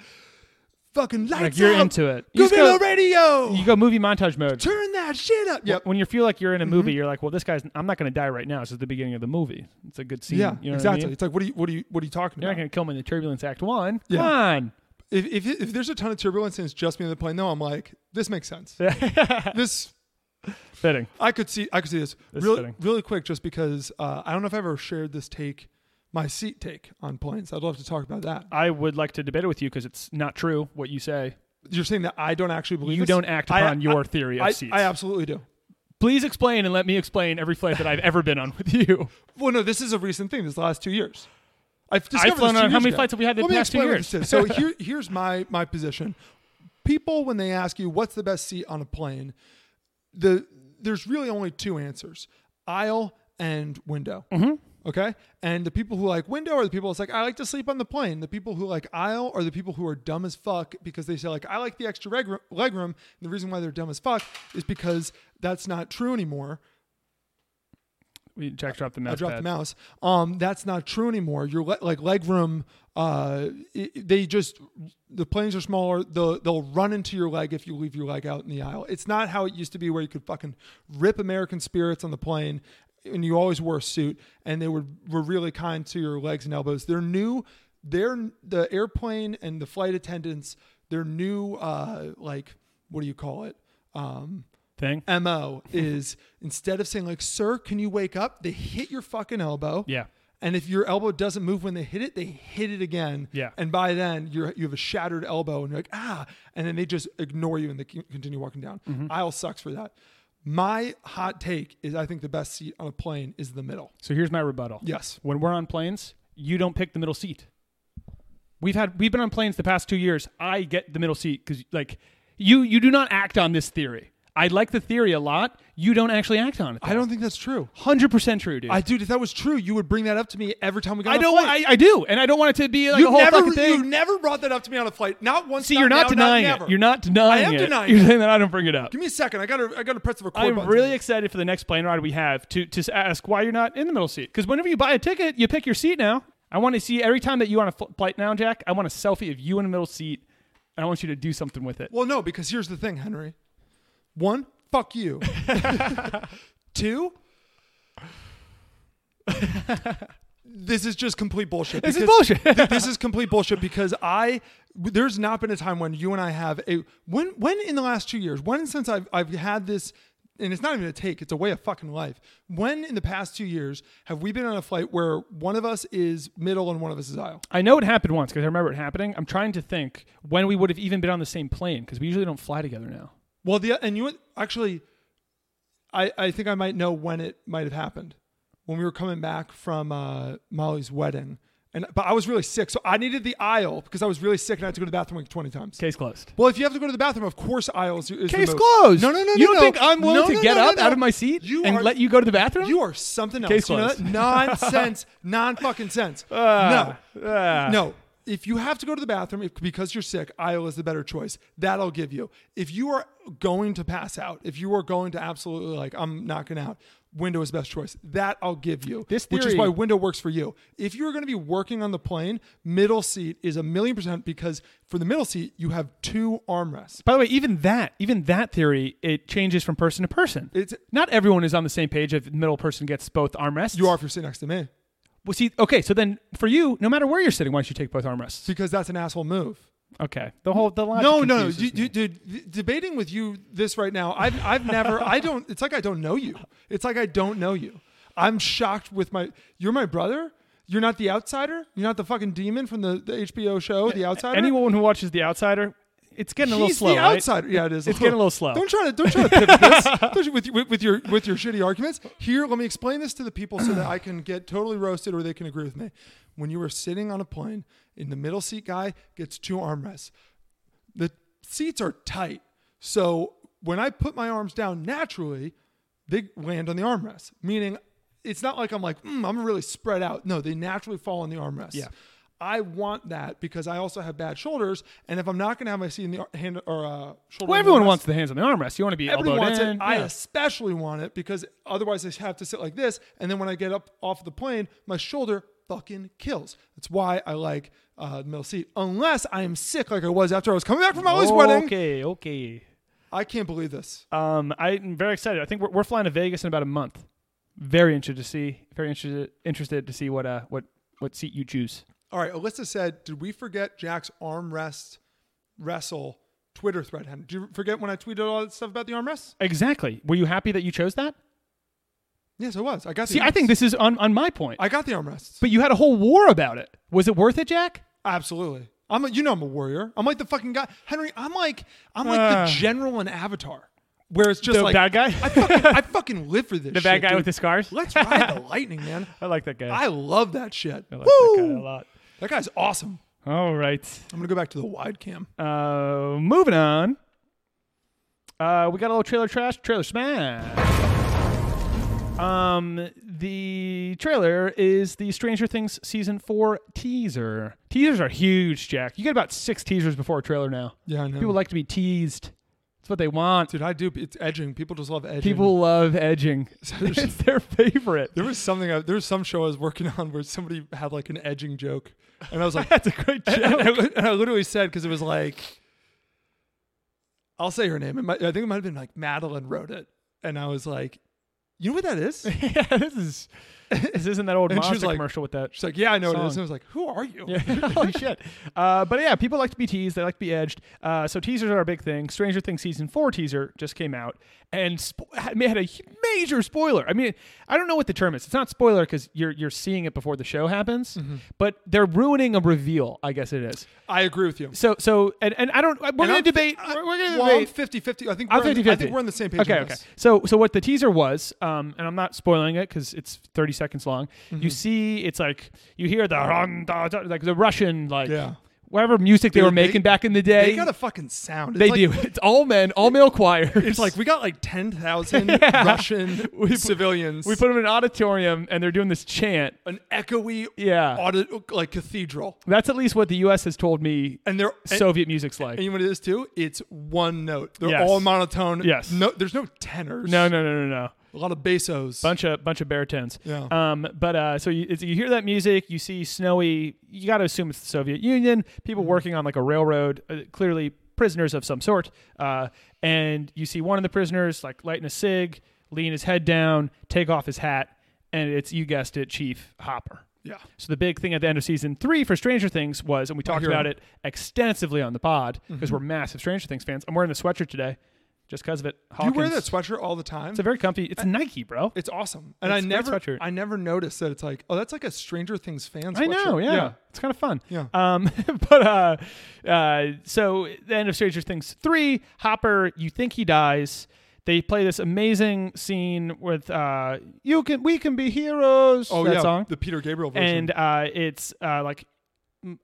[SPEAKER 7] fucking lights
[SPEAKER 1] you're
[SPEAKER 7] out,
[SPEAKER 1] into it. You just
[SPEAKER 7] Guerrilla
[SPEAKER 1] go-
[SPEAKER 7] radio.
[SPEAKER 1] You go movie montage mode.
[SPEAKER 7] turn that shit up. Yep. Mm-hmm.
[SPEAKER 1] When you feel like you're in a movie, you're like, "Well, this guy's. I'm not going to die right now. This is the beginning of the movie. It's a good scene.
[SPEAKER 7] yeah,
[SPEAKER 1] you know what I
[SPEAKER 7] exactly.
[SPEAKER 1] mean?
[SPEAKER 7] It's like what are you what are you what are you talking
[SPEAKER 1] You're
[SPEAKER 7] about?
[SPEAKER 1] not going to kill him in the turbulence act one.
[SPEAKER 7] Yeah.
[SPEAKER 1] Come on.
[SPEAKER 7] if, if if there's a ton of turbulence and it's just me on the plane, no, I'm like, this makes sense. this
[SPEAKER 1] Fitting.
[SPEAKER 7] I could see I could see this really
[SPEAKER 1] fitting.
[SPEAKER 7] really quick just because uh, I don't know if I've ever shared this take, my seat take on planes. I'd love to talk about that.
[SPEAKER 1] I would like to debate it with you because it's not true what you say.
[SPEAKER 7] You're saying that I don't actually believe
[SPEAKER 1] You
[SPEAKER 7] this?
[SPEAKER 1] don't act
[SPEAKER 7] I-
[SPEAKER 1] upon your
[SPEAKER 7] I-
[SPEAKER 1] theory of
[SPEAKER 7] I,
[SPEAKER 1] seats.
[SPEAKER 7] I absolutely do.
[SPEAKER 1] Please explain and let me explain every flight that I've ever been on with you.
[SPEAKER 7] Well, no, this is a recent thing. This last two years, I've discovered. this
[SPEAKER 1] flown
[SPEAKER 7] two
[SPEAKER 1] on- how
[SPEAKER 7] years
[SPEAKER 1] many
[SPEAKER 7] ago.
[SPEAKER 1] flights have we had the
[SPEAKER 7] Let me
[SPEAKER 1] past two
[SPEAKER 7] explain what
[SPEAKER 1] years?
[SPEAKER 7] this is. So here, here's my my position. People, when they ask you what's the best seat on a plane, the there's really only two answers: aisle and window.
[SPEAKER 1] Mm-hmm.
[SPEAKER 7] Okay, and the people who like window are the people that's like I like to sleep on the plane. The people who like aisle are the people who are dumb as fuck because they say like I like the extra leg room. Leg room. And the reason why they're dumb as fuck is because that's not true anymore.
[SPEAKER 1] We- Jack dropped the mouse.
[SPEAKER 7] I dropped
[SPEAKER 1] pad.
[SPEAKER 7] the mouse. Um, that's not true anymore. Your le- like legroom, uh, i they just the planes are smaller. They'll they'll run into your leg if you leave your leg out in the aisle. It's not how it used to be where you could fucking rip American spirits on the plane, and you always wore a suit, and they were were really kind to your legs and elbows. Their new, their the airplane and the flight attendants, their new uh, like what do you call it? Um,
[SPEAKER 1] Thing.
[SPEAKER 7] mo is instead of saying like sir can you wake up they hit your fucking elbow
[SPEAKER 1] Yeah.
[SPEAKER 7] and if your elbow doesn't move when they hit it they hit it again
[SPEAKER 1] Yeah.
[SPEAKER 7] and by then you're you have a shattered elbow and you're like ah and then they just ignore you and they c- continue walking down
[SPEAKER 1] Mm-hmm.
[SPEAKER 7] aisle sucks for that my hot take is i think the best seat on a plane is the middle
[SPEAKER 1] So here's my rebuttal.
[SPEAKER 7] Yes.
[SPEAKER 1] When we're on planes, you don't pick the middle seat. We've had we've been on planes the past two years. I get the middle seat because like you you do not act on this theory. I like the theory a lot. You don't actually act on it.
[SPEAKER 7] i don't think that's true
[SPEAKER 1] Hundred percent true, dude.
[SPEAKER 7] i dude if that was true you would bring that up to me every time we got
[SPEAKER 1] I
[SPEAKER 7] on a
[SPEAKER 1] don't.
[SPEAKER 7] flight.
[SPEAKER 1] I, I do, and I don't want it to be like a
[SPEAKER 7] You've
[SPEAKER 1] whole
[SPEAKER 7] never,
[SPEAKER 1] fucking thing.
[SPEAKER 7] you've never brought that up to me on a flight. Not once.
[SPEAKER 1] See, you're not
[SPEAKER 7] now,
[SPEAKER 1] denying
[SPEAKER 7] never.
[SPEAKER 1] it. You're not denying
[SPEAKER 7] I am
[SPEAKER 1] it.
[SPEAKER 7] denying
[SPEAKER 1] you're
[SPEAKER 7] it.
[SPEAKER 1] saying that I don't bring it up.
[SPEAKER 7] Give me a second. I gotta I gotta press the record
[SPEAKER 1] I'm
[SPEAKER 7] button.
[SPEAKER 1] really excited for the next plane ride we have to to s- ask why you're not in the middle seat. Because whenever you buy a ticket, you pick your seat now. I want to see every time that you on a fl- flight now, Jack. I want a selfie of you in the middle seat, and I want you to do something with it.
[SPEAKER 7] Well, no, because here's the thing, Henry. One, fuck you. Two, this is just complete bullshit.
[SPEAKER 1] This is
[SPEAKER 7] because-
[SPEAKER 1] bullshit.
[SPEAKER 7] th- this is complete bullshit because I there's not been a time when you and I have a when when in the last two years when since I've I've had this. And it's not even a take, it's a way of fucking life. When in the past two years have we been on a flight where one of us is middle and one of us is aisle?
[SPEAKER 1] I know it happened once because I remember it happening. I'm trying to think when we would have even been on the same plane because we usually don't fly together now.
[SPEAKER 7] Well, the and you would- actually, I I think I might know when it might have happened. When we were coming back from uh, Molly's wedding, And but I was really sick, so I needed the aisle because I was really sick and I had to go to the bathroom like twenty times.
[SPEAKER 1] Case closed.
[SPEAKER 7] Well, if you have to go to the bathroom, of course, aisle is, is the
[SPEAKER 1] Case
[SPEAKER 7] most-
[SPEAKER 1] closed.
[SPEAKER 7] No, no, no.
[SPEAKER 1] You
[SPEAKER 7] no,
[SPEAKER 1] don't
[SPEAKER 7] no.
[SPEAKER 1] think I'm willing
[SPEAKER 7] No,
[SPEAKER 1] to
[SPEAKER 7] no,
[SPEAKER 1] get
[SPEAKER 7] no, no,
[SPEAKER 1] up
[SPEAKER 7] no.
[SPEAKER 1] out of my seat
[SPEAKER 7] You
[SPEAKER 1] and
[SPEAKER 7] are-
[SPEAKER 1] let you go to the bathroom?
[SPEAKER 7] You are something else.
[SPEAKER 1] Case
[SPEAKER 7] you know
[SPEAKER 1] closed.
[SPEAKER 7] that? Nonsense. non-fucking sense.
[SPEAKER 1] Ah,
[SPEAKER 7] no. no. If you have to go to the bathroom if, because you're sick, aisle is the better choice. That I'll give you. If you are going to pass out, if you are going to absolutely like, I'm knocking out, window is best choice. That I'll give you.
[SPEAKER 1] This
[SPEAKER 7] which is
[SPEAKER 1] theory-
[SPEAKER 7] why window works for you. If you're going to be working on the plane, middle seat is a million percent because for the middle seat, you have two armrests.
[SPEAKER 1] By the way, even that, even that theory, it changes from person to person.
[SPEAKER 7] It's-
[SPEAKER 1] not everyone is on the same page. If the middle person gets both armrests,
[SPEAKER 7] You are if you're sitting next to me
[SPEAKER 1] Well, see, okay, so then for you, no matter where you're sitting, why don't you take both armrests?
[SPEAKER 7] because that's an asshole move.
[SPEAKER 1] Okay, the whole the logic.
[SPEAKER 7] No, no, no,
[SPEAKER 1] confuses
[SPEAKER 7] you,
[SPEAKER 1] me.
[SPEAKER 7] you, dude. d- Debating with you this right now, I've, I've never, I don't. It's like I don't know you. It's like I don't know you. I'm shocked with my. You're my brother. You're not the outsider. You're not the fucking demon from the, the HBO show, The Outsider.
[SPEAKER 1] Anyone who watches The Outsider, it's getting a little
[SPEAKER 7] He's
[SPEAKER 1] slow.
[SPEAKER 7] the
[SPEAKER 1] right?
[SPEAKER 7] outsider. Yeah, it is.
[SPEAKER 1] It's getting a little slow.
[SPEAKER 7] Don't try to don't try to pivot this don't you- with, your- with, with your with your shitty arguments. Here, let me explain this to the people so that I can get totally roasted or they can agree with me. When you are sitting on a plane, in the middle seat guy gets two armrests. The seats are tight, so when I put my arms down naturally, they land on the armrest. Meaning, it's not like I'm like mm, I'm really spread out. No, they naturally fall on the armrest.
[SPEAKER 1] Yeah.
[SPEAKER 7] I want that because I also have bad shoulders, and if I'm not going to have my seat in the ar- hand or uh, shoulder,
[SPEAKER 1] Well,
[SPEAKER 7] on the
[SPEAKER 1] everyone
[SPEAKER 7] armrest,
[SPEAKER 1] wants the hands on the armrest. You want to be
[SPEAKER 7] Everyone
[SPEAKER 1] elbowed
[SPEAKER 7] wants
[SPEAKER 1] in.
[SPEAKER 7] it. I
[SPEAKER 1] Yeah.
[SPEAKER 7] especially want it because otherwise I have to sit like this, and then when I get up off the plane, my shoulder fucking kills. That's why I like uh, the middle seat, unless I am sick like I was after I was coming back from Ollie's wedding.
[SPEAKER 1] Okay, okay.
[SPEAKER 7] I can't believe this. Uh,
[SPEAKER 1] Um, I'm very excited. I think we're, we're flying to Vegas in about a month. Very interested to see. Very interested interested to see what uh what what seat you choose.
[SPEAKER 7] All right, Alyssa said, did we forget Jack's armrest wrestle Twitter thread? Hen? Did you forget when I tweeted all that stuff about the armrest?
[SPEAKER 1] Exactly. Were you happy that you chose that?
[SPEAKER 7] Yes, I was. I got. The
[SPEAKER 1] See, I think
[SPEAKER 7] armrests.
[SPEAKER 1] this is on on my point.
[SPEAKER 7] I got the armrests.
[SPEAKER 1] but you had a whole war about it. Was it worth it, Jack?
[SPEAKER 7] Absolutely. I'm a, you know I'm a warrior. I'm like the fucking guy, Henry. I'm like I'm like
[SPEAKER 1] Ah.
[SPEAKER 7] the general in Avatar, where it's just
[SPEAKER 1] The
[SPEAKER 7] like
[SPEAKER 1] bad guy?
[SPEAKER 7] I fucking, I fucking live for this.
[SPEAKER 1] The bad
[SPEAKER 7] shit,
[SPEAKER 1] guy
[SPEAKER 7] dude.
[SPEAKER 1] with the scars?
[SPEAKER 7] Let's ride the lightning, man.
[SPEAKER 1] I like that guy.
[SPEAKER 7] I love that shit.
[SPEAKER 1] I like
[SPEAKER 7] Woo!
[SPEAKER 1] that guy a lot.
[SPEAKER 7] That guy's awesome.
[SPEAKER 1] All right.
[SPEAKER 7] I'm gonna go back to the wide cam.
[SPEAKER 1] Uh, moving on. Uh, we got a little trailer trash, trailer smash. Um, the trailer is the Stranger Things season four teaser. Teasers are huge, Jack. You get about six teasers before a trailer now.
[SPEAKER 7] Yeah, I know.
[SPEAKER 1] People like to be teased. That's what they want.
[SPEAKER 7] Dude, I do. It's edging. People just love edging.
[SPEAKER 1] People love edging. it's their favorite.
[SPEAKER 7] There was something. I, there was some show I was working on where somebody had like an edging joke, and I was like,
[SPEAKER 1] That's a great
[SPEAKER 7] and, I,
[SPEAKER 1] joke.
[SPEAKER 7] and I literally said because it was like, I'll say her name. It might, I think it might have been like Madeline wrote it, and I was like, you know what that is? She's
[SPEAKER 1] yeah, this is this isn't that old
[SPEAKER 7] And she was
[SPEAKER 1] monster
[SPEAKER 7] like-
[SPEAKER 1] commercial with that.
[SPEAKER 7] like, yeah, I know what it is.
[SPEAKER 1] Song.
[SPEAKER 7] And I was like, who are you?
[SPEAKER 1] Yeah. Holy shit. Uh, but yeah, people like to be teased. They like to be edged. Uh, so teasers are a big thing. Stranger Things season four teaser just came out and spo- had had a hu- major spoiler. I mean, I don't know what the term is. It's not spoiler because you're you're seeing it before the show happens, but they're ruining a reveal. I guess it is.
[SPEAKER 7] I agree with you.
[SPEAKER 1] So so and, and I don't. We're
[SPEAKER 7] And
[SPEAKER 1] gonna
[SPEAKER 7] I'm-
[SPEAKER 1] debate.
[SPEAKER 7] I-
[SPEAKER 1] we're, we're gonna
[SPEAKER 7] well, I'm
[SPEAKER 1] debate.
[SPEAKER 7] 50-50. I think
[SPEAKER 1] I'm
[SPEAKER 7] we're on the-
[SPEAKER 1] 50
[SPEAKER 7] I think we're on the same page.
[SPEAKER 1] Okay,
[SPEAKER 7] on
[SPEAKER 1] okay.
[SPEAKER 7] this.
[SPEAKER 1] So, so what the teaser was, um, and I'm not spoiling it because it's 30 seconds long. You see, it's like you hear the run, da, da, like the Russian, like
[SPEAKER 7] Yeah.
[SPEAKER 1] whatever music they
[SPEAKER 7] Dude,
[SPEAKER 1] were
[SPEAKER 7] they-
[SPEAKER 1] making back in the day.
[SPEAKER 7] They got a fucking sound. It's
[SPEAKER 1] They
[SPEAKER 7] like-
[SPEAKER 1] do. It's all men, all male choirs.
[SPEAKER 7] It's like we got like ten thousand Russian civilians.
[SPEAKER 1] we put them in an auditorium and they're doing this chant.
[SPEAKER 7] an echoey,
[SPEAKER 1] Yeah.
[SPEAKER 7] audit, like cathedral,
[SPEAKER 1] That's at least what the U.S. has told me.
[SPEAKER 7] and they're and-
[SPEAKER 1] Soviet music's like.
[SPEAKER 7] And you know what it is too? It's one note. They're
[SPEAKER 1] Yes.
[SPEAKER 7] all monotone.
[SPEAKER 1] Yes.
[SPEAKER 7] No, there's no tenors.
[SPEAKER 1] no, no, no, no, no.
[SPEAKER 7] A lot of bassos.
[SPEAKER 1] bunch of bunch of baritones.
[SPEAKER 7] Yeah.
[SPEAKER 1] Um. But uh. So you, it's- you hear that music, you see snowy. You got to assume it's the Soviet Union. People
[SPEAKER 7] Mm-hmm.
[SPEAKER 1] working on like a railroad, uh, clearly prisoners of some sort. Uh. And you see one of the prisoners like lighting a cig, lean his head down, take off his hat, and it's you guessed it, Chief Hopper.
[SPEAKER 7] Yeah.
[SPEAKER 1] So the big thing at the end of season three for Stranger Things was, and we talked
[SPEAKER 7] hero.
[SPEAKER 1] about it extensively on the pod because
[SPEAKER 7] Mm-hmm.
[SPEAKER 1] we're massive Stranger Things fans. I'm wearing the sweatshirt today, just because of it.
[SPEAKER 7] You wear
[SPEAKER 1] Hawkins.
[SPEAKER 7] that sweatshirt all the time.
[SPEAKER 1] It's a very comfy. It's Nike, bro.
[SPEAKER 7] it's awesome. And
[SPEAKER 1] It's a
[SPEAKER 7] I
[SPEAKER 1] great
[SPEAKER 7] never
[SPEAKER 1] sweatshirt.
[SPEAKER 7] I never noticed that it's like, oh, that's like a Stranger Things fan sweatshirt.
[SPEAKER 1] I know, yeah. It's kind of fun.
[SPEAKER 7] Yeah.
[SPEAKER 1] Um, but uh, uh, so the end of Stranger Things three, Hopper, you think he dies. They play this amazing scene with uh, "You can, we can be heroes."
[SPEAKER 7] Oh
[SPEAKER 1] that
[SPEAKER 7] yeah,
[SPEAKER 1] song.
[SPEAKER 7] the Peter Gabriel version.
[SPEAKER 1] and uh, it's uh, like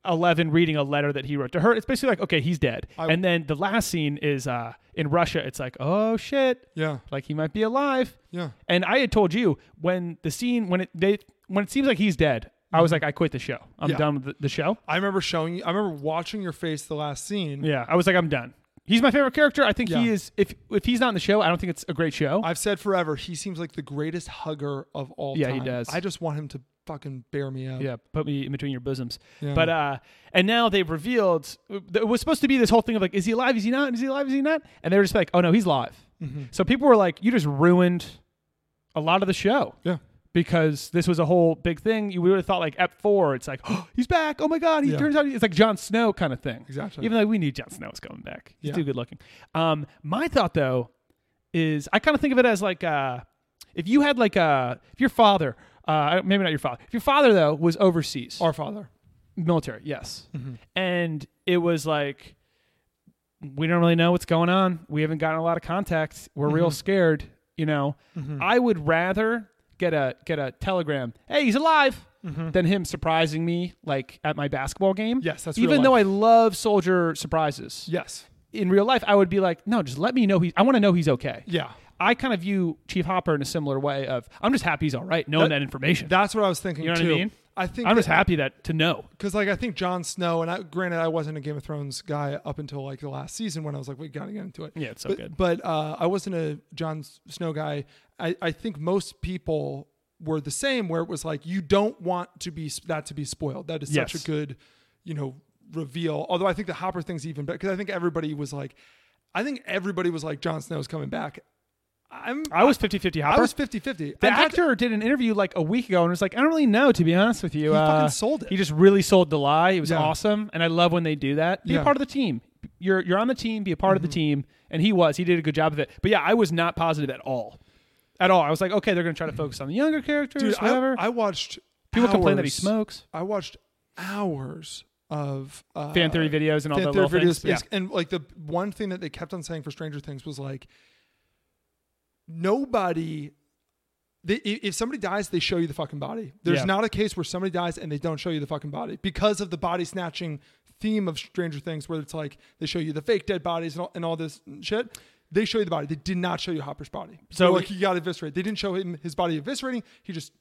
[SPEAKER 1] Eleven reading a letter that he wrote to her. It's basically like, okay, he's dead.
[SPEAKER 7] I-
[SPEAKER 1] and then the last scene is uh, in Russia. It's like, oh shit,
[SPEAKER 7] yeah,
[SPEAKER 1] like he might be alive.
[SPEAKER 7] yeah,
[SPEAKER 1] And I had told you when the scene when it they when it seems like he's dead, I was like, I quit the show. I'm
[SPEAKER 7] Mhm. Yeah.
[SPEAKER 1] done with the, the show.
[SPEAKER 7] I remember showing you. I remember watching your face the last scene.
[SPEAKER 1] Yeah, I was like, I'm done. He's my favorite character. I think he
[SPEAKER 7] Yeah.
[SPEAKER 1] is. If if he's not in the show, I don't think it's a great show.
[SPEAKER 7] I've said forever. He seems like the greatest hugger of all
[SPEAKER 1] Yeah,
[SPEAKER 7] time.
[SPEAKER 1] he does.
[SPEAKER 7] I just want him to fucking bear me up.
[SPEAKER 1] yeah, put me in between your bosoms.
[SPEAKER 7] Yeah.
[SPEAKER 1] But uh, and now they've revealed it was supposed to be this whole thing of like, is he alive? Is he not? Is he alive? Is he not? And they were just like, oh no, he's alive.
[SPEAKER 7] Mm-hmm.
[SPEAKER 1] So people were like, you just ruined a lot of the show.
[SPEAKER 7] Yeah.
[SPEAKER 1] because this was a whole big thing. You would have thought like at four, it's like oh, he's back. Oh my god, he
[SPEAKER 7] Yeah.
[SPEAKER 1] turns out it's like Jon Snow kind of thing.
[SPEAKER 7] Exactly.
[SPEAKER 1] Even though we knew Jon Snow was coming back, he's
[SPEAKER 7] Yeah.
[SPEAKER 1] too good looking. Um, my thought though is I kind of think of it as like uh, if you had like uh, if your father, uh, maybe not your father, if your father though was overseas
[SPEAKER 7] Our father.
[SPEAKER 1] military, yes,
[SPEAKER 7] Mm-hmm.
[SPEAKER 1] and it was like we don't really know what's going on. We haven't gotten a lot of contacts. We're real
[SPEAKER 7] Mm-hmm.
[SPEAKER 1] scared. You know, I would rather get a get a telegram. Hey, he's alive. Than him surprising me like at my basketball game.
[SPEAKER 7] Mm-hmm. Yes, that's real
[SPEAKER 1] even though I
[SPEAKER 7] life.
[SPEAKER 1] love soldier surprises.
[SPEAKER 7] Yes.
[SPEAKER 1] In real life, I would be like, no, just let me know he. I want to know he's okay.
[SPEAKER 7] Yeah.
[SPEAKER 1] I kind of view Chief Hopper in a similar way of I'm just happy he's all right, knowing that,
[SPEAKER 7] That-
[SPEAKER 1] information.
[SPEAKER 7] That's what I was thinking
[SPEAKER 1] you know what
[SPEAKER 7] too.
[SPEAKER 1] I mean?
[SPEAKER 7] I think
[SPEAKER 1] I'm
[SPEAKER 7] that-
[SPEAKER 1] just happy that to know.
[SPEAKER 7] because like I think Jon Snow and I granted I wasn't a Game of Thrones guy up until like the last season when I was like we got to get into it.
[SPEAKER 1] Yeah, it's so
[SPEAKER 7] but,
[SPEAKER 1] good.
[SPEAKER 7] But uh, I wasn't a Jon S- Snow guy. I, I think most people were the same where it was like you don't want to be s- that to be spoiled. That is
[SPEAKER 1] Yes.
[SPEAKER 7] such a good, you know, reveal. Although I think the Hopper thing's even better because I think everybody was like, I think everybody was like Jon Snow's coming back. I'm
[SPEAKER 1] I was 50-50 Hopper.
[SPEAKER 7] I was 50-50.
[SPEAKER 1] The
[SPEAKER 7] In fact,
[SPEAKER 1] actor did an interview like a week ago and was like, I don't really know, to be honest with you. He
[SPEAKER 7] fucking sold it.
[SPEAKER 1] He just really sold the lie. It was
[SPEAKER 7] Yeah.
[SPEAKER 1] awesome. And I love when they do that. Be a
[SPEAKER 7] Yeah. Mm-hmm.
[SPEAKER 1] part of the team. You're you're on the team, be a part of the team. And he was. He did a good job of it. But yeah, I was not positive at all. At all. I was like, okay, they're gonna try to focus on the younger characters,
[SPEAKER 7] dude, I-
[SPEAKER 1] whatever.
[SPEAKER 7] I, watched
[SPEAKER 1] People complain that he
[SPEAKER 7] hours-
[SPEAKER 1] smokes.
[SPEAKER 7] I watched hours of uh,
[SPEAKER 1] Fan theory videos and all
[SPEAKER 7] fan
[SPEAKER 1] that
[SPEAKER 7] theory
[SPEAKER 1] little
[SPEAKER 7] videos,
[SPEAKER 1] things. Yeah.
[SPEAKER 7] and like the one thing that they kept on saying for Stranger Things was like nobody. They, i- if somebody dies, they show you the fucking body. There's
[SPEAKER 1] Yeah.
[SPEAKER 7] not a case where somebody dies and they don't show you the fucking body because of the body snatching theme of Stranger Things, where it's like they show you the fake dead bodies and all, and all this shit. They show you the body. They did not show you Hopper's body.
[SPEAKER 1] So-
[SPEAKER 7] So like he got eviscerated. They didn't show him his body eviscerating. He just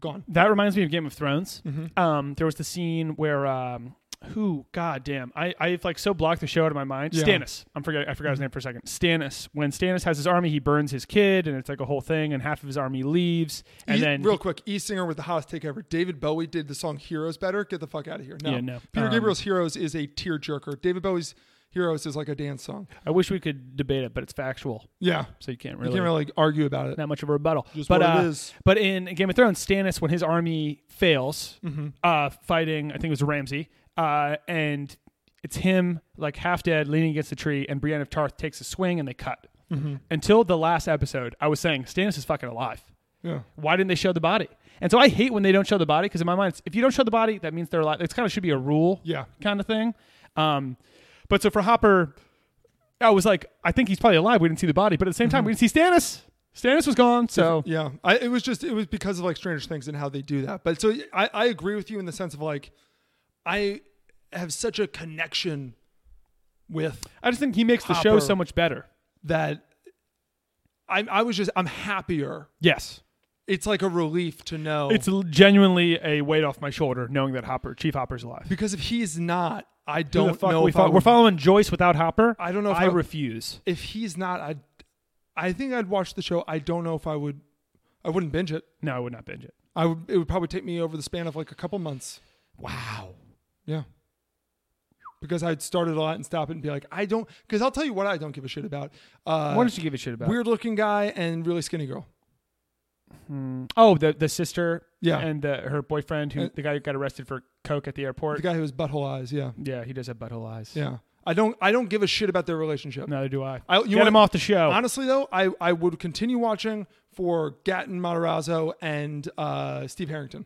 [SPEAKER 7] gone.
[SPEAKER 1] That reminds me of Game of Thrones.
[SPEAKER 7] Mm-hmm.
[SPEAKER 1] Um, there was the scene where um, who? God damn! I I've like so blocked the show out of my mind.
[SPEAKER 7] Yeah. Mm-hmm.
[SPEAKER 1] Stannis. I'm forget. I forgot his name for a second. Stannis. When Stannis has his army, he burns his kid, and it's like a whole thing. And half of his army leaves, and
[SPEAKER 7] E-
[SPEAKER 1] then
[SPEAKER 7] real quick, E Singer with the hottest take ever. David Bowie did the song Heroes better. Get the fuck out of here. No,
[SPEAKER 1] Yeah, no.
[SPEAKER 7] Peter
[SPEAKER 1] Um,
[SPEAKER 7] Gabriel's Heroes is a tearjerker. David Bowie's Heroes is like a dance song.
[SPEAKER 1] I wish we could debate it, but it's factual,
[SPEAKER 7] Yeah,
[SPEAKER 1] so you can't
[SPEAKER 7] you
[SPEAKER 1] really.
[SPEAKER 7] can't really argue about it.
[SPEAKER 1] that much of a rebuttal,
[SPEAKER 7] Just
[SPEAKER 1] but
[SPEAKER 7] what it
[SPEAKER 1] uh,
[SPEAKER 7] is.
[SPEAKER 1] but in Game of Thrones, Stannis, when his army fails,
[SPEAKER 7] Mm-hmm.
[SPEAKER 1] uh, fighting, I think it was Ramsey, uh, and it's him like half dead, leaning against a tree, and Brienne of Tarth takes a swing, and they cut.
[SPEAKER 7] Mm-hmm.
[SPEAKER 1] Until the last episode, I was saying Stannis is fucking alive.
[SPEAKER 7] Yeah.
[SPEAKER 1] Why didn't they show the body? And so I hate when they don't show the body because in my mind, it's- if you don't show the body, that means they're alive. It's kind of should be a rule,
[SPEAKER 7] Yeah.
[SPEAKER 1] kind of thing. Um, but so for Hopper, I was like, I think he's probably alive. We didn't see the body, but at the same time,
[SPEAKER 7] Mm-hmm.
[SPEAKER 1] we didn't see Stannis. Stannis was gone, so
[SPEAKER 7] Yeah, I, it was just it was because of like Stranger Things and how they do that. But so I, I agree with you in the sense of like I have such a connection with
[SPEAKER 1] I just think he makes the show
[SPEAKER 7] Hopper.
[SPEAKER 1] so much better.
[SPEAKER 7] that. I, I was just I'm happier.
[SPEAKER 1] Yes,
[SPEAKER 7] It's like a relief to know
[SPEAKER 1] it's l- genuinely a weight off my shoulder knowing that Hopper, Chief Hopper's alive. Who
[SPEAKER 7] because if he's not, I
[SPEAKER 1] the
[SPEAKER 7] don't
[SPEAKER 1] fuck
[SPEAKER 7] know
[SPEAKER 1] we
[SPEAKER 7] if I
[SPEAKER 1] fo-
[SPEAKER 7] would-
[SPEAKER 1] we're following Joyce without Hopper.
[SPEAKER 7] I don't know if
[SPEAKER 1] I,
[SPEAKER 7] I-
[SPEAKER 1] refuse.
[SPEAKER 7] if he's not, I, I think I'd watch the show. I don't know if I would. I wouldn't binge it.
[SPEAKER 1] No, I would not binge it.
[SPEAKER 7] I would. It would probably take me over the span of like a couple months.
[SPEAKER 1] Wow.
[SPEAKER 7] Yeah. Because I'd start it a lot and stop it and be like, I don't. Because I'll tell you what, I don't give a shit about. Uh,
[SPEAKER 1] Why don't you give a shit about?
[SPEAKER 7] weird looking guy and really skinny girl.
[SPEAKER 1] Oh, the the sister,
[SPEAKER 7] Yeah.
[SPEAKER 1] and the, her boyfriend, who
[SPEAKER 7] And-
[SPEAKER 1] the guy who got arrested for coke at the airport.
[SPEAKER 7] The guy who has butthole eyes. Yeah.
[SPEAKER 1] yeah, he does have butthole eyes.
[SPEAKER 7] Yeah. I don't. I don't give a shit about their relationship.
[SPEAKER 1] neither do I.
[SPEAKER 7] I- you
[SPEAKER 1] Get
[SPEAKER 7] want-
[SPEAKER 1] him off the show.
[SPEAKER 7] Honestly, though, I, I would continue watching for Gatton Matarazzo and uh, Steve Harrington.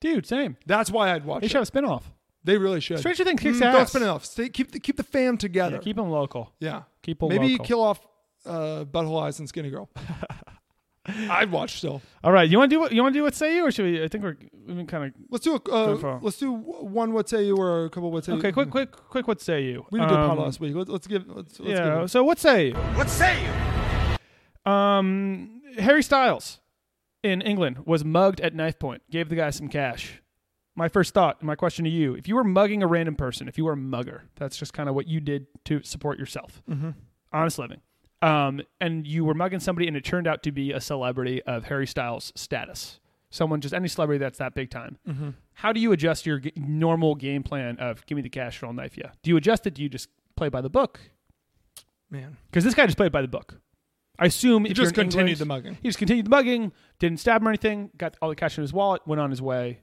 [SPEAKER 1] dude, same.
[SPEAKER 7] That's why I'd watch.
[SPEAKER 1] They
[SPEAKER 7] it.
[SPEAKER 1] should have a spinoff.
[SPEAKER 7] They really should. Mm,
[SPEAKER 1] Stranger Things kicks
[SPEAKER 7] Don't
[SPEAKER 1] ass.
[SPEAKER 7] spin it off. Stay, keep the keep the fam together.
[SPEAKER 1] Yeah, keep him local.
[SPEAKER 7] Yeah.
[SPEAKER 1] keep 'em
[SPEAKER 7] Maybe
[SPEAKER 1] local.
[SPEAKER 7] kill off uh, Butthole Eyes and Skinny Girl. I'd watch still.
[SPEAKER 1] All right, you want to do what you want to do? What say you, or should we? I think we're we've been kind
[SPEAKER 7] Let's do a,
[SPEAKER 1] Go for
[SPEAKER 7] uh,
[SPEAKER 1] it.
[SPEAKER 7] let's do one what say you or a couple what say
[SPEAKER 1] of
[SPEAKER 7] you.
[SPEAKER 1] okay. Quick, quick, quick. What say you?
[SPEAKER 7] mm. We did a good
[SPEAKER 1] Um,
[SPEAKER 7] pod last week. Let's, let's give let's, let's
[SPEAKER 1] Yeah.
[SPEAKER 7] give
[SPEAKER 1] So what say you?
[SPEAKER 2] What say you?
[SPEAKER 1] Um, Harry Styles in England was mugged at knife point. Gave the guy some cash. My first thought, and my question to you: If you were mugging a random person, if you were a mugger, that's just kind of what you did to support yourself, honest living. Um, and you were mugging somebody, and it turned out to be a celebrity of Harry Styles' status. Someone, just any celebrity that's that big time. How do you adjust your g- normal game plan of give me the cash or I'll knife you? Do you adjust it? Do you just play by the book?
[SPEAKER 7] man.
[SPEAKER 1] Because this guy just played by the book. I assume he
[SPEAKER 7] just continued the mugging.
[SPEAKER 1] He just continued the mugging. Didn't stab him or anything. Got all the cash in his wallet. Went on his way.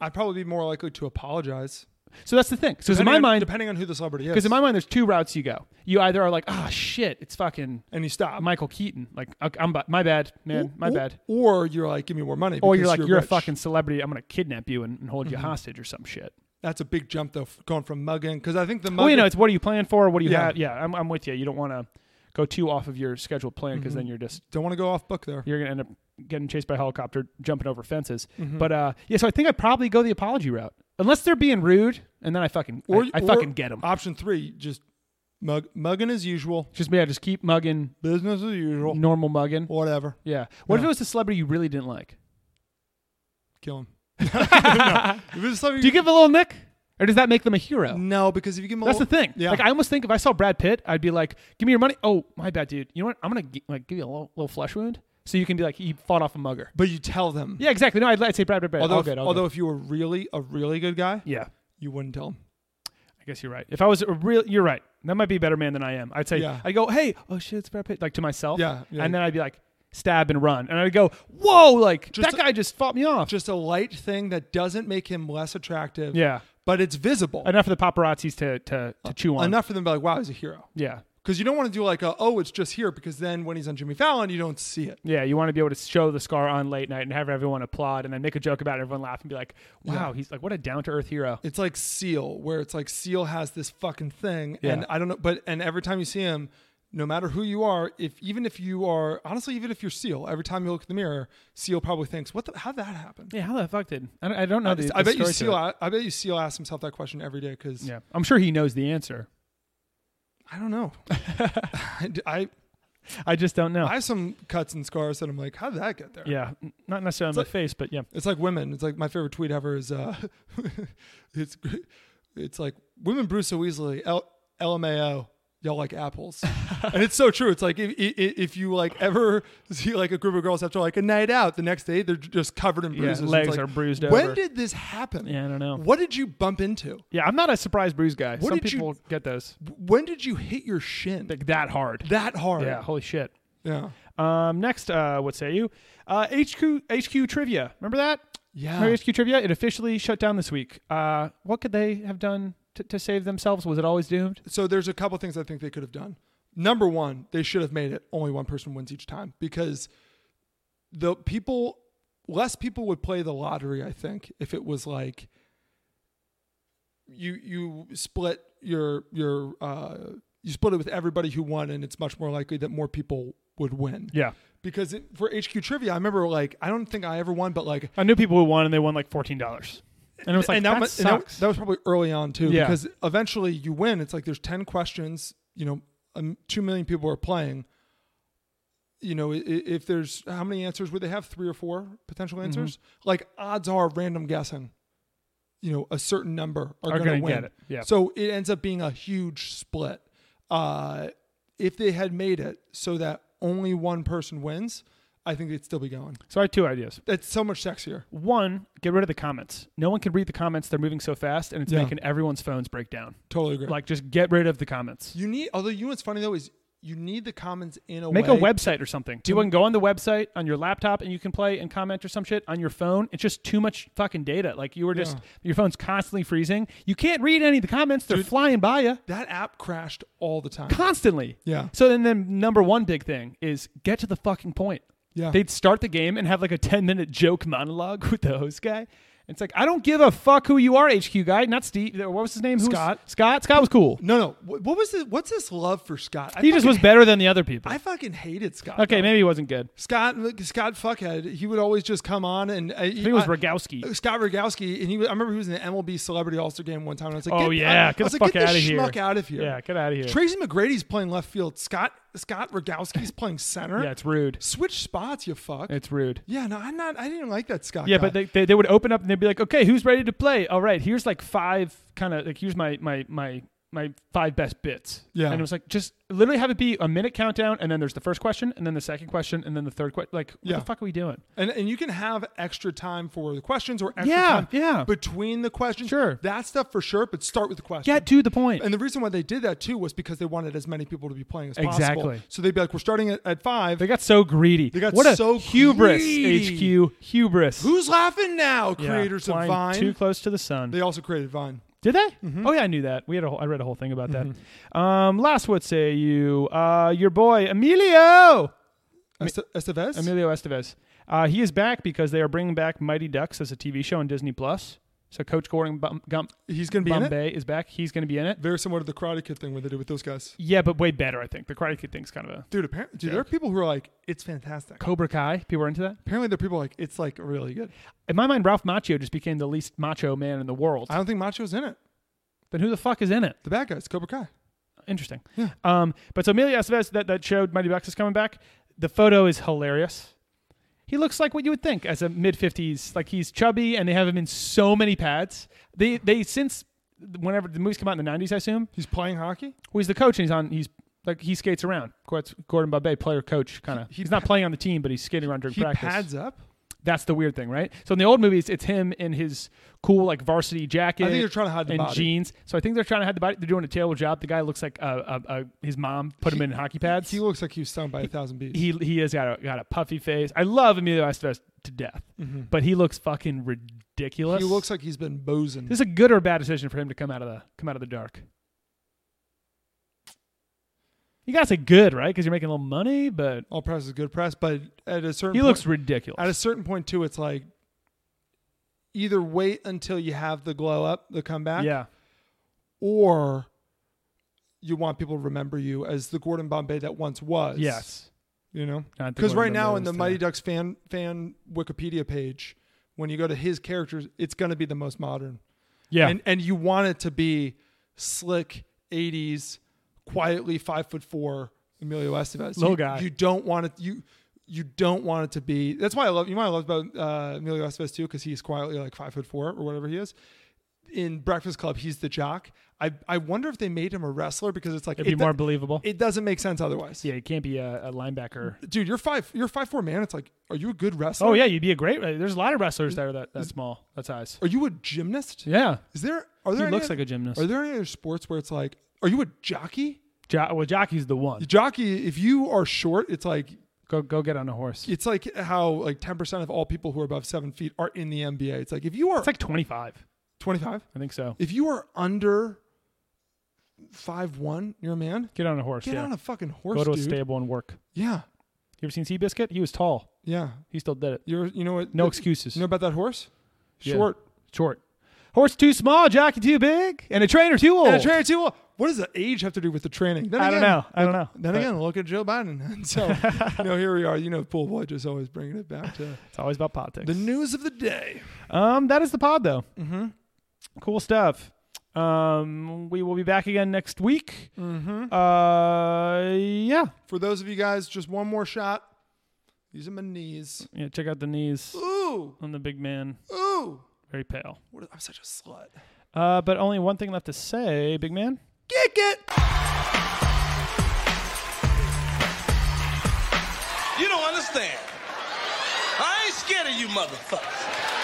[SPEAKER 7] I'd probably be more likely to apologize.
[SPEAKER 1] So that's the thing. So in
[SPEAKER 7] Depending
[SPEAKER 1] my
[SPEAKER 7] on-
[SPEAKER 1] mind,
[SPEAKER 7] depending on who the celebrity is,
[SPEAKER 1] because in my mind, there's two routes you go. You either are like, ah, shit, it's fucking
[SPEAKER 7] and you stop.
[SPEAKER 1] Michael Keaton. Like, okay, I'm bu- my bad, man, my
[SPEAKER 7] or,
[SPEAKER 1] bad.
[SPEAKER 7] Or you're like, give me more money.
[SPEAKER 1] Or you're
[SPEAKER 7] because
[SPEAKER 1] like, you're, a
[SPEAKER 7] rich. Mm-hmm.
[SPEAKER 1] fucking celebrity. I'm gonna kidnap you and, and hold you hostage or some shit.
[SPEAKER 7] That's a big jump though, f- going from mugging because I think the mugging.
[SPEAKER 1] Well, you know, it's what are you playing for? What do you
[SPEAKER 7] Yeah.
[SPEAKER 1] have? Yeah, I'm, I'm with you. You don't want to go too off of your scheduled plan because then
[SPEAKER 7] Mm-hmm.
[SPEAKER 1] you're just
[SPEAKER 7] don't want to go off book there.
[SPEAKER 1] you're gonna end up getting chased by a helicopter, jumping over fences.
[SPEAKER 7] Mm-hmm.
[SPEAKER 1] But uh, yeah, so I think I'd probably go the apology route, unless they're being rude, and then I fucking
[SPEAKER 7] Or
[SPEAKER 1] I, I
[SPEAKER 7] or
[SPEAKER 1] fucking get them.
[SPEAKER 7] Option three, just mug mugging as usual,
[SPEAKER 1] just yeah, just keep mugging,
[SPEAKER 7] business as usual,
[SPEAKER 1] normal mugging.
[SPEAKER 7] whatever.
[SPEAKER 1] yeah. What if
[SPEAKER 7] no.
[SPEAKER 1] it was a celebrity you really didn't like?
[SPEAKER 7] Kill him. If it's something-
[SPEAKER 1] Do you give a little nick, or does that make them a hero?
[SPEAKER 7] no, because if you give him, a
[SPEAKER 1] That's the
[SPEAKER 7] little-
[SPEAKER 1] thing.
[SPEAKER 7] Yeah,
[SPEAKER 1] Like I almost think if I saw Brad Pitt, I'd be like, "Give me your money." Oh, my bad, dude. You know what? I'm gonna gi- like give you a little, little flesh wound, so you can be like, "He fought off a mugger."
[SPEAKER 7] but you tell them.
[SPEAKER 1] Yeah, exactly. No, I'd, I'd say Brad Pitt. Brad.
[SPEAKER 7] Although,
[SPEAKER 1] all
[SPEAKER 7] if,
[SPEAKER 1] good, all
[SPEAKER 7] although
[SPEAKER 1] good.
[SPEAKER 7] if you were really a really good guy,
[SPEAKER 1] yeah,
[SPEAKER 7] you wouldn't tell him.
[SPEAKER 1] I guess you're right. If I was a real, you're right. That might be a better man than I am. I'd say,
[SPEAKER 7] Yeah.
[SPEAKER 1] I go, hey, oh shit, it's Brad Pitt, like to myself.
[SPEAKER 7] Yeah, yeah.
[SPEAKER 1] And then I'd be like, stab and run. And I'd go, whoa, like
[SPEAKER 7] Just
[SPEAKER 1] that guy just fought me off.
[SPEAKER 7] Just a light thing that doesn't make him less attractive.
[SPEAKER 1] Yeah.
[SPEAKER 7] but it's visible
[SPEAKER 1] enough of the paparazzis to to, to chew on.
[SPEAKER 7] Uh, enough for them to be like, wow, he's a hero.
[SPEAKER 1] Yeah.
[SPEAKER 7] Because you don't want to do like a oh, it's just here because then when he's on Jimmy Fallon, you don't see it.
[SPEAKER 1] Yeah, you want to be able to show the scar on late night and have everyone applaud and then make a joke about it, everyone laugh and be like, wow, he's like, what a down to earth hero.
[SPEAKER 7] It's like Seal, where it's like Seal has this fucking thing,
[SPEAKER 1] Yeah.
[SPEAKER 7] and I don't know, but and every time you see him, no matter who you are, if even if you are honestly, even if you're Seal, every time you look in the mirror, Seal probably thinks, what the how that happened?
[SPEAKER 1] Yeah, how the fuck did? I don't, I don't know.
[SPEAKER 7] I,
[SPEAKER 1] the,
[SPEAKER 7] I
[SPEAKER 1] the
[SPEAKER 7] bet you
[SPEAKER 1] story to
[SPEAKER 7] Seal,
[SPEAKER 1] it.
[SPEAKER 7] I, I bet you Seal asks himself that question every day because
[SPEAKER 1] Yeah, I'm sure he knows the answer.
[SPEAKER 7] I don't know. I, I
[SPEAKER 1] I just don't know.
[SPEAKER 7] I have some cuts and scars that I'm like, how did that get there?
[SPEAKER 1] yeah, n- not necessarily on my face, but yeah.
[SPEAKER 7] It's like women. It's like my favorite tweet ever is uh, it's it's like women brew so easily. L- LMAO, y'all like apples, and it's so true. It's like if, if if you like ever see like a group of girls after like a night out, the next day they're just covered in bruises. It's
[SPEAKER 1] legs
[SPEAKER 7] like,
[SPEAKER 1] are bruised
[SPEAKER 7] When
[SPEAKER 1] over.
[SPEAKER 7] did this happen?
[SPEAKER 1] Yeah, I don't know.
[SPEAKER 7] What did you bump into?
[SPEAKER 1] Yeah, I'm not a surprise bruise guy.
[SPEAKER 7] What
[SPEAKER 1] Some
[SPEAKER 7] did you-
[SPEAKER 1] people get those
[SPEAKER 7] When did you hit your shin
[SPEAKER 1] like that hard.
[SPEAKER 7] that hard?
[SPEAKER 1] yeah, holy shit.
[SPEAKER 7] yeah.
[SPEAKER 1] Um, next, uh, what say you? Uh, HQ HQ trivia. Remember that?
[SPEAKER 7] Yeah.
[SPEAKER 1] Remember HQ trivia? It officially shut down this week. Uh, what could they have done to, to save themselves? Was it always doomed?
[SPEAKER 7] so there's a couple things I think they could have done. Number one, they should have made it only one person wins each time because the people less people would play the lottery, I think, if it was like you you split your your uh you split it with everybody who won and it's much more likely that more people would win.
[SPEAKER 1] Yeah.
[SPEAKER 7] Because it, for HQ trivia, I remember like I don't think I ever won, but like
[SPEAKER 1] I knew people who won and they won like fourteen dollars, and it was like
[SPEAKER 7] and
[SPEAKER 1] that,
[SPEAKER 7] that, mu- and that-
[SPEAKER 1] sucks.
[SPEAKER 7] that was probably early on too,
[SPEAKER 1] Yeah.
[SPEAKER 7] because eventually you win. It's like there's ten questions. You know, um, two million people are playing. You know, i- i- if there's how many answers would they have? Three or four potential
[SPEAKER 1] Mm-hmm.
[SPEAKER 7] answers. Like odds are, random guessing. You know, a certain number are,
[SPEAKER 1] Are
[SPEAKER 7] going to
[SPEAKER 1] gonna
[SPEAKER 7] win.
[SPEAKER 1] get it, yeah.
[SPEAKER 7] So it ends up being a huge split. Uh, if they had made it so that only one person wins, I think they'd still be going.
[SPEAKER 1] so I have two ideas.
[SPEAKER 7] That's so much sexier.
[SPEAKER 1] One, get rid of the comments. No one can read the comments. They're moving so fast, and it's
[SPEAKER 7] Yeah.
[SPEAKER 1] making everyone's phones break down.
[SPEAKER 7] Totally agree.
[SPEAKER 1] Like, just get rid of the comments.
[SPEAKER 7] You need, although you know what's funny though is you need the comments in a
[SPEAKER 1] Make
[SPEAKER 7] way.
[SPEAKER 1] a website or something. You can go on the website on your laptop and you can play and comment or some shit on your phone. It's just too much fucking data. Like you were just
[SPEAKER 7] Yeah.
[SPEAKER 1] your phone's constantly freezing. You can't read any of the comments. They're flying by you
[SPEAKER 7] That app crashed all the time.
[SPEAKER 1] constantly.
[SPEAKER 7] Yeah.
[SPEAKER 1] So then, then number one big thing is get to the fucking point.
[SPEAKER 7] Yeah.
[SPEAKER 1] They'd start the game and have like a ten minute joke monologue with the host guy, It's like I don't give a fuck who you are, HQ guy. Not Steve. What was his name? Who was-
[SPEAKER 7] Scott.
[SPEAKER 1] Scott. Scott was cool.
[SPEAKER 7] No, no. What, what was it? What's this love for Scott? I
[SPEAKER 1] He just
[SPEAKER 7] fucking-
[SPEAKER 1] was better than the other people.
[SPEAKER 7] I fucking hated Scott.
[SPEAKER 1] okay,
[SPEAKER 7] though.
[SPEAKER 1] maybe he wasn't good.
[SPEAKER 7] Scott, like, Scott fuckhead. He would always just come on and uh, I, Oh,
[SPEAKER 1] I think it was Rogowski.
[SPEAKER 7] Scott Rogowski, and he. I remember he was in an MLB Celebrity All Star Game one time. And I was like,
[SPEAKER 1] Oh
[SPEAKER 7] get,
[SPEAKER 1] yeah,
[SPEAKER 7] I,
[SPEAKER 1] get
[SPEAKER 7] I was
[SPEAKER 1] the fuck
[SPEAKER 7] like, get
[SPEAKER 1] out of
[SPEAKER 7] this
[SPEAKER 1] here.
[SPEAKER 7] schmuck out of here.
[SPEAKER 1] Yeah, get out of here.
[SPEAKER 7] Tracy McGrady's playing left field. Scott Scott Rogowski's playing center.
[SPEAKER 1] yeah, it's rude.
[SPEAKER 7] Switch spots, you fuck.
[SPEAKER 1] It's rude.
[SPEAKER 7] yeah, no, I'm not. I didn't like that Scott.
[SPEAKER 1] Yeah,
[SPEAKER 7] guy.
[SPEAKER 1] but they, they, they would open up and they'd be like, okay, who's ready to play? All right, here's like five kind of like here's my my my my five best bits.
[SPEAKER 7] Yeah.
[SPEAKER 1] and it was like just literally have it be a minute countdown, and then there's the first question, and then the second question, and then the third question. Like, what
[SPEAKER 7] Yeah.
[SPEAKER 1] the fuck are we doing?
[SPEAKER 7] And, and you can have extra time for the questions or extra
[SPEAKER 1] Yeah,
[SPEAKER 7] time
[SPEAKER 1] yeah.
[SPEAKER 7] between the questions.
[SPEAKER 1] Sure.
[SPEAKER 7] That stuff for sure, but start with the question.
[SPEAKER 1] Get to the point.
[SPEAKER 7] and the reason why they did that too was because they wanted as many people to be playing as
[SPEAKER 1] Exactly.
[SPEAKER 7] possible. So they'd be like, we're starting at, at five.
[SPEAKER 1] they got so greedy.
[SPEAKER 7] They got
[SPEAKER 1] what a
[SPEAKER 7] so
[SPEAKER 1] hubris,
[SPEAKER 7] greedy.
[SPEAKER 1] HQ hubris.
[SPEAKER 7] Who's laughing now?
[SPEAKER 1] Yeah,
[SPEAKER 7] Creators of
[SPEAKER 1] flying
[SPEAKER 7] Vine.
[SPEAKER 1] too close to the sun.
[SPEAKER 7] they Mm-hmm. also created Vine.
[SPEAKER 1] Did they? Oh yeah, I knew that. We had a whole, I read a whole thing about that.
[SPEAKER 7] Mm-hmm.
[SPEAKER 1] Um, last, what say you? Uh, your boy Emilio.
[SPEAKER 7] Este- Estevez?
[SPEAKER 1] Emilio Estevez. Uh, he is back because they are bringing back Mighty Ducks as a TV show on Disney Plus. So Coach Gordon Bum- Gump
[SPEAKER 7] He's going to be in it.
[SPEAKER 1] Bombay is back. He's going to be in it.
[SPEAKER 7] Very similar to the Karate Kid thing where they did with those guys.
[SPEAKER 1] Yeah, but way better, I think. The Karate Kid thing's kind of a
[SPEAKER 7] Dude, apparently, dude, there are people who are like, it's fantastic.
[SPEAKER 1] Cobra Kai. People are into that.
[SPEAKER 7] Apparently, there are people like, it's like really good.
[SPEAKER 1] In my mind, Ralph Macchio just became the least macho man in the world.
[SPEAKER 7] I don't think Macho's in it.
[SPEAKER 1] then who the fuck is in it?
[SPEAKER 7] The bad guys, Cobra Kai.
[SPEAKER 1] Interesting. Um, but so Emilio Estevez, that, that showed Mighty Ducks is coming back. The photo is hilarious. He looks like what you would think as a mid fifties. Like he's chubby, and they have him in so many pads. They they since whenever the movies come out in the nineties, I assume.
[SPEAKER 7] He's playing hockey.
[SPEAKER 1] Well, he's the coach, and he's on. He's like he skates around. Gordon Gordon Bombay, player coach, kind of.
[SPEAKER 7] He- he
[SPEAKER 1] he's not
[SPEAKER 7] pa-
[SPEAKER 1] playing on the team, but he's skating around during
[SPEAKER 7] He
[SPEAKER 1] practice.
[SPEAKER 7] pads up.
[SPEAKER 1] That's the weird thing, right? So in the old movies, it's him in his cool like varsity jacket.
[SPEAKER 7] I think they're trying to hide the
[SPEAKER 1] and
[SPEAKER 7] body.
[SPEAKER 1] jeans. So I think they're trying to hide the body. They're doing a terrible job. The guy looks like uh, uh, uh, his mom put him in hockey pads.
[SPEAKER 7] He looks like he was stung by a thousand bees.
[SPEAKER 1] he he has got a got a puffy face. I love Emilio Estevez to death, but he looks fucking ridiculous.
[SPEAKER 7] Mm-hmm. He looks like he's been boozing.
[SPEAKER 1] This is a good or bad decision for him to come out of the come out of the dark. You gotta say good, right? Because you're making a little money, but
[SPEAKER 7] All press is good press, but at a certain
[SPEAKER 1] he
[SPEAKER 7] point,
[SPEAKER 1] looks ridiculous.
[SPEAKER 7] at a certain point too, it's like either wait until you have the glow up, the comeback,
[SPEAKER 1] yeah,
[SPEAKER 7] or you want people to remember you as the Gordon Bombay that once was.
[SPEAKER 1] yes,
[SPEAKER 7] you know,
[SPEAKER 1] Not the
[SPEAKER 7] because
[SPEAKER 1] Gordon
[SPEAKER 7] right now
[SPEAKER 1] Bombay
[SPEAKER 7] in
[SPEAKER 1] that
[SPEAKER 7] the
[SPEAKER 1] was
[SPEAKER 7] Mighty
[SPEAKER 1] today.
[SPEAKER 7] Ducks fan fan Wikipedia page, when you go to his characters, it's going to be the most modern.
[SPEAKER 1] yeah.
[SPEAKER 7] and and you want it to be slick '80s, quietly five foot four Emilio Estevez.
[SPEAKER 1] Little
[SPEAKER 7] you,
[SPEAKER 1] guy.
[SPEAKER 7] You don't want it. You you don't want it to be. That's why I love. You know what I love about uh, Emilio Estevez too, because he's quietly like five foot four or whatever he is. In Breakfast Club, he's the jock. I I wonder if they made him a wrestler because it's like
[SPEAKER 1] It'd be
[SPEAKER 7] it
[SPEAKER 1] more
[SPEAKER 7] do-
[SPEAKER 1] believable.
[SPEAKER 7] It doesn't make sense otherwise.
[SPEAKER 1] yeah, he can't be a, a linebacker.
[SPEAKER 7] Dude, you're five. You're five four man. It's like, are you a good wrestler?
[SPEAKER 1] Oh yeah, you'd be a great. There's a lot of wrestlers that are that, that small, that size.
[SPEAKER 7] Are you a gymnast?
[SPEAKER 1] Yeah,
[SPEAKER 7] Is there? Are
[SPEAKER 1] he
[SPEAKER 7] there? any
[SPEAKER 1] looks
[SPEAKER 7] oth-
[SPEAKER 1] like a gymnast.
[SPEAKER 7] Are there any other sports where it's like, are you a jockey?
[SPEAKER 1] Jo- well, jockey's the one.
[SPEAKER 7] jockey if you are short it's like
[SPEAKER 1] Go go get on a horse.
[SPEAKER 7] it's like how like 10% of all people who are above seven feet are in the nba it's like if you are
[SPEAKER 1] It's like 25.
[SPEAKER 7] 25
[SPEAKER 1] I think so.
[SPEAKER 7] if you are under 5-1 you're a man
[SPEAKER 1] Get on a horse.
[SPEAKER 7] get
[SPEAKER 1] yeah.
[SPEAKER 7] on a fucking horse
[SPEAKER 1] go to a
[SPEAKER 7] dude.
[SPEAKER 1] stable and work.
[SPEAKER 7] yeah
[SPEAKER 1] You ever seen Seabiscuit? He was tall.
[SPEAKER 7] yeah
[SPEAKER 1] He still did it.
[SPEAKER 7] you're you know what
[SPEAKER 1] No excuses.
[SPEAKER 7] you know about that horse
[SPEAKER 1] Yeah.
[SPEAKER 7] short
[SPEAKER 1] Short. Horse too small, jockey too big, and a trainer too old.
[SPEAKER 7] and a trainer too well, what does the age have to do with the training then
[SPEAKER 1] Oh. I don't
[SPEAKER 7] again-
[SPEAKER 1] know. I don't know.
[SPEAKER 7] then
[SPEAKER 1] But
[SPEAKER 7] again, look at Joe Biden. And so, you know, here we are. You know, pool boy just always bringing it back to
[SPEAKER 1] it's always about politics.
[SPEAKER 7] the news of the day.
[SPEAKER 1] Um, that is the pod though. Mm-hmm. Cool stuff. Um, we will be back again next week. Mm-hmm. Uh, yeah.
[SPEAKER 7] For those of you guys, just one more shot. These are my knees.
[SPEAKER 1] Yeah. Check out the knees
[SPEAKER 7] Ooh,
[SPEAKER 1] on the big man.
[SPEAKER 7] ooh.
[SPEAKER 1] Very pale.
[SPEAKER 7] What a- I'm such a slut.
[SPEAKER 1] Uh, but only one thing left to say, big man.
[SPEAKER 7] Kick it!
[SPEAKER 2] You don't understand. I ain't scared of you motherfuckers.